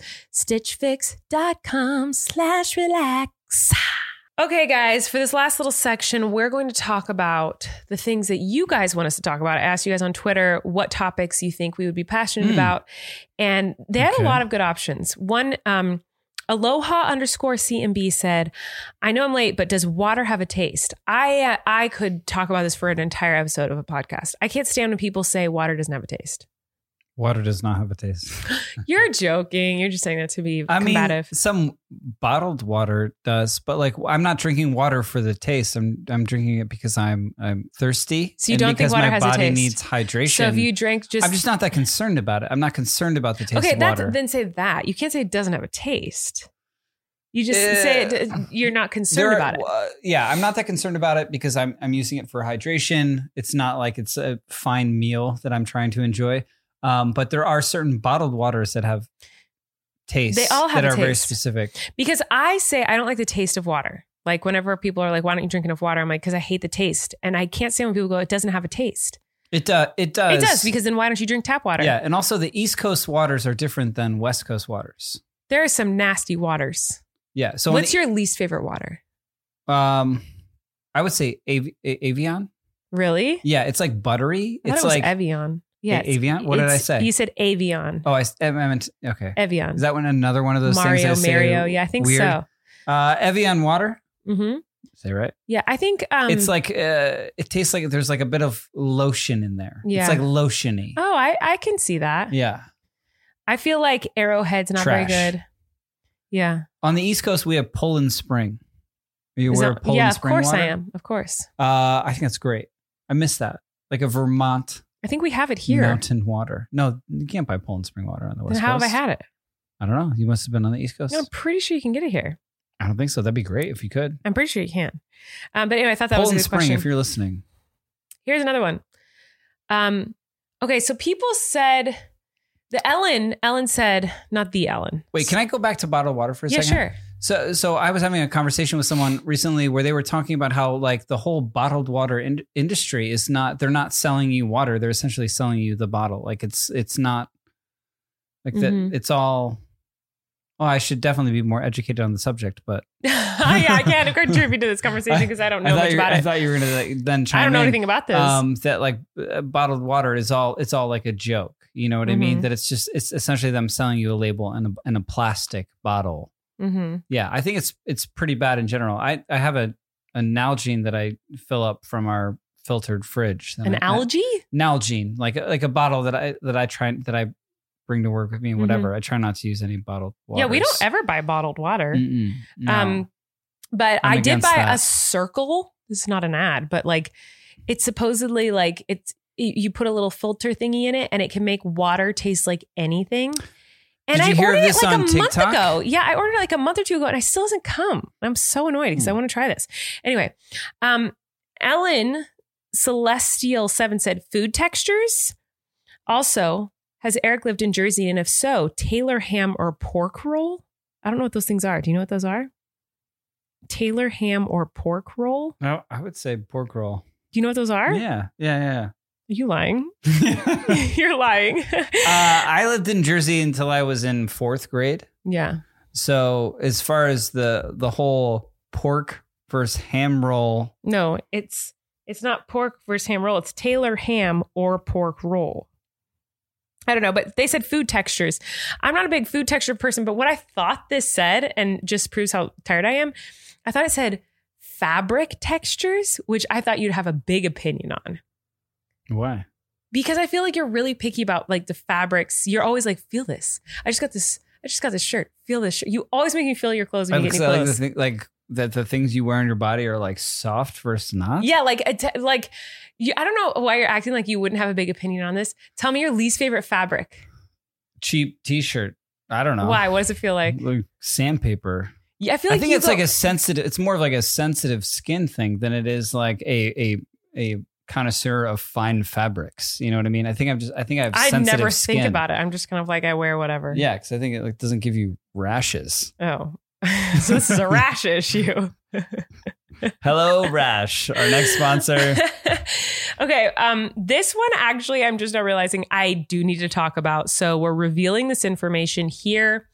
[SPEAKER 2] Stitchfix.com slash relax. Okay, guys, for this last little section, we're going to talk about the things that you guys want us to talk about. I asked you guys on Twitter what topics you think we would be passionate
[SPEAKER 3] Hmm.
[SPEAKER 2] about. And they had
[SPEAKER 3] Okay.
[SPEAKER 2] a lot of good options. One, um, Aloha underscore CMB said, I know I'm late, but does water have a taste? I uh, I could talk about this for an entire episode of a podcast. I can't stand when people say water doesn't have a taste.
[SPEAKER 3] Water does not have a taste.
[SPEAKER 2] You're joking. You're just saying that to be
[SPEAKER 3] I mean,
[SPEAKER 2] combative.
[SPEAKER 3] some bottled water does, but like I'm not drinking water for the taste. I'm I'm drinking it because I'm I'm thirsty.
[SPEAKER 2] So you
[SPEAKER 3] and
[SPEAKER 2] don't think
[SPEAKER 3] because
[SPEAKER 2] water
[SPEAKER 3] my
[SPEAKER 2] has a
[SPEAKER 3] body
[SPEAKER 2] taste.
[SPEAKER 3] needs hydration.
[SPEAKER 2] so if you drank just,
[SPEAKER 3] I'm just not that concerned about it. I'm not concerned about the taste
[SPEAKER 2] okay,
[SPEAKER 3] of
[SPEAKER 2] that's,
[SPEAKER 3] water.
[SPEAKER 2] then say that. You can't say it doesn't have a taste. You just say it, you're not concerned
[SPEAKER 3] Uh, There
[SPEAKER 2] about
[SPEAKER 3] are-
[SPEAKER 2] it.
[SPEAKER 3] uh, yeah, I'm not that concerned about it because I'm I'm using it for hydration. It's not like it's a fine meal that I'm trying to enjoy. Um, but there are certain bottled waters that have tastes
[SPEAKER 2] They all have
[SPEAKER 3] that
[SPEAKER 2] a
[SPEAKER 3] are very
[SPEAKER 2] taste.
[SPEAKER 3] specific.
[SPEAKER 2] Because I say I don't like the taste of water. Like whenever people are like, "Why don't you drink enough water?" I'm like, "Because I hate the taste," and I can't stand when people go, "It doesn't have a taste."
[SPEAKER 3] It uh, it does.
[SPEAKER 2] It does because then why don't you drink tap water?
[SPEAKER 3] Yeah, and also the East Coast waters are different than West Coast waters.
[SPEAKER 2] There are some nasty waters.
[SPEAKER 3] Yeah. So
[SPEAKER 2] What's your least favorite water?
[SPEAKER 3] your um? I would say Av- A- Avion.
[SPEAKER 2] Really?
[SPEAKER 3] Yeah, it's like buttery.
[SPEAKER 2] I thought
[SPEAKER 3] It's
[SPEAKER 2] it was
[SPEAKER 3] like
[SPEAKER 2] Evian. Yeah. it's-
[SPEAKER 3] Evian? What did
[SPEAKER 2] it's-
[SPEAKER 3] I say?
[SPEAKER 2] You said Avion.
[SPEAKER 3] oh, I, s- I meant okay.
[SPEAKER 2] Evian.
[SPEAKER 3] Is that one another one of those things? that
[SPEAKER 2] Mario
[SPEAKER 3] I say
[SPEAKER 2] Mario. Yeah, I think
[SPEAKER 3] weird?
[SPEAKER 2] so.
[SPEAKER 3] Uh, Evian water.
[SPEAKER 2] hmm
[SPEAKER 3] Say right.
[SPEAKER 2] Yeah, I think um,
[SPEAKER 3] it's like uh, it tastes like there's like a bit of lotion in there.
[SPEAKER 2] Yeah.
[SPEAKER 3] It's like lotiony.
[SPEAKER 2] Oh, I I can see that.
[SPEAKER 3] Yeah.
[SPEAKER 2] I feel like Arrowhead's not very
[SPEAKER 3] Trash.
[SPEAKER 2] good. Yeah.
[SPEAKER 3] On the East Coast, we have Poland Spring. Are you
[SPEAKER 2] Is
[SPEAKER 3] aware
[SPEAKER 2] that-
[SPEAKER 3] of Poland
[SPEAKER 2] yeah, of
[SPEAKER 3] Spring
[SPEAKER 2] course
[SPEAKER 3] water?
[SPEAKER 2] I am. Of course.
[SPEAKER 3] Uh, I think that's great. I miss that. Like a Vermont
[SPEAKER 2] I think we have it here.
[SPEAKER 3] mountain water. No, you can't buy Poland spring water on the
[SPEAKER 2] Then
[SPEAKER 3] West
[SPEAKER 2] how have
[SPEAKER 3] Coast.
[SPEAKER 2] I had it?
[SPEAKER 3] I don't know. You must have been on the East Coast.
[SPEAKER 2] No, I'm pretty sure you can get it here.
[SPEAKER 3] I don't think so. That'd be great if you could.
[SPEAKER 2] I'm pretty sure you can. Um, but anyway, I thought that
[SPEAKER 3] Poland
[SPEAKER 2] was a good
[SPEAKER 3] spring,
[SPEAKER 2] question.
[SPEAKER 3] if you're listening.
[SPEAKER 2] Here's another one. Um, okay, so people said the Ellen, Ellen said, not the Ellen.
[SPEAKER 3] Wait, can I go back to bottled water for a
[SPEAKER 2] Yeah,
[SPEAKER 3] second?
[SPEAKER 2] sure.
[SPEAKER 3] So, so I was having a conversation with someone recently where they were talking about how like the whole bottled water in- industry is not. They're not selling you water. They're essentially selling you the bottle. Like it's it's not like
[SPEAKER 2] Mhm.
[SPEAKER 3] that. It's all. Oh, I should definitely be more educated on the subject, but
[SPEAKER 2] Oh, yeah, I can't contribute to this conversation because I don't know
[SPEAKER 3] I thought
[SPEAKER 2] much
[SPEAKER 3] you were-
[SPEAKER 2] about
[SPEAKER 3] I
[SPEAKER 2] it.
[SPEAKER 3] thought you were gonna like, then chime
[SPEAKER 2] I don't know
[SPEAKER 3] in.
[SPEAKER 2] anything about this.
[SPEAKER 3] um that like uh, bottled water is all it's all like a joke you know what i mean
[SPEAKER 2] Mhm.
[SPEAKER 3] that it's just it's essentially them selling you a label and a, and a plastic bottle
[SPEAKER 2] hmm
[SPEAKER 3] yeah i think it's it's pretty bad in general i i have a an Nalgene that i fill up from our filtered fridge
[SPEAKER 2] An
[SPEAKER 3] I,
[SPEAKER 2] algae?
[SPEAKER 3] Nalgene, like like a bottle that i that i try that i bring to work with me and
[SPEAKER 2] Mhm.
[SPEAKER 3] whatever i try not to use any bottled water
[SPEAKER 2] Yeah, we don't ever buy bottled water.
[SPEAKER 3] um
[SPEAKER 2] Um, but
[SPEAKER 3] I'm
[SPEAKER 2] i did
[SPEAKER 3] against
[SPEAKER 2] buy
[SPEAKER 3] that.
[SPEAKER 2] a circle. This is not an ad, but like it's supposedly like it's y- you put a little filter thingy in it and it can make water taste like anything. And
[SPEAKER 3] Did
[SPEAKER 2] I
[SPEAKER 3] you hear
[SPEAKER 2] ordered
[SPEAKER 3] this
[SPEAKER 2] it like a
[SPEAKER 3] on TikTok?
[SPEAKER 2] month ago. Yeah, I ordered it like a month or two ago and I still hasn't come. I'm so annoyed
[SPEAKER 3] Hmm.
[SPEAKER 2] because I want to try this. Anyway, um, Ellen Celestial Seven said food textures. Also, has Eric lived in Jersey? And if so, Taylor ham or pork roll? I don't know what those things are. Do you know what those are? Taylor ham or pork roll?
[SPEAKER 3] no i would say pork roll
[SPEAKER 2] Do you know what those are? Are
[SPEAKER 3] yeah yeah
[SPEAKER 2] you lying?
[SPEAKER 3] yeah
[SPEAKER 2] You're lying.
[SPEAKER 3] uh, I lived in Jersey until I was in fourth grade.
[SPEAKER 2] yeah.
[SPEAKER 3] So as far as the the whole pork versus ham roll,
[SPEAKER 2] No, it's it's not pork versus ham roll. It's Taylor ham or pork roll. I don't know, but they said food textures. I'm not a big food texture person, but what I thought this said, and just proves how tired I am, I thought it said fabric textures, which I thought you'd have a big opinion on.
[SPEAKER 3] why?
[SPEAKER 2] Because I feel like you're really picky about like the fabrics. You're always like, feel this. I just got this. I just got this shirt. Feel this shirt. You always make me feel your clothes when you
[SPEAKER 3] Like,
[SPEAKER 2] get new
[SPEAKER 3] so, Um, like,
[SPEAKER 2] clothes.
[SPEAKER 3] the thing, like that the things you wear on your body are like soft versus not.
[SPEAKER 2] Yeah, like a te- like you, I don't know why you're acting like you wouldn't have a big opinion on this. Tell me your least favorite fabric.
[SPEAKER 3] Cheap T-shirt. I don't know
[SPEAKER 2] Why? What does it feel like?
[SPEAKER 3] Like sandpaper.
[SPEAKER 2] Yeah, I feel
[SPEAKER 3] I
[SPEAKER 2] like
[SPEAKER 3] think
[SPEAKER 2] you
[SPEAKER 3] it's
[SPEAKER 2] go-
[SPEAKER 3] like a sensitive. It's more of like a sensitive skin thing than it is like a a a connoisseur of fine fabrics. You know what I mean? I think I'm just I think I have
[SPEAKER 2] I
[SPEAKER 3] sensitive
[SPEAKER 2] never
[SPEAKER 3] skin.
[SPEAKER 2] think about it. I'm just kind of like I wear whatever.
[SPEAKER 3] Yeah, because I think it like, doesn't give you rashes.
[SPEAKER 2] Oh. so this is a rash issue.
[SPEAKER 3] Hello, rash. Our next sponsor.
[SPEAKER 2] okay. Um, this one actually, I'm just now realizing I do need to talk about. So we're revealing this information here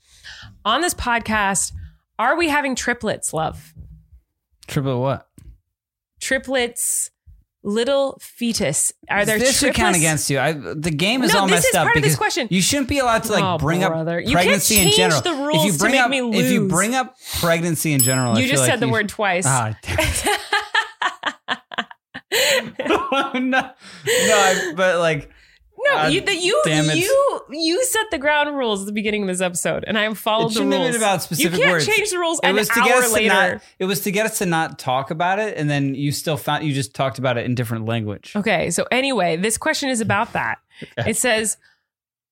[SPEAKER 2] on this podcast. Are we having triplets, love?
[SPEAKER 3] Triple what?
[SPEAKER 2] Triplets, little fetus. Are there
[SPEAKER 3] this should
[SPEAKER 2] triplets?
[SPEAKER 3] count against you. I, the game is
[SPEAKER 2] No,
[SPEAKER 3] all
[SPEAKER 2] this
[SPEAKER 3] messed
[SPEAKER 2] is
[SPEAKER 3] up
[SPEAKER 2] part of this
[SPEAKER 3] because
[SPEAKER 2] question.
[SPEAKER 3] you shouldn't be allowed to like
[SPEAKER 2] Oh,
[SPEAKER 3] bring
[SPEAKER 2] brother.
[SPEAKER 3] up
[SPEAKER 2] You can't
[SPEAKER 3] pregnancy
[SPEAKER 2] change
[SPEAKER 3] in general.
[SPEAKER 2] the
[SPEAKER 3] if
[SPEAKER 2] rules
[SPEAKER 3] you
[SPEAKER 2] to
[SPEAKER 3] bring
[SPEAKER 2] make
[SPEAKER 3] up,
[SPEAKER 2] me
[SPEAKER 3] if you
[SPEAKER 2] lose.
[SPEAKER 3] bring up pregnancy in general, I
[SPEAKER 2] You
[SPEAKER 3] feel
[SPEAKER 2] just
[SPEAKER 3] like
[SPEAKER 2] said the
[SPEAKER 3] you
[SPEAKER 2] word twice.
[SPEAKER 3] Ah, damn it. no, no, I, but like
[SPEAKER 2] no,
[SPEAKER 3] God
[SPEAKER 2] you, the, you,
[SPEAKER 3] damn it.
[SPEAKER 2] you, you set the ground rules at the beginning of this episode, and I have followed the
[SPEAKER 3] it shouldn't
[SPEAKER 2] rules.
[SPEAKER 3] have been about
[SPEAKER 2] you
[SPEAKER 3] specific
[SPEAKER 2] can't
[SPEAKER 3] words.
[SPEAKER 2] change the rules
[SPEAKER 3] it
[SPEAKER 2] an
[SPEAKER 3] was to get
[SPEAKER 2] hour
[SPEAKER 3] us to
[SPEAKER 2] later.
[SPEAKER 3] not. It was to get us to not talk about it, and then you still found you just talked about it in different language.
[SPEAKER 2] Okay. So anyway, this question is about that. It says,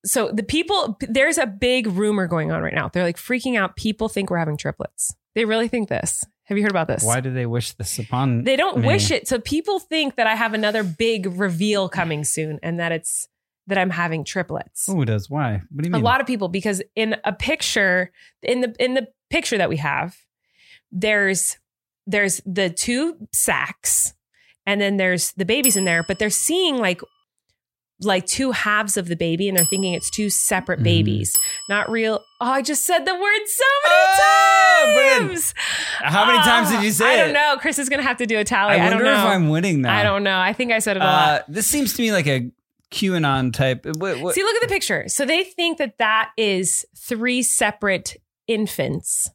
[SPEAKER 2] so the people, there's a big rumor going on right now. They're like freaking out. People think we're having triplets. They really think this. Have you heard about this?
[SPEAKER 3] Why do they wish this upon?
[SPEAKER 2] They don't
[SPEAKER 3] me?
[SPEAKER 2] wish it. So people think that I have another big reveal coming soon and that it's that I'm having triplets.
[SPEAKER 3] Who does? Why? What do you
[SPEAKER 2] A
[SPEAKER 3] mean?
[SPEAKER 2] lot of people because in a picture in the in the picture that we have, there's there's the two sacks and then there's the babies in there, but they're seeing like like two halves of the baby and they're thinking it's two separate
[SPEAKER 3] Mhm.
[SPEAKER 2] babies. Not real. Oh, I just said the word so many
[SPEAKER 3] Oh, brilliant.
[SPEAKER 2] times.
[SPEAKER 3] How many times
[SPEAKER 2] Oh,
[SPEAKER 3] did you say
[SPEAKER 2] I don't
[SPEAKER 3] it?
[SPEAKER 2] know. Chris is gonna have to do a tally.
[SPEAKER 3] I
[SPEAKER 2] I, don't
[SPEAKER 3] wonder
[SPEAKER 2] know.
[SPEAKER 3] if I'm winning now.
[SPEAKER 2] I don't know. I think I said it a lot.
[SPEAKER 3] Uh, this seems to me like a QAnon type. What, what,
[SPEAKER 2] See, look at the picture. So they think that that is three separate infants,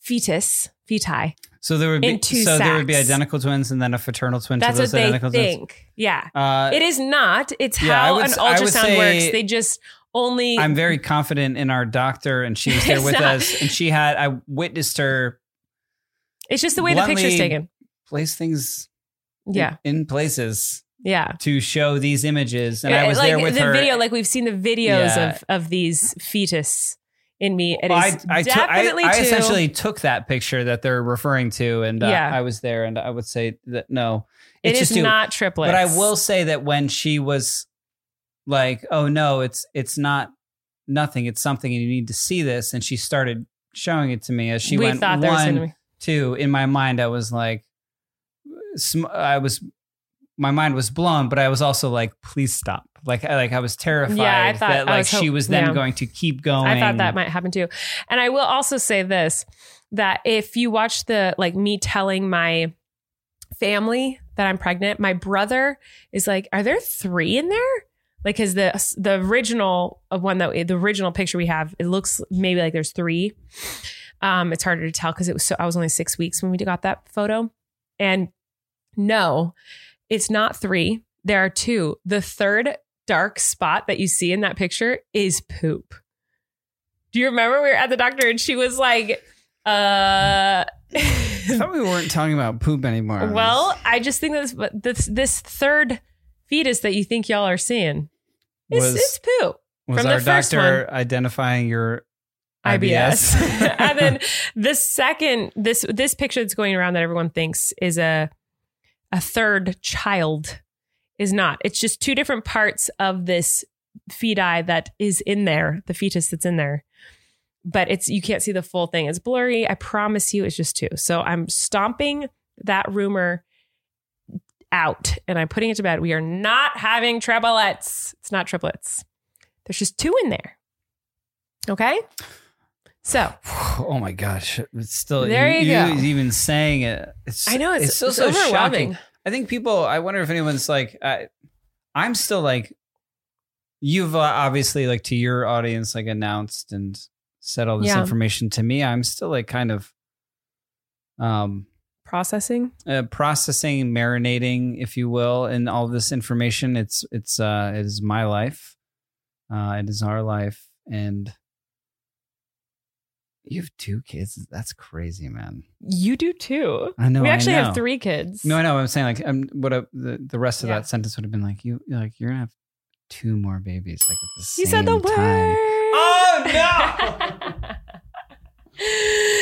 [SPEAKER 2] fetus, feti.
[SPEAKER 3] so there would be
[SPEAKER 2] in two
[SPEAKER 3] so there would be
[SPEAKER 2] sacks.
[SPEAKER 3] identical twins and then a fraternal twin
[SPEAKER 2] That's
[SPEAKER 3] to
[SPEAKER 2] what
[SPEAKER 3] those
[SPEAKER 2] they
[SPEAKER 3] identical twins.
[SPEAKER 2] think. Yeah,
[SPEAKER 3] Uh,
[SPEAKER 2] it is not. It's
[SPEAKER 3] yeah, I
[SPEAKER 2] how
[SPEAKER 3] would
[SPEAKER 2] an
[SPEAKER 3] s- I would
[SPEAKER 2] ultrasound
[SPEAKER 3] say-
[SPEAKER 2] works. They just only.
[SPEAKER 3] I'm very confident in our doctor, and she was there
[SPEAKER 2] It's
[SPEAKER 3] with
[SPEAKER 2] not-
[SPEAKER 3] us, and she had I witnessed her
[SPEAKER 2] it's just the way the picture's
[SPEAKER 3] bluntly-
[SPEAKER 2] taken.
[SPEAKER 3] place things
[SPEAKER 2] Yeah,
[SPEAKER 3] in, in places
[SPEAKER 2] yeah.
[SPEAKER 3] to show these images, and I
[SPEAKER 2] Uh,
[SPEAKER 3] was
[SPEAKER 2] like
[SPEAKER 3] there with
[SPEAKER 2] the
[SPEAKER 3] her.
[SPEAKER 2] video, like we've seen the videos
[SPEAKER 3] Yeah.
[SPEAKER 2] of of these fetus in me. It is
[SPEAKER 3] I, I, took- I-
[SPEAKER 2] definitely
[SPEAKER 3] I
[SPEAKER 2] to-
[SPEAKER 3] essentially took that picture that they're referring to, and uh,
[SPEAKER 2] Yeah.
[SPEAKER 3] I was there, and I would say that no,
[SPEAKER 2] it
[SPEAKER 3] it's
[SPEAKER 2] is
[SPEAKER 3] just two.
[SPEAKER 2] not triplets.
[SPEAKER 3] But I will say that when she was like, "Oh no, it's it's not nothing. It's something, and you need to see this," and she started showing it to me as she
[SPEAKER 2] we
[SPEAKER 3] went
[SPEAKER 2] thought there was
[SPEAKER 3] one,
[SPEAKER 2] gonna be-
[SPEAKER 3] two. In my mind, I was like, sm- I was, my mind was blown, but I was also like, "Please stop!" Like, I, like I was terrified
[SPEAKER 2] Yeah, I thought-
[SPEAKER 3] that
[SPEAKER 2] I
[SPEAKER 3] like
[SPEAKER 2] was hope-
[SPEAKER 3] she was then
[SPEAKER 2] yeah.
[SPEAKER 3] going to keep going.
[SPEAKER 2] I thought that might happen too. And I will also say this that if you watch the like me telling my family that I'm pregnant, my brother is like, "Are there 3 in there?" Like cuz the the original of one that the original picture we have, it looks maybe like there's 3. Um it's harder to tell cuz it was so I was only 6 weeks when we got that photo. And no, it's not 3. There are 2. The third dark spot that you see in that picture is poop. Do you remember we were at the doctor and she was like, uh,
[SPEAKER 3] I thought we weren't talking about poop anymore.
[SPEAKER 2] well, I just think this, this, this third fetus that you think y'all are seeing is,
[SPEAKER 3] Was-
[SPEAKER 2] is poo.
[SPEAKER 3] was
[SPEAKER 2] from the
[SPEAKER 3] our
[SPEAKER 2] first
[SPEAKER 3] doctor identifying your IBS?
[SPEAKER 2] IBS. and then the second, this, this picture that's going around that everyone thinks is a, a third child is not. It's just two different parts of this feti that is in there, the fetus that's in there. But it's you can't see the full thing. It's blurry. I promise you, it's just two. So I'm stomping that rumor out and I'm putting it to bed. We are not having triplets. It's not triplets. There's just two in there. Okay. So
[SPEAKER 3] oh my gosh, it's still
[SPEAKER 2] There you go.
[SPEAKER 3] Even saying it, it's,
[SPEAKER 2] I know it's,
[SPEAKER 3] still
[SPEAKER 2] it's
[SPEAKER 3] so
[SPEAKER 2] overwhelming.
[SPEAKER 3] shocking. I think people. I wonder if anyone's like, I, I'm still like, you've uh, obviously like to your audience like announced and said all this
[SPEAKER 2] Yeah.
[SPEAKER 3] information to me. I'm still like kind of, um,
[SPEAKER 2] Processing.
[SPEAKER 3] uh, processing, marinating, if you will, in all this information. It's it's uh, it is my life, uh, it is our life, and you have two kids. That's crazy, man.
[SPEAKER 2] You do too.
[SPEAKER 3] I know.
[SPEAKER 2] we
[SPEAKER 3] I
[SPEAKER 2] actually
[SPEAKER 3] know.
[SPEAKER 2] have three kids.
[SPEAKER 3] No, I know. I'm saying like, um, what a, the the rest of
[SPEAKER 2] Yeah.
[SPEAKER 3] that sentence would have been like, you like you're gonna have two more babies like at the
[SPEAKER 2] You
[SPEAKER 3] same
[SPEAKER 2] said the
[SPEAKER 3] time.
[SPEAKER 2] word.
[SPEAKER 3] Oh, no.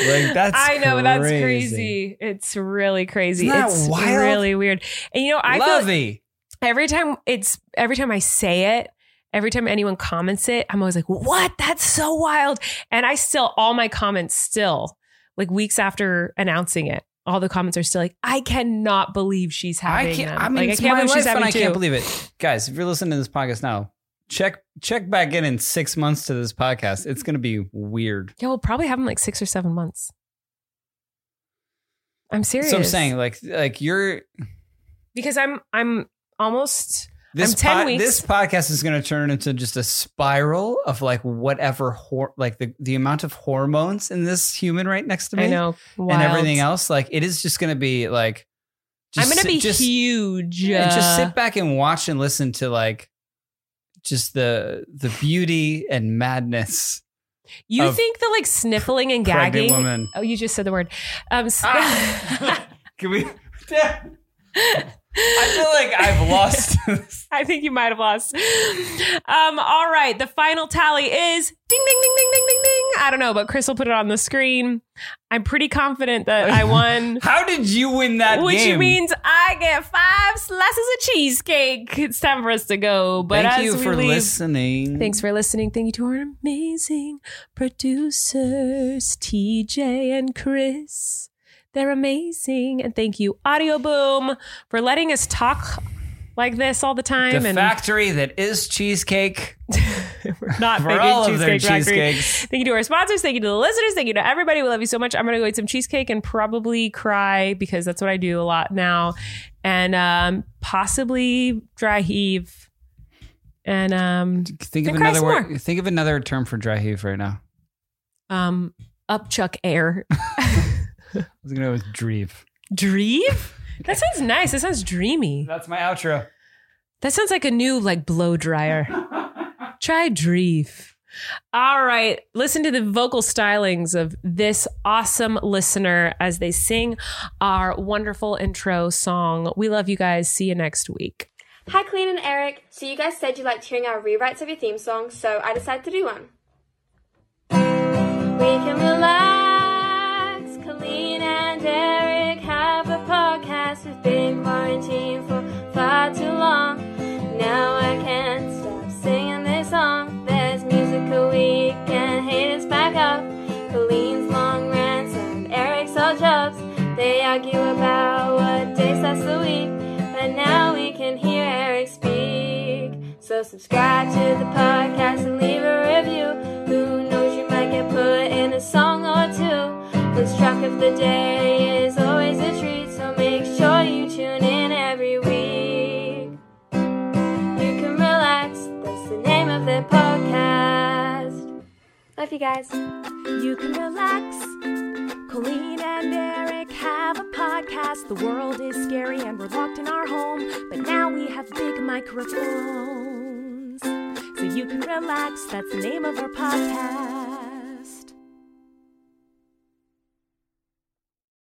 [SPEAKER 5] Like, that's
[SPEAKER 2] I know, but that's
[SPEAKER 5] crazy.
[SPEAKER 2] crazy. It's really crazy.
[SPEAKER 3] Isn't that
[SPEAKER 2] it's
[SPEAKER 3] wild?
[SPEAKER 2] really weird. And you know, I feel
[SPEAKER 3] Lovey.
[SPEAKER 2] every time it's every time I say it, every time anyone comments it, I'm always like, "What? That's so wild!" And I still all my comments still like weeks after announcing it, all the comments are still like, "I cannot believe she's having."
[SPEAKER 3] I can't.
[SPEAKER 2] them."
[SPEAKER 3] I mean,
[SPEAKER 2] like,
[SPEAKER 3] it's my life, and I
[SPEAKER 2] two.
[SPEAKER 3] can't believe it, guys. If you're listening to this podcast now, check check back in in six months to this podcast. It's going to be weird.
[SPEAKER 2] yeah, we'll probably have them like six or seven months. I'm serious.
[SPEAKER 3] So I'm saying, like, like you're
[SPEAKER 2] because I'm I'm almost
[SPEAKER 3] this.
[SPEAKER 2] I'm 10
[SPEAKER 3] po-
[SPEAKER 2] weeks.
[SPEAKER 3] This podcast is going to turn into just a spiral of like whatever, hor- like the the amount of hormones in this human right next to me.
[SPEAKER 2] I know wild.
[SPEAKER 3] and everything else. Like it is just going to be like,
[SPEAKER 2] I'm gonna
[SPEAKER 3] sit-
[SPEAKER 2] be
[SPEAKER 3] just,
[SPEAKER 2] huge.
[SPEAKER 3] yeah, just
[SPEAKER 2] uh,
[SPEAKER 3] sit back and watch and listen to like just the the beauty and madness
[SPEAKER 2] you
[SPEAKER 3] of
[SPEAKER 2] think the like sniffling and
[SPEAKER 3] pregnant
[SPEAKER 2] gagging
[SPEAKER 3] woman.
[SPEAKER 2] Oh, you just said the word. Um, s-
[SPEAKER 3] Ah. Can we? I feel like I've lost. this.
[SPEAKER 2] I think you might have lost. Um, all right, the final tally is ding, ding, ding, ding, ding, ding, ding. I don't know, but Chris will put it on the screen. I'm pretty confident that I won,
[SPEAKER 3] How did you win that
[SPEAKER 2] which
[SPEAKER 3] game?
[SPEAKER 2] means I get five slices of cheesecake. It's time for us to go. But
[SPEAKER 3] Thank
[SPEAKER 2] as
[SPEAKER 3] you
[SPEAKER 2] we
[SPEAKER 3] for
[SPEAKER 2] leave,
[SPEAKER 3] listening.
[SPEAKER 2] Thanks for listening. Thank you to our amazing producers, TJ and Chris. They're amazing. And thank you, Audio Boom, for letting us talk like this all the
[SPEAKER 3] the
[SPEAKER 2] time. and
[SPEAKER 3] factory that is cheesecake
[SPEAKER 2] we're not
[SPEAKER 3] for
[SPEAKER 2] making
[SPEAKER 3] all of their
[SPEAKER 2] cheesecake factory.
[SPEAKER 3] cheesecakes.
[SPEAKER 2] Thank you to our sponsors. Thank you to the listeners. Thank you to everybody. We love you so much. I'm going to go eat some cheesecake and probably cry because that's what I do a lot now. And um, possibly dry heave. And um,
[SPEAKER 3] Think of
[SPEAKER 2] And cry
[SPEAKER 3] another
[SPEAKER 2] some
[SPEAKER 3] word.
[SPEAKER 2] more.
[SPEAKER 3] Think of another term for dry heave right now.
[SPEAKER 2] um, upchuck air.
[SPEAKER 3] I was gonna go with dreave.
[SPEAKER 2] Dreave? That sounds nice. That sounds dreamy.
[SPEAKER 3] That's my outro.
[SPEAKER 2] That sounds like a new like blow dryer. Try Dreef. All right, listen to the vocal stylings of this awesome listener as they sing our wonderful intro song. We love you guys. See you next week.
[SPEAKER 6] Hi, Colleen and Eric. So, you guys said you liked hearing our rewrites of your theme song, so I decided to do one. We can relax. Colleen and Eric have a podcast. We've been quarantined for far too long. Now I can't stop singing this song. There's musical week and haters back up. Colleen's long rants and Eric's odd jobs. They argue about what day starts the week. But now we can hear Eric speak. So subscribe to the podcast and leave a review. Who knows, you might get put in a song or two. This track of the day is always a treat, so make sure you tune in every week. You can relax, that's the name of the podcast. Love you guys.
[SPEAKER 1] You can relax. Colleen and Eric have a podcast. The world is scary and we're locked in our home. But now we have big microphones. So you can relax. That's the name of our podcast.